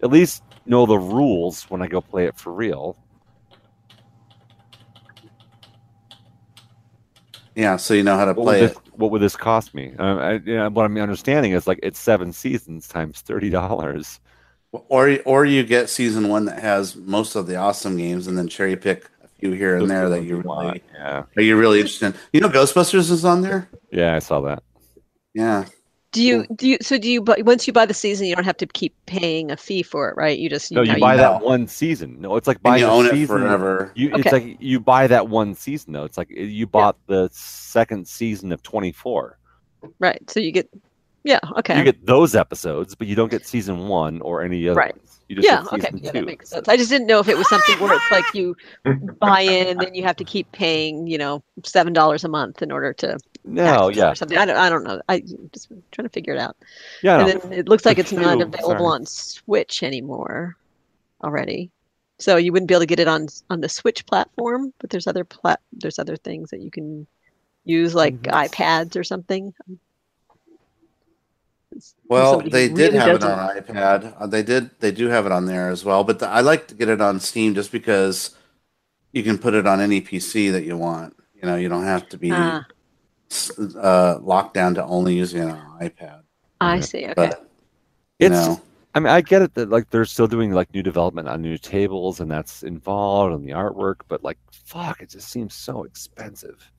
S2: At least know the rules when I go play it for real.
S3: yeah. So you know how to
S2: what would,
S3: play
S2: this,
S3: it.
S2: what would this cost me? Uh, I, you know, what I'm understanding is like it's seven seasons times thirty dollars.
S3: Or or you get season one that has most of the awesome games, and then cherry pick a few here and there that you really
S2: yeah,
S3: are you really interested. In. You know, Ghostbusters is on there.
S2: yeah, I saw that.
S3: Yeah,
S1: Do you do you so do you but once you buy the season you don't have to keep paying a fee for it, right? You just
S2: No,
S1: now
S2: you buy
S3: know.
S2: that one season. No, it's like
S3: and
S2: buying
S3: you
S2: a
S3: own it
S2: season.
S3: forever.
S2: You, It's
S1: Okay.
S2: like you buy that one season though. It's like eh, you bought the second season of twenty four.
S1: right. So you get yeah, okay.
S2: You get those episodes, but you don't get season one or any other.
S1: Right.
S2: Ones. You just
S1: yeah,
S2: get
S1: okay.
S2: season
S1: Yeah,
S2: two.
S1: that makes sense. I just didn't know if it was something where it's like
S3: *laughs*
S1: you buy in, then you have to keep paying, you know, seven dollars a month in order to
S2: No,
S1: access it
S2: yeah,
S1: or something. I don't, I don't know. I just trying to figure it out.
S2: yeah. no.
S1: and then it looks like it's not
S2: Two,
S1: available
S2: sorry.
S1: on Switch anymore already. So you wouldn't be able to get it on on the Switch platform, but there's other plat there's other things that you can use like
S2: Mhm.
S1: iPads or something. It's- for
S3: Well,
S1: somebody who
S3: they did
S1: really
S3: have it
S1: doesn't-
S3: on iPad. Uh, They did. They do have it on there as well. But the, I like to get it on Steam just because you can put it on any PC that you want. You know, you don't have to be
S1: Ah,
S3: s- uh, locked down to only using it on iPad.
S1: I see. Okay.
S3: But you
S2: It's
S3: know,
S2: I mean, I get it that like they're still doing like new development on new tables and that's involved in the artwork, but like, fuck, it just seems so expensive.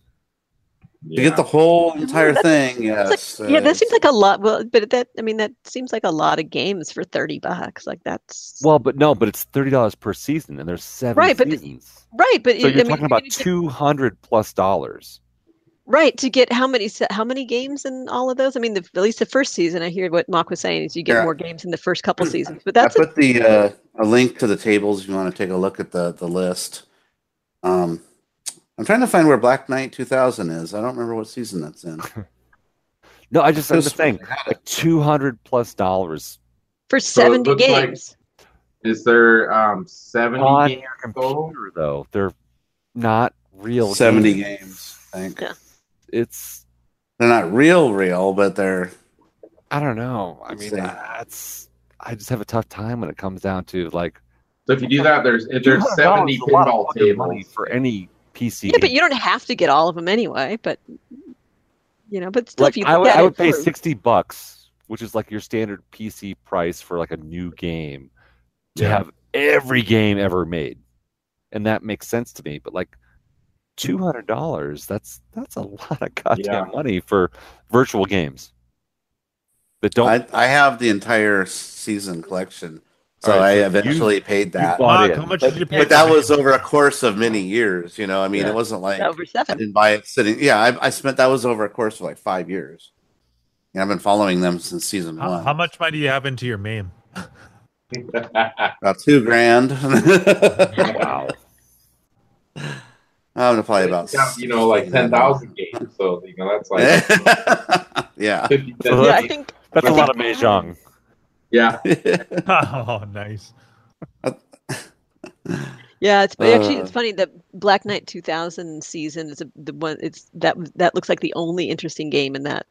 S3: To get
S1: *laughs*
S3: the whole entire
S1: That's-
S3: thing,
S1: It's
S3: yes.
S1: like- yeah,
S3: uh,
S1: that seems like a lot. Well, but that I mean, that seems like a lot of games for thirty bucks. Like that's
S2: Well, but no, but it's thirty dollars per season, and there's seven
S1: Right, but-
S2: seasons.
S1: right. But
S2: so
S1: I
S2: you're
S1: mean,
S2: talking about
S1: you-
S2: two hundred plus dollars.
S1: right to get how many se- how many games in all of those? I mean, the, at least the first season. I hear what Mock was saying is you get
S3: Yeah.
S1: more games in the first couple seasons. But
S3: I
S1: that's a,
S3: put the uh, a link to the tables if you want to take a look at the the list. Um, I'm trying to find where Black Knight 2000 is. I don't remember what season that's in.
S2: No, I just that's the thing.
S3: They had it.
S2: Like two hundred plus dollars
S1: for
S6: it
S1: seventy
S6: looks like-
S1: games.
S6: Is there um seventy
S2: on
S6: games
S2: your computer, though. They're not *laughs* real.
S3: 70 Oh. games, I think.
S1: Yeah.
S2: It's
S3: They're not real, real, but they're
S2: I don't know. I mean,
S3: Same.
S2: that's I just have a tough time when it comes down to like
S6: So if you do that, there's
S2: *laughs*
S6: if there's
S2: $200
S6: seventy
S2: is a lot of
S6: pinball
S2: fucking money
S6: tables.
S2: for any PC.
S1: Yeah, but
S2: game.
S1: you don't have to get all of them anyway. But you know, but still,
S2: like
S1: if you
S2: I
S1: look
S2: would,
S1: at
S2: I
S1: it
S2: would pay
S1: through-
S2: sixty bucks, which is like your standard PC price for like a new game, to
S5: Yeah.
S2: have every game ever made, and that makes sense to me. But like two hundred dollars, that's that's a *laughs* lot of goddamn
S6: Yeah.
S2: money for virtual games that don't.
S3: I, I have the entire season collection. So
S2: All right,
S3: I
S2: so you-
S3: eventually paid that.
S2: bought- Bought
S5: Mark,
S2: it.
S5: how much
S2: But-
S5: did you pay?
S3: But
S5: for
S3: that
S5: it?
S3: was over a course of many years, you know. I mean,
S2: Yeah.
S3: it wasn't like
S1: over
S3: I
S2: *laughs*
S1: seven.
S3: didn't buy it sitting. Yeah, I, I spent that was over a course of like five years. And I've been following them since season
S5: How,
S3: one.
S5: how much money do you have into
S2: *laughs*
S5: your meme? *laughs*
S6: *laughs*
S3: About two grand. *laughs*
S2: wow.
S3: I'm gonna play about
S6: you know like
S3: 16
S6: ten
S3: of them.
S6: thousand games. So you know that's *laughs* like
S3: *laughs*
S6: *laughs*
S3: yeah.
S6: fifty.
S2: So
S1: Yeah,
S2: that's-
S1: I think
S2: That's a
S1: I
S2: lot of
S1: think-
S2: mahjong.
S6: yeah.
S5: oh, nice.
S1: Yeah, it's but actually it's
S3: Uh.
S1: funny that Black Knight 2000 season is a, the one. It's that that looks like the only interesting game in that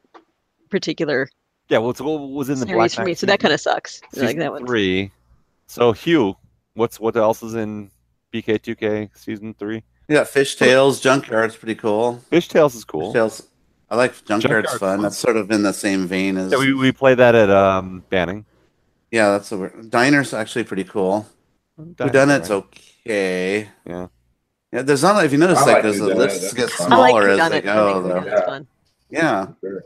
S1: particular
S2: Yeah, well, it's what was in the Black
S1: series for me.
S2: Knight
S1: So that kind
S2: season-
S1: of sucks. Like
S2: season
S1: that one.
S2: three. So Hugh, what's what else is in BK2K season three?
S3: You got fish tails, junkyard's pretty cool.
S2: Fishtails is
S3: Fish
S2: cool.
S3: tails I like junkyard's
S2: Junkyard's
S3: fun.
S2: fun.
S3: That's sort of in the same vein as
S2: Yeah, we, we play that at um, Banning.
S3: Yeah, that's a weird. Diner's actually pretty cool. Who
S2: Done
S3: done
S2: it.
S3: it's okay.
S2: Yeah.
S3: Yeah, there's not if you notice
S6: I
S3: like
S6: like
S3: there's a
S6: Whodunit,
S3: list
S6: that's
S3: gets
S6: fun.
S1: I like
S3: smaller oh, as
S1: Whodunit.
S3: they
S1: I
S3: go
S1: think
S3: though.
S1: Whodunit's
S6: Yeah.
S1: fun.
S3: Yeah.
S6: Sure.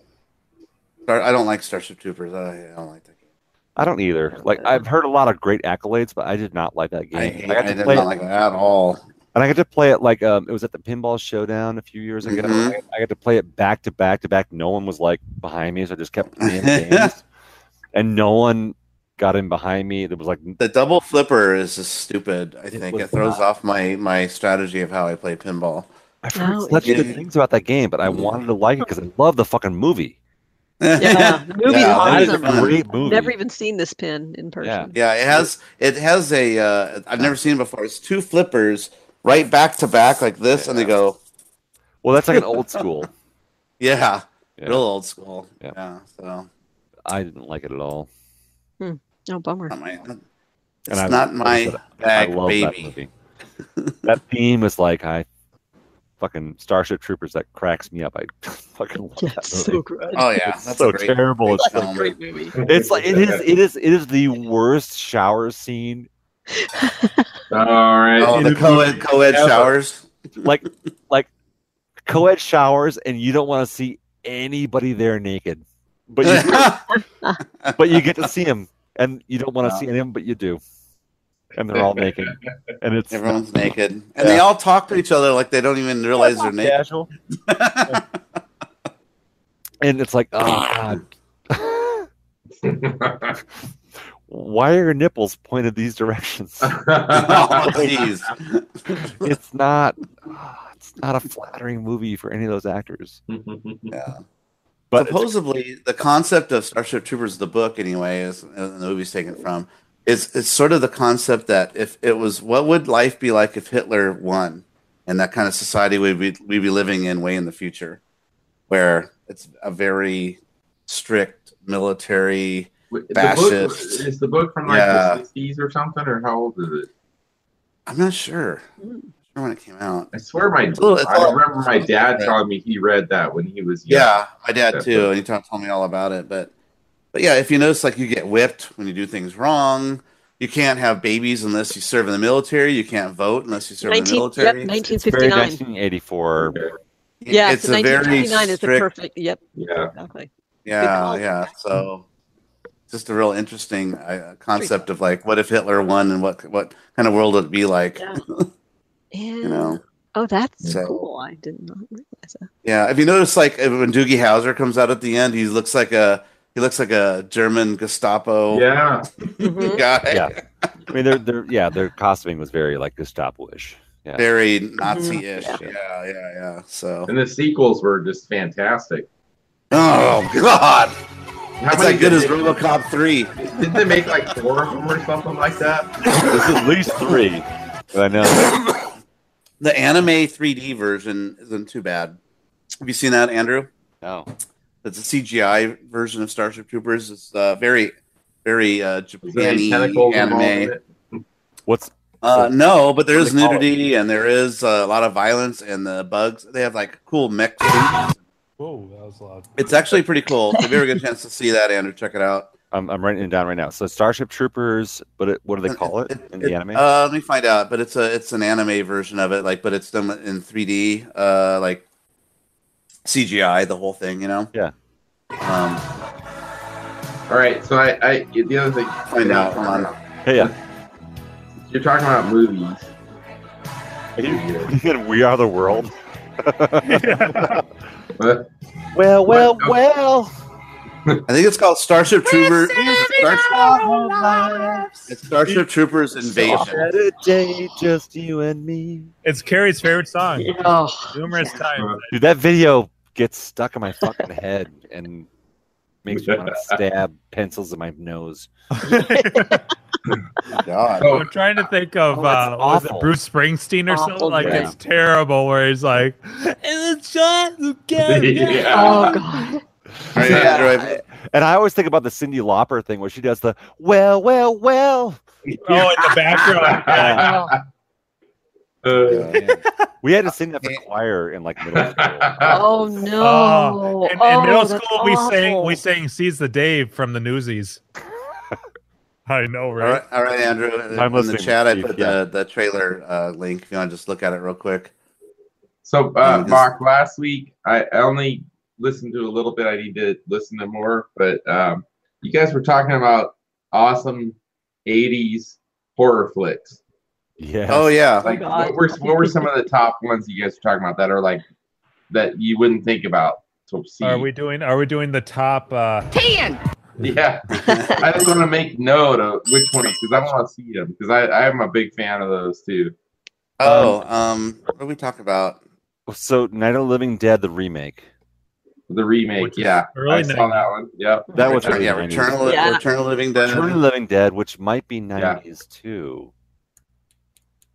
S3: Star- I don't like Starship Troopers. I, I don't like that game.
S2: I don't either. Like I've heard a lot of great accolades, but I did not like that game.
S3: I, hate,
S2: I got
S3: I
S2: to
S3: did
S2: play,
S3: not like that at all.
S2: and I got to play it like um, it was at the Pinball Showdown a few years ago.
S3: Mhm.
S2: I- I got to play it back to back to back. No one was like behind me, so I just kept
S3: *laughs*
S2: playing games, and no one got in behind me. There was like
S3: The double flipper is just stupid. I
S2: It
S3: think
S2: was
S3: it throws off my my strategy of how I play pinball.
S2: I've heard
S1: No,
S2: such
S3: it-
S2: good things about that game, but I wanted to like it because I love the fucking movie.
S1: Yeah, the movie's
S3: Yeah,
S2: That is
S3: a
S1: awesome.
S3: fun-
S2: a great movie.
S1: Never even seen this pin in person.
S3: *laughs* Yeah, it has it has a uh, I've never seen it before. It's two flippers right back to back like this, and they
S2: Yeah.
S3: go
S2: Well, that's like
S1: *laughs*
S2: an old school.
S3: yeah,
S2: Yeah.
S3: real old school.
S2: Yeah.
S3: Yeah, so
S2: I didn't like it at all.
S1: No Oh,
S5: *laughs*
S1: bummer.
S3: not my,
S2: And
S3: it's
S2: I-
S3: not
S2: I
S3: my
S2: said,
S3: bag,
S2: I love that
S3: baby. *laughs*
S2: movie. that theme is like I fucking Starship Troopers that cracks me up. I *laughs* fucking love
S1: Yeah,
S2: that
S1: it's
S2: movie.
S1: so good.
S3: Oh yeah,
S2: it's
S3: that's
S2: so
S3: a great.
S2: terrible. It's,
S3: film.
S2: like,
S1: Great movie.
S2: it's like it is it is it is the worst shower scene.
S6: All right.
S3: Oh, the
S6: *laughs*
S3: co-ed co-ed
S6: Yeah, but-
S3: showers.
S2: Like like co-ed showers and you don't want to see anybody there naked. But
S3: *laughs*
S2: you but you get to see him, and you don't want to see him, but you do, and they're all naked, and it's
S3: Everyone's naked, and they all talk to each other like they don't even realize they're naked.
S2: casual, and it's like, oh *laughs* god, why are your nipples pointed these *laughs* directions?
S3: *laughs* oh, jeez.
S2: it's not, ah, it's not a flattering movie for any of those actors.
S3: Yeah.
S2: But it's-
S3: supposedly the concept of Starship Troopers, the book anyway, is and the movie's taken from, is it's sort of the concept that if it was what would life be like if Hitler won, and that kind of society we'd be, we'd be living in way in the future, where it's a very strict military.
S6: the book,
S3: Fascist.
S6: is the book from like
S3: Yeah.
S6: the sixties or something, or how old is it?
S3: I'm not sure. I'm not sure when it came out.
S6: I swear, my
S3: It's a little- it's
S6: I
S3: all-
S6: remember my dad telling me he read that when he was young.
S3: Yeah, my dad
S6: That's
S3: too,
S6: right.
S3: and he t- told me all about it. But But yeah, if you notice, like you get whipped when you do things wrong. You can't have babies unless you serve in the military. You can't vote unless you serve
S1: 19,
S3: in the
S1: yep,
S3: military.
S2: Very
S1: 1959.
S2: 1984.
S1: Yeah,
S3: it's
S1: so
S3: a very
S1: 1959 is the
S3: strict-
S1: perfect. Yep,
S6: Yeah.
S1: exactly.
S3: Yeah,
S1: call.
S3: yeah. So just a real interesting uh, concept of like, what if Hitler won, and what what kind of world would it be like?
S1: Yeah. And,
S3: You know.
S1: oh, that's
S3: So-
S1: cool. I did not realize
S5: *laughs*
S1: that.
S3: Yeah, if you notice, like uh, when Doogie Howser comes out at the end, he looks like a he looks like a German Gestapo
S6: Yeah.
S5: Mm-hmm.
S1: Mhm.
S3: *laughs* guy,
S2: Yeah. I mean, their their yeah, their costuming was very like Gestapo-ish. Yeah.
S3: very Nazi-ish.
S1: Yeah.
S3: Yeah, yeah, yeah. So,
S6: And the sequels were just fantastic.
S3: oh god,
S6: How
S3: that's as good
S6: did
S3: as
S6: they-
S3: RoboCop three.
S6: Didn't they make like four of them or something like that?
S3: *laughs*
S2: There's at least three. But I know. *laughs*
S3: The anime 3D version isn't too bad. Have you seen that, Andrew?
S2: Oh.
S10: No.
S3: That's a CGI version of Starship Troopers. It's uh, very, very uh,
S6: Was there any
S3: Japan
S6: tentacles involved in
S3: anime.
S6: it?
S2: What's
S3: Uh, no, but there is
S2: What do they call
S3: nudity and there is uh, a lot of violence and the bugs. They have like cool mech suits.
S5: Whoa, that was loud.
S3: It's actually pretty cool. If you ever get a chance to see that, Andrew, check it out.
S2: I'm, I'm writing it down right now. So Starship Troopers, but it, what do they call it in the anime?
S3: Uh, let me find out. But it's a it's an anime version of it. Like, but it's done in 3D, uh, like CGI, the whole thing. You know.
S2: Yeah.
S3: Um,
S6: All right. So I, I the other thing.
S3: find out on
S2: hey, yeah.
S6: You're talking about movies.
S2: *laughs* we are the world.
S5: *laughs*
S6: But
S2: Well,
S6: well,
S2: well.
S3: I think it's called Starship Troopers. Starship,
S6: uh,
S3: it's Starship Troopers
S2: Oh,
S3: Invasion.
S2: Saturday, just you and me.
S5: It's Carrie's favorite song.
S1: *laughs* Oh,
S5: Numerous
S1: yeah.
S5: times.
S2: Dude, that video gets stuck in my fucking head and makes *laughs* me want to stab pencils in my nose.
S3: God.
S6: oh,
S5: I'm trying to think of
S2: Oh, that's
S5: uh, what was it
S2: awful.
S5: Bruce Springsteen or
S1: Awful
S5: something like
S2: video.
S5: it's terrible where he's like, "It's shot
S2: *laughs*
S5: who
S6: yeah.
S5: cares?"
S1: Oh god.
S3: Right,
S2: Yeah.
S3: Andrew, I-
S2: And I always think about the Cindy Lauper thing where she does the well, well, well.
S5: Oh, in the background.
S2: *laughs*
S5: Yeah.
S1: Oh,
S5: *laughs*
S6: Uh,
S2: We had to sing that for choir in like middle *laughs* school.
S1: Oh no.
S5: Oh, In, in
S1: Oh,
S5: middle
S1: that's
S5: school, we sang we
S1: awful.
S5: sang "Seize the Day" from the
S2: *laughs*
S5: Newsies. I know,
S3: all
S5: right?
S3: right, all right, Andrew.
S2: I'm
S3: in the
S2: listening,
S3: chat, I
S2: Steve,
S3: put
S2: yeah.
S3: the, the trailer uh, link. If you want to just look at it real quick.
S6: So, uh, Mark, last week I I only listened to a little bit. I need to listen to more. But um, you guys were talking about awesome '80s horror flicks.
S2: Yeah.
S3: Oh
S2: *laughs*
S3: yeah,
S6: Like,
S1: God.
S6: what were what were some of the top ones you guys were talking about that are like that you wouldn't think about to see?
S5: Are we doing Are we doing the top? Uh,
S6: *laughs* Yeah,
S2: Um,
S6: I just want to make note of which ones because I want to see them because I I'm a big fan of those too.
S3: Oh, um, what do we talk about?
S2: So Night of the Living Dead, the remake.
S6: The remake,
S5: Which is
S6: yeah,
S5: early
S6: I saw
S5: 90s.
S6: that one. Yep.
S2: That was
S3: Return,
S6: *laughs*
S2: early
S3: yeah,
S2: 90s.
S3: Return of,
S1: Yeah.
S3: Return of the Living Dead.
S2: Return of the Living Dead, which might be
S6: Yeah.
S2: 90s too.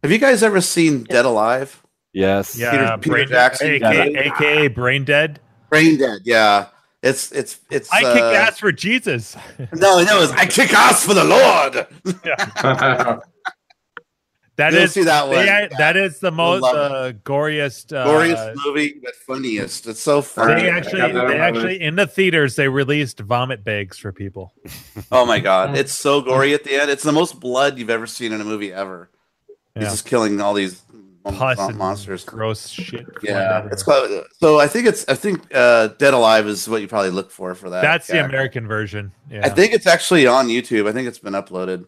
S3: Have you guys ever seen Dead Alive?
S2: Yes.
S5: yeah,
S3: Peter- Peter
S5: brain,
S3: Jackson.
S5: AKA, AKA Brain Dead.
S3: Brain Dead. Yeah, it's it's it's.
S5: I
S3: uh,
S5: kicked ass for Jesus.
S3: No, no, it's I kick ass for the Lord.
S5: That
S3: You'll
S5: is
S3: see that one.
S5: yeah, that is the most
S3: love
S5: uh, goriest. Uh,
S3: Glorious movie, but funniest. It's so funny.
S5: They
S6: I
S5: actually,
S6: got that on
S5: they
S6: my
S5: actually, in the theaters, they released vomit bags for people.
S3: Oh my god, it's so gory at the end. It's the most blood you've ever seen in a movie ever.
S5: Yeah.
S3: He's just killing all these mon-
S5: Pus
S3: mon-
S5: and
S3: monsters.
S5: gross shit.
S3: Yeah,
S5: flying
S3: it's
S5: everywhere.
S3: called, so I think it's I think uh, Dead Alive is what you probably look for for that.
S5: That's
S3: Yeah.
S5: the American version. Yeah.
S3: I think it's actually on YouTube. I think it's been uploaded.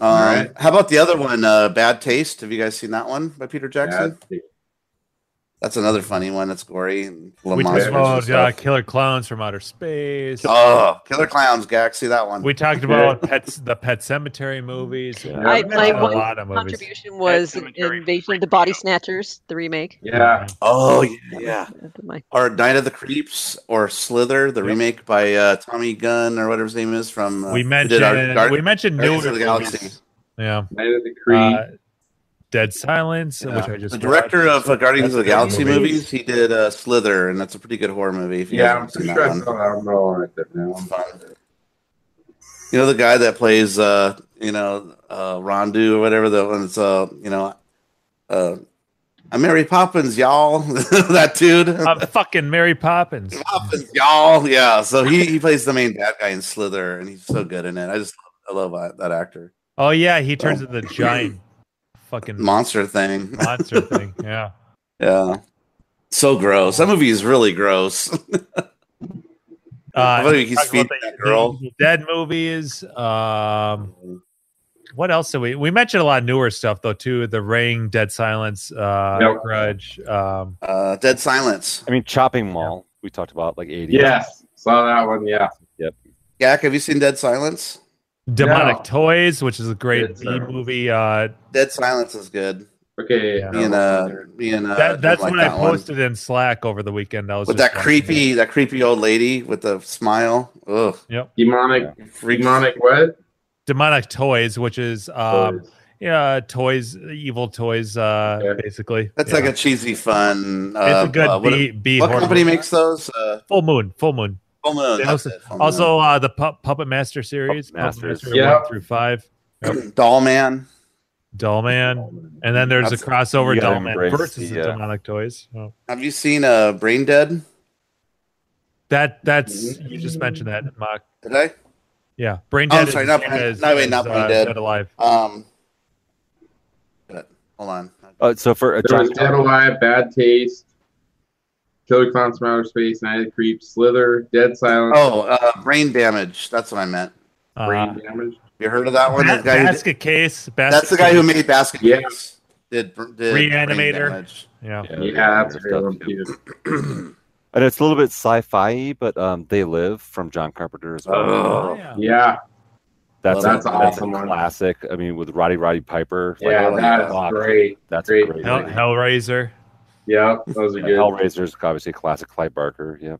S3: Um,
S6: Alright.
S3: How about the other one, uh, Bad Taste? Have you guys seen that one by Peter Jackson? That's another funny one. That's gory and little
S5: we
S3: monsters.
S5: talked
S3: and
S5: about uh,
S3: stuff.
S5: killer clowns from outer space.
S3: oh, Killer Clowns, Gag. See that one?
S5: We talked about pets, the Pet Cemetery movies.
S2: Yeah.
S1: I-
S5: We
S1: my
S5: had a
S1: one
S5: lot of movies.
S1: Contribution was
S4: Cemetery
S1: Invasion of the
S4: freaked
S1: Body
S4: out.
S1: Snatchers, the remake.
S6: yeah,
S3: oh yeah, yeah.
S1: That was my-
S3: or Night of the Creeps or Slither, the remake by uh, Tommy Gunn or whatever his name is from. Uh,
S5: We
S3: who did
S5: mentioned
S3: Ar- Guard-
S5: we mentioned
S3: Guardians
S5: newer
S3: of the Galaxy.
S5: movies. Yeah.
S6: Night of the Creed.
S5: Uh, Dead Silence,
S3: Yeah.
S5: which I just
S3: the director
S5: watched.
S3: of uh, Guardians of the
S5: That's a
S3: Galaxy
S5: good movie.
S3: movies, he did uh, Slither, and that's a pretty good horror movie. If you
S6: yeah,
S3: guys
S6: I'm
S3: haven't seen
S6: pretty sure I
S3: that
S6: saw
S3: one.
S6: that one. all right there now.
S3: You know the guy that plays, uh, you know, uh, Rondu or whatever the one that's, uh, you know, uh, I'm Mary Poppins, y'all. *laughs* that dude.
S5: I'm Uh, fucking Mary Poppins.
S3: *laughs* Poppins, y'all. Yeah. So he, he plays the main bad guy in Slither, and he's so good in it. I just I love that, that actor.
S5: Oh yeah, he turns into the giant fucking
S3: Monster thing.
S5: monster thing. Yeah.
S3: Yeah. So gross. That movie is really gross. *laughs* I
S5: Uh,
S3: believe he's
S5: talk about
S3: feeding
S5: the-
S3: that girl.
S5: the Dead movies. Um, what else did we? We mentioned a lot of newer stuff though too. The Ring, Dead Silence, uh,
S6: Yep.
S5: Grudge. Um,
S3: Uh, Dead Silence.
S2: I mean, Chopping Mall. We talked about like eighty.
S6: Yes, saw that one. Yeah,
S3: Gak, have you seen Dead Silence?
S5: Demonic
S6: No.
S5: Toys, which is a great
S6: It's,
S5: B
S6: uh,
S5: movie. Uh,
S3: Dead Silence is good.
S6: okay.
S5: Yeah.
S3: Me and uh, me and uh,
S5: that, that's
S3: like
S5: what
S3: that
S5: I
S3: one.
S5: posted in Slack over the weekend. I was
S3: with
S5: just
S3: that
S5: watching
S3: creepy, that creepy old lady with the smile. Ugh,
S6: Demonic,
S3: freaks.
S6: demonic what?
S5: it. Demonic Toys, which is um, yeah, toys, evil toys, uh,
S6: Okay.
S5: basically.
S3: That's
S5: Yeah.
S3: like a cheesy fun. Uh,
S5: it's a good
S3: uh, what,
S5: B, B
S3: what
S5: horror
S3: company
S5: movie.
S3: makes those? Uh,
S5: Full Moon, Full Moon.
S3: Full Moon. that's
S5: also,
S3: it, Full
S5: also uh, the Pu- Puppet Master series,
S2: Puppet Masters.
S6: Yeah.
S5: one through five,
S3: Moon. *clears throat* Doll Man.
S5: Doll Man, and then there's
S3: That's-
S5: a crossover
S2: you gotta
S5: Doll Man
S2: embrace
S5: versus
S2: the,
S5: the
S2: uh,
S5: Demonic Toys. Oh.
S3: Have you seen uh, Brain Dead?
S5: That
S2: Mm-hmm.
S5: that's you just mentioned that, Mark.
S3: Did I?
S5: Yeah, Brain
S3: Oh,
S5: Dead.
S3: sorry,
S5: is-
S3: not Brain-
S5: is-
S3: no, wait, not
S5: is,
S3: Brain Dead.
S5: Alive.
S3: Um, but hold on.
S2: Uh, so for a
S6: There was
S2: John-
S6: Dead Alive, Bad Taste, Killer Clowns from Outer Space, Night of the Creeps, Slither, Dead Silence,
S3: Oh, uh, Brain Damage. That's what I meant.
S5: Uh,
S6: Brain Damage.
S3: You heard of that one?
S5: Ba-
S3: The guy who did-
S5: basket case. Basket
S3: that's the guy who
S5: Case.
S3: made Basket
S6: Yeah.
S3: Case. Did, did Brain
S5: Reanimator.
S3: Damage.
S5: Yeah.
S6: Yeah, that's a great one too.
S3: *clears throat*
S2: And it's a little bit sci-fi, but um, they live from John Carpenter as well.
S3: Oh.
S5: yeah.
S6: Yeah,
S2: That's,
S3: That's
S2: a,
S3: an
S2: that's
S6: awesome
S2: a
S6: one.
S2: classic. I mean, with Roddy Roddy Piper. like,
S6: yeah,
S2: oh my
S6: that is
S2: God,
S6: great.
S2: That's
S6: great.
S2: a great.
S5: Hell,
S2: movie.
S5: Hellraiser.
S6: Yeah, those are
S2: And
S6: good.
S2: Hellraiser's obviously a classic. Clyde Barker. Yeah.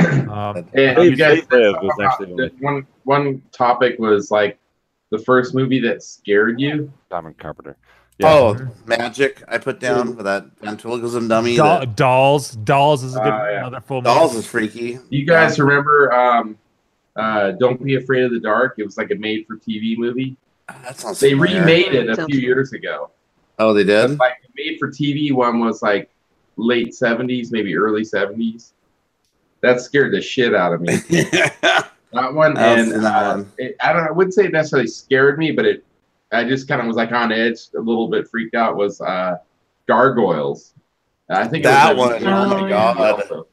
S5: Um,
S6: Hey,
S2: I
S6: hey,
S2: mean,
S6: guys,
S2: they live
S6: let's
S2: was
S6: talk about
S2: actually
S6: the- one one topic was like the first movie that scared you.
S2: John Carpenter.
S3: Oh, magic! I put down for that ventriloquism dummy.
S5: Doll-
S3: that-
S5: dolls. Dolls is a good
S6: Uh,
S2: Ah,
S6: yeah.
S5: another full
S3: dolls
S5: moon.
S3: is freaky.
S6: Do you guys remember um, uh, Don't Be Afraid of the Dark? It was like a made for TV movie.
S3: That sounds.
S6: They
S3: familiar.
S6: remade it a
S1: Sounds-
S6: few years ago.
S3: Oh, they
S6: *laughs*
S3: did.
S6: Like the made for TV one was like late 70s, maybe early 70s. That scared the shit out of me. That one,
S3: I haven't
S6: and
S3: seen that
S6: uh,
S3: one.
S6: It, I don't. I wouldn't say it necessarily scared me, but it. I just kind of was like on edge, a little bit freaked out. Was uh, gargoyles? I think it was
S3: That
S6: a-
S3: one,
S1: oh my
S6: Yeah.
S3: God.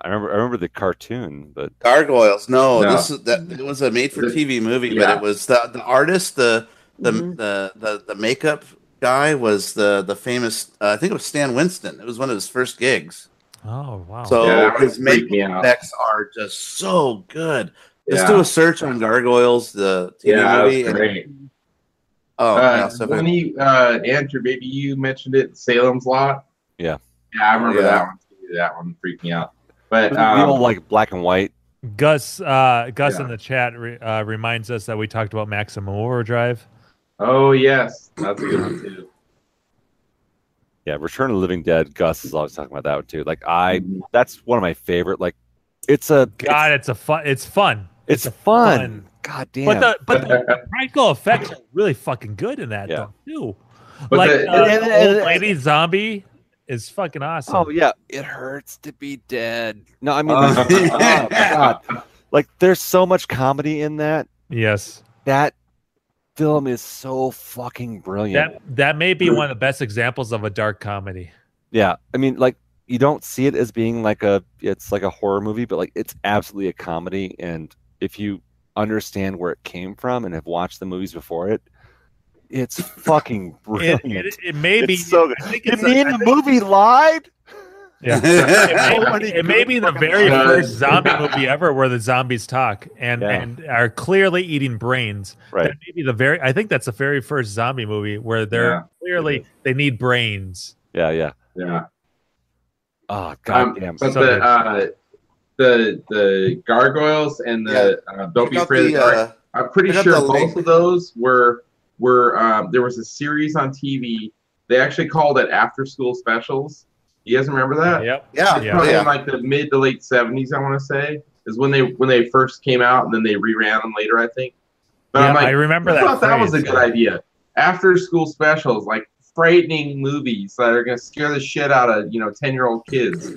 S2: I remember. I remember the cartoon, but
S3: Gargoyles. No,
S6: No.
S3: this is that. It was a made-for-TV movie,
S6: Yeah. Mm-hmm.
S3: but it was the the artist, the the
S1: Mhm.
S3: the, the the makeup guy was the the famous. Uh, I think it was Stan Winston. It was one of his first gigs.
S5: Oh wow.
S3: So
S6: Yeah, that
S3: his
S6: one freaked me
S3: makeup
S6: out.
S3: effects are just so good. Just
S6: Yeah.
S3: do a search on Gargoyles, the TV
S6: yeah, that was
S3: movie. and-
S6: great.
S3: oh, yeah,
S6: Uh,
S3: so
S6: when you, uh, Andrew, maybe you mentioned it, Salem's Lot.
S2: Yeah.
S6: Yeah, I remember
S3: Yeah.
S6: that one. too. That one freaked me out. But
S2: the old
S6: um,
S2: like black and white.
S5: Gus, uh, Gus
S6: Yeah.
S5: in the chat re- uh, reminds us that we talked about Maximum Overdrive.
S6: oh yes, that's a good one too.
S2: Yeah, Return of the Living Dead. Gus is always talking about that one too. Like I, that's one of my favorite. Like it's a
S5: God, it's, a fun. It's fun,
S2: It's,
S5: it's
S2: fun.
S5: fun.
S2: God damn.
S5: but the but the
S2: *laughs*
S5: practical effects are really fucking good in that
S2: Yeah.
S5: though too.
S6: But
S5: like
S6: the-
S5: uh,
S2: and-
S5: the
S2: and-
S5: old lady zombie is fucking awesome.
S2: oh yeah, it hurts to be dead. No, I mean, *laughs*
S6: Uh,
S2: oh, God. like there's so much comedy in that.
S5: Yes,
S2: That film is so fucking brilliant.
S5: that that may be one of the best examples of a
S2: *laughs*
S5: dark comedy.
S2: yeah, I mean, like you don't see it as being like a it's like a horror movie, but like it's absolutely a comedy. And if you understand where it came from and have watched the movies before it,
S5: *laughs*
S2: it's fucking
S5: It,
S2: brilliant.
S5: it, it may
S2: It's
S5: be
S2: so good.
S5: I think
S2: you
S5: it's a-
S2: mean
S5: I *laughs*
S2: the
S5: think-
S2: movie lied?
S5: Yeah.
S2: *laughs*
S3: yeah.
S5: it, may, it may be the very
S6: Uh,
S5: first zombie movie ever where the zombies talk and
S2: Yeah.
S5: and are clearly eating brains.
S2: Right.
S5: That may be the very. I think that's the very first zombie movie where they're
S6: Yeah.
S5: clearly they need brains.
S2: Yeah, yeah.
S6: Yeah.
S2: Oh
S6: Um,
S2: god damn.
S6: But
S5: So
S6: the
S5: good.
S6: uh, the the gargoyles and the uh, *laughs* don't be
S3: Check out
S6: afraid of the
S3: the,
S6: dark.
S3: uh,
S6: I'm pretty
S3: check out
S6: sure
S3: the
S6: both
S3: link.
S6: of those were were um, there was a series on TV. They actually called it after school specials. You guys remember that?
S5: Yep.
S3: yeah,
S5: Yeah.
S6: Probably
S3: yeah.
S6: in like the mid to late seventies, I want to say, is when they when they first came out, and then they reran them later, I think. But
S5: Yeah,
S6: I'm like,
S5: I remember
S6: I
S5: that.
S6: thought that was a
S5: phrase.
S6: good idea. After school specials, like frightening movies that are going to scare the shit out of you know ten year old kids.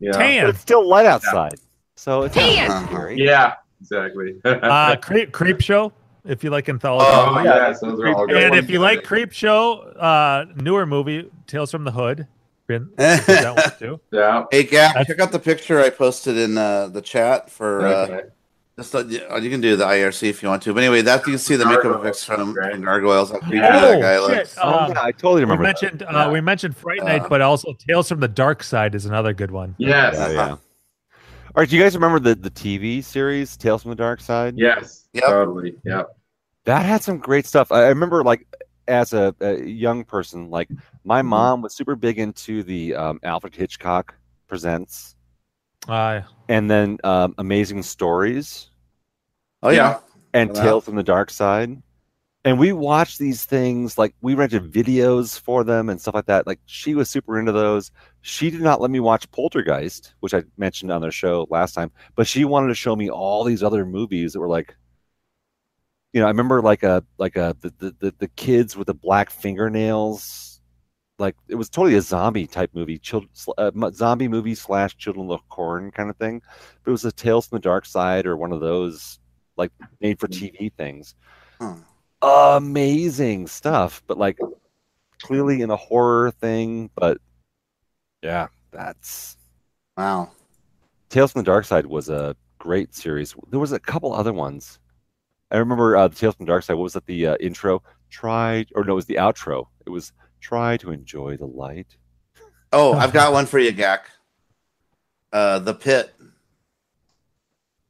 S6: Yeah.
S5: Tan.
S2: But it's still light outside, so it's not
S3: Tan!
S2: scary.
S6: Yeah. Exactly. *laughs*
S5: Uh, creep, creep show. If you like anthology,
S6: oh yes, those are all good.
S5: and
S6: ones.
S5: if you like creep show, uh, newer movie Tales from the Hood. Been that one
S3: hey,
S5: too.
S6: yeah.
S3: Gap, check out the picture I posted in uh, the chat for. Uh,
S6: Okay.
S3: just let- yeah, you can do the IRC if you want to. But anyway, that you can see the makeup effects from
S6: Gargoyles.
S3: from Gargoyles. How creepy
S5: Yeah.
S3: that guy
S5: Oh, shit.
S3: looks.
S2: Oh, yeah, I totally
S5: We
S2: remember. that.
S5: mentioned uh, we mentioned Fright Night,
S3: Uh,
S5: but also Tales from the Dark Side is another good one.
S6: Yes.
S2: Oh, yeah. All right, do you guys remember the, the TV series Tales from the Dark Side?
S6: Yes.
S3: Yep.
S6: Totally. Yep.
S2: that had some great stuff. I I remember, like, as a, a young person, like
S6: Mm-hmm.
S2: my mom was super big into the um, Alfred Hitchcock Presents
S5: Uh,
S2: and then um, Amazing Stories
S3: Oh yeah.
S2: and
S3: Wow.
S2: Tales from the Dark Side. And we watched these things, like we rented videos for them and stuff like that. Like she was super into those. She did not let me watch Poltergeist, which I mentioned on the show last time, but she wanted to show me all these other movies that were like you know, I remember like a like a the the, the, the kids with the black fingernails. Like it was totally a zombie type movie, child, uh, mo- zombie movie slash Children of the Corn kind of thing. But it was a Tales from the Dark Side or one of those like made for TV things.
S3: Huh.
S2: Amazing stuff, but like clearly in a horror thing. But yeah, that's
S3: Wow.
S2: Tales from the Dark Side was a great series. There was a couple other ones. I remember uh, Tales from the Dark Side. What was that? The uh, intro? Try or no? It was the outro. It was try to enjoy the light.
S3: Oh, I've got one for you, Gak. Uh, the pit.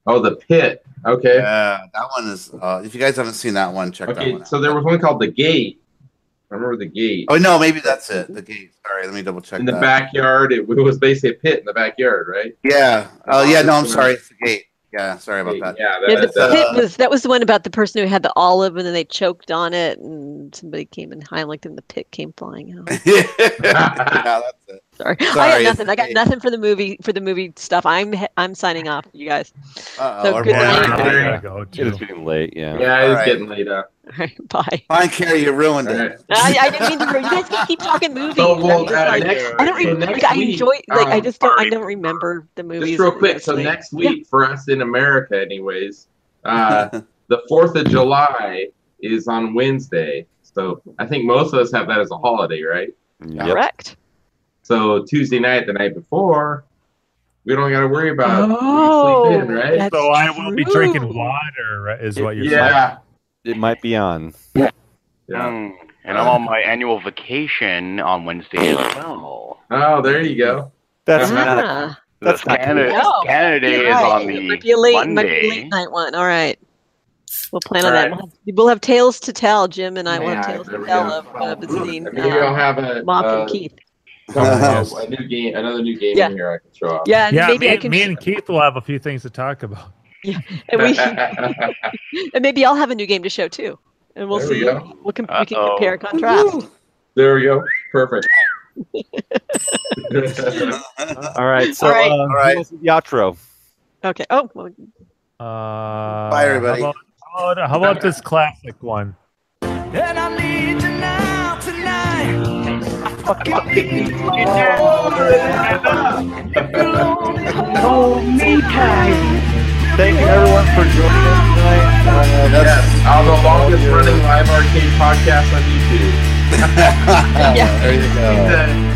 S6: Oh, the pit. Okay.
S3: Yeah, that one is. Uh, if you guys haven't seen that one, check that
S6: Okay.
S3: one out.
S6: So there was one called the gate. I remember the gate.
S3: Oh no, maybe that's it. The gate. Sorry, let me double check.
S6: in the
S3: that.
S6: backyard, it, it was basically a pit in the backyard, right?
S3: Yeah. Oh yeah. No, I'm sorry. It's the gate. Yeah. Sorry about that. *laughs*
S6: Yeah,
S1: Yeah, the
S6: that, that-
S3: uh,
S1: pit was that was the one about the person who had the olive and then they choked on it and somebody came and highlighted and the pit came flying
S3: *laughs*
S1: out.
S3: yeah, that's it.
S1: Sorry, I
S3: Sorry,
S1: got
S3: it's
S1: nothing. I got
S3: okay.
S1: nothing for the movie for the movie stuff. I'm he- I'm signing off, you guys. *laughs*
S3: Uh-oh,
S1: So
S3: we're
S1: good
S3: blind.
S1: night.
S5: there
S6: yeah.
S5: you go.
S2: It is
S5: Too.
S2: getting late. Yeah.
S6: yeah, it's
S3: Alright.
S6: getting late up.
S1: All right, bye.
S3: Fine, Carrie, you ruined
S6: All
S3: it.
S6: right.
S1: I, I didn't mean to. ruin- You guys can keep talking movies.
S6: So
S1: I'm
S6: we'll,
S1: so
S6: uh,
S1: sorry.
S6: next,
S1: I don't.
S6: so
S1: Re-
S6: next
S1: like, I
S6: week-
S1: enjoy. Like I
S6: um,
S1: just don't. I
S4: sorry.
S1: don't remember the movies.
S6: just real
S1: and
S6: quick. So
S1: everything.
S6: next week for us in
S1: *laughs*
S6: America, anyways, uh, the Fourth of July is on Wednesday. So I think most of us have that as a holiday, right?
S1: Yeah,
S2: Yep.
S1: correct.
S6: So Tuesday night, the night before, we don't got to worry about. it. We
S1: Oh,
S6: can sleep in, right?
S1: that's
S5: So I will be
S1: true.
S5: drinking water, right, is what you're saying.
S6: yeah,
S2: It might be on.
S6: yeah.
S4: Mm. And I'm on my annual vacation on Wednesday as well.
S6: Oh, there you go.
S2: That's
S6: Uh-huh.
S2: not.
S1: Ah,
S2: That's not
S4: Canada,
S1: No.
S4: Canada
S1: you're
S4: is
S1: right.
S4: on
S1: It
S4: the
S1: might be a late, might be a
S4: Monday.
S1: late night one. All right, we'll plan on
S6: All
S1: that.
S6: right.
S1: We'll have, we'll have tales to tell. Jim and I will have
S6: Yeah,
S1: tales
S6: there
S1: to
S6: we
S1: tell
S6: go.
S1: of uh, between
S6: Maybe
S1: uh,
S6: I'll have a,
S1: Mop
S6: uh,
S1: and Keith.
S6: couple- a new game, another new game
S1: Yeah.
S6: in here I can show off.
S1: Yeah, and
S5: Yeah,
S1: maybe
S5: me,
S1: I can.
S5: me and Keith will have a few things to talk about.
S1: and
S5: *laughs*
S1: we,
S6: *laughs*
S1: *laughs* and maybe I'll have a new game to show too, and we'll
S6: There we
S1: see.
S6: go.
S1: We'll com- we can
S4: Uh-oh.
S1: compare and contrast.
S6: there we go. Perfect.
S3: *laughs*
S2: All right. So
S1: All right.
S2: uh,
S3: All right.
S2: who else is the outro.
S1: Okay. Oh, well,
S5: Uh,
S3: Bye, everybody.
S5: How about, how about- how about this classic one?
S9: And I need you now tonight.
S2: Thank you everyone for joining us tonight. Uh,
S6: yes, I'm the longest running live arcade podcast on YouTube.
S1: Yeah.
S3: *laughs* There you go.
S6: He's a-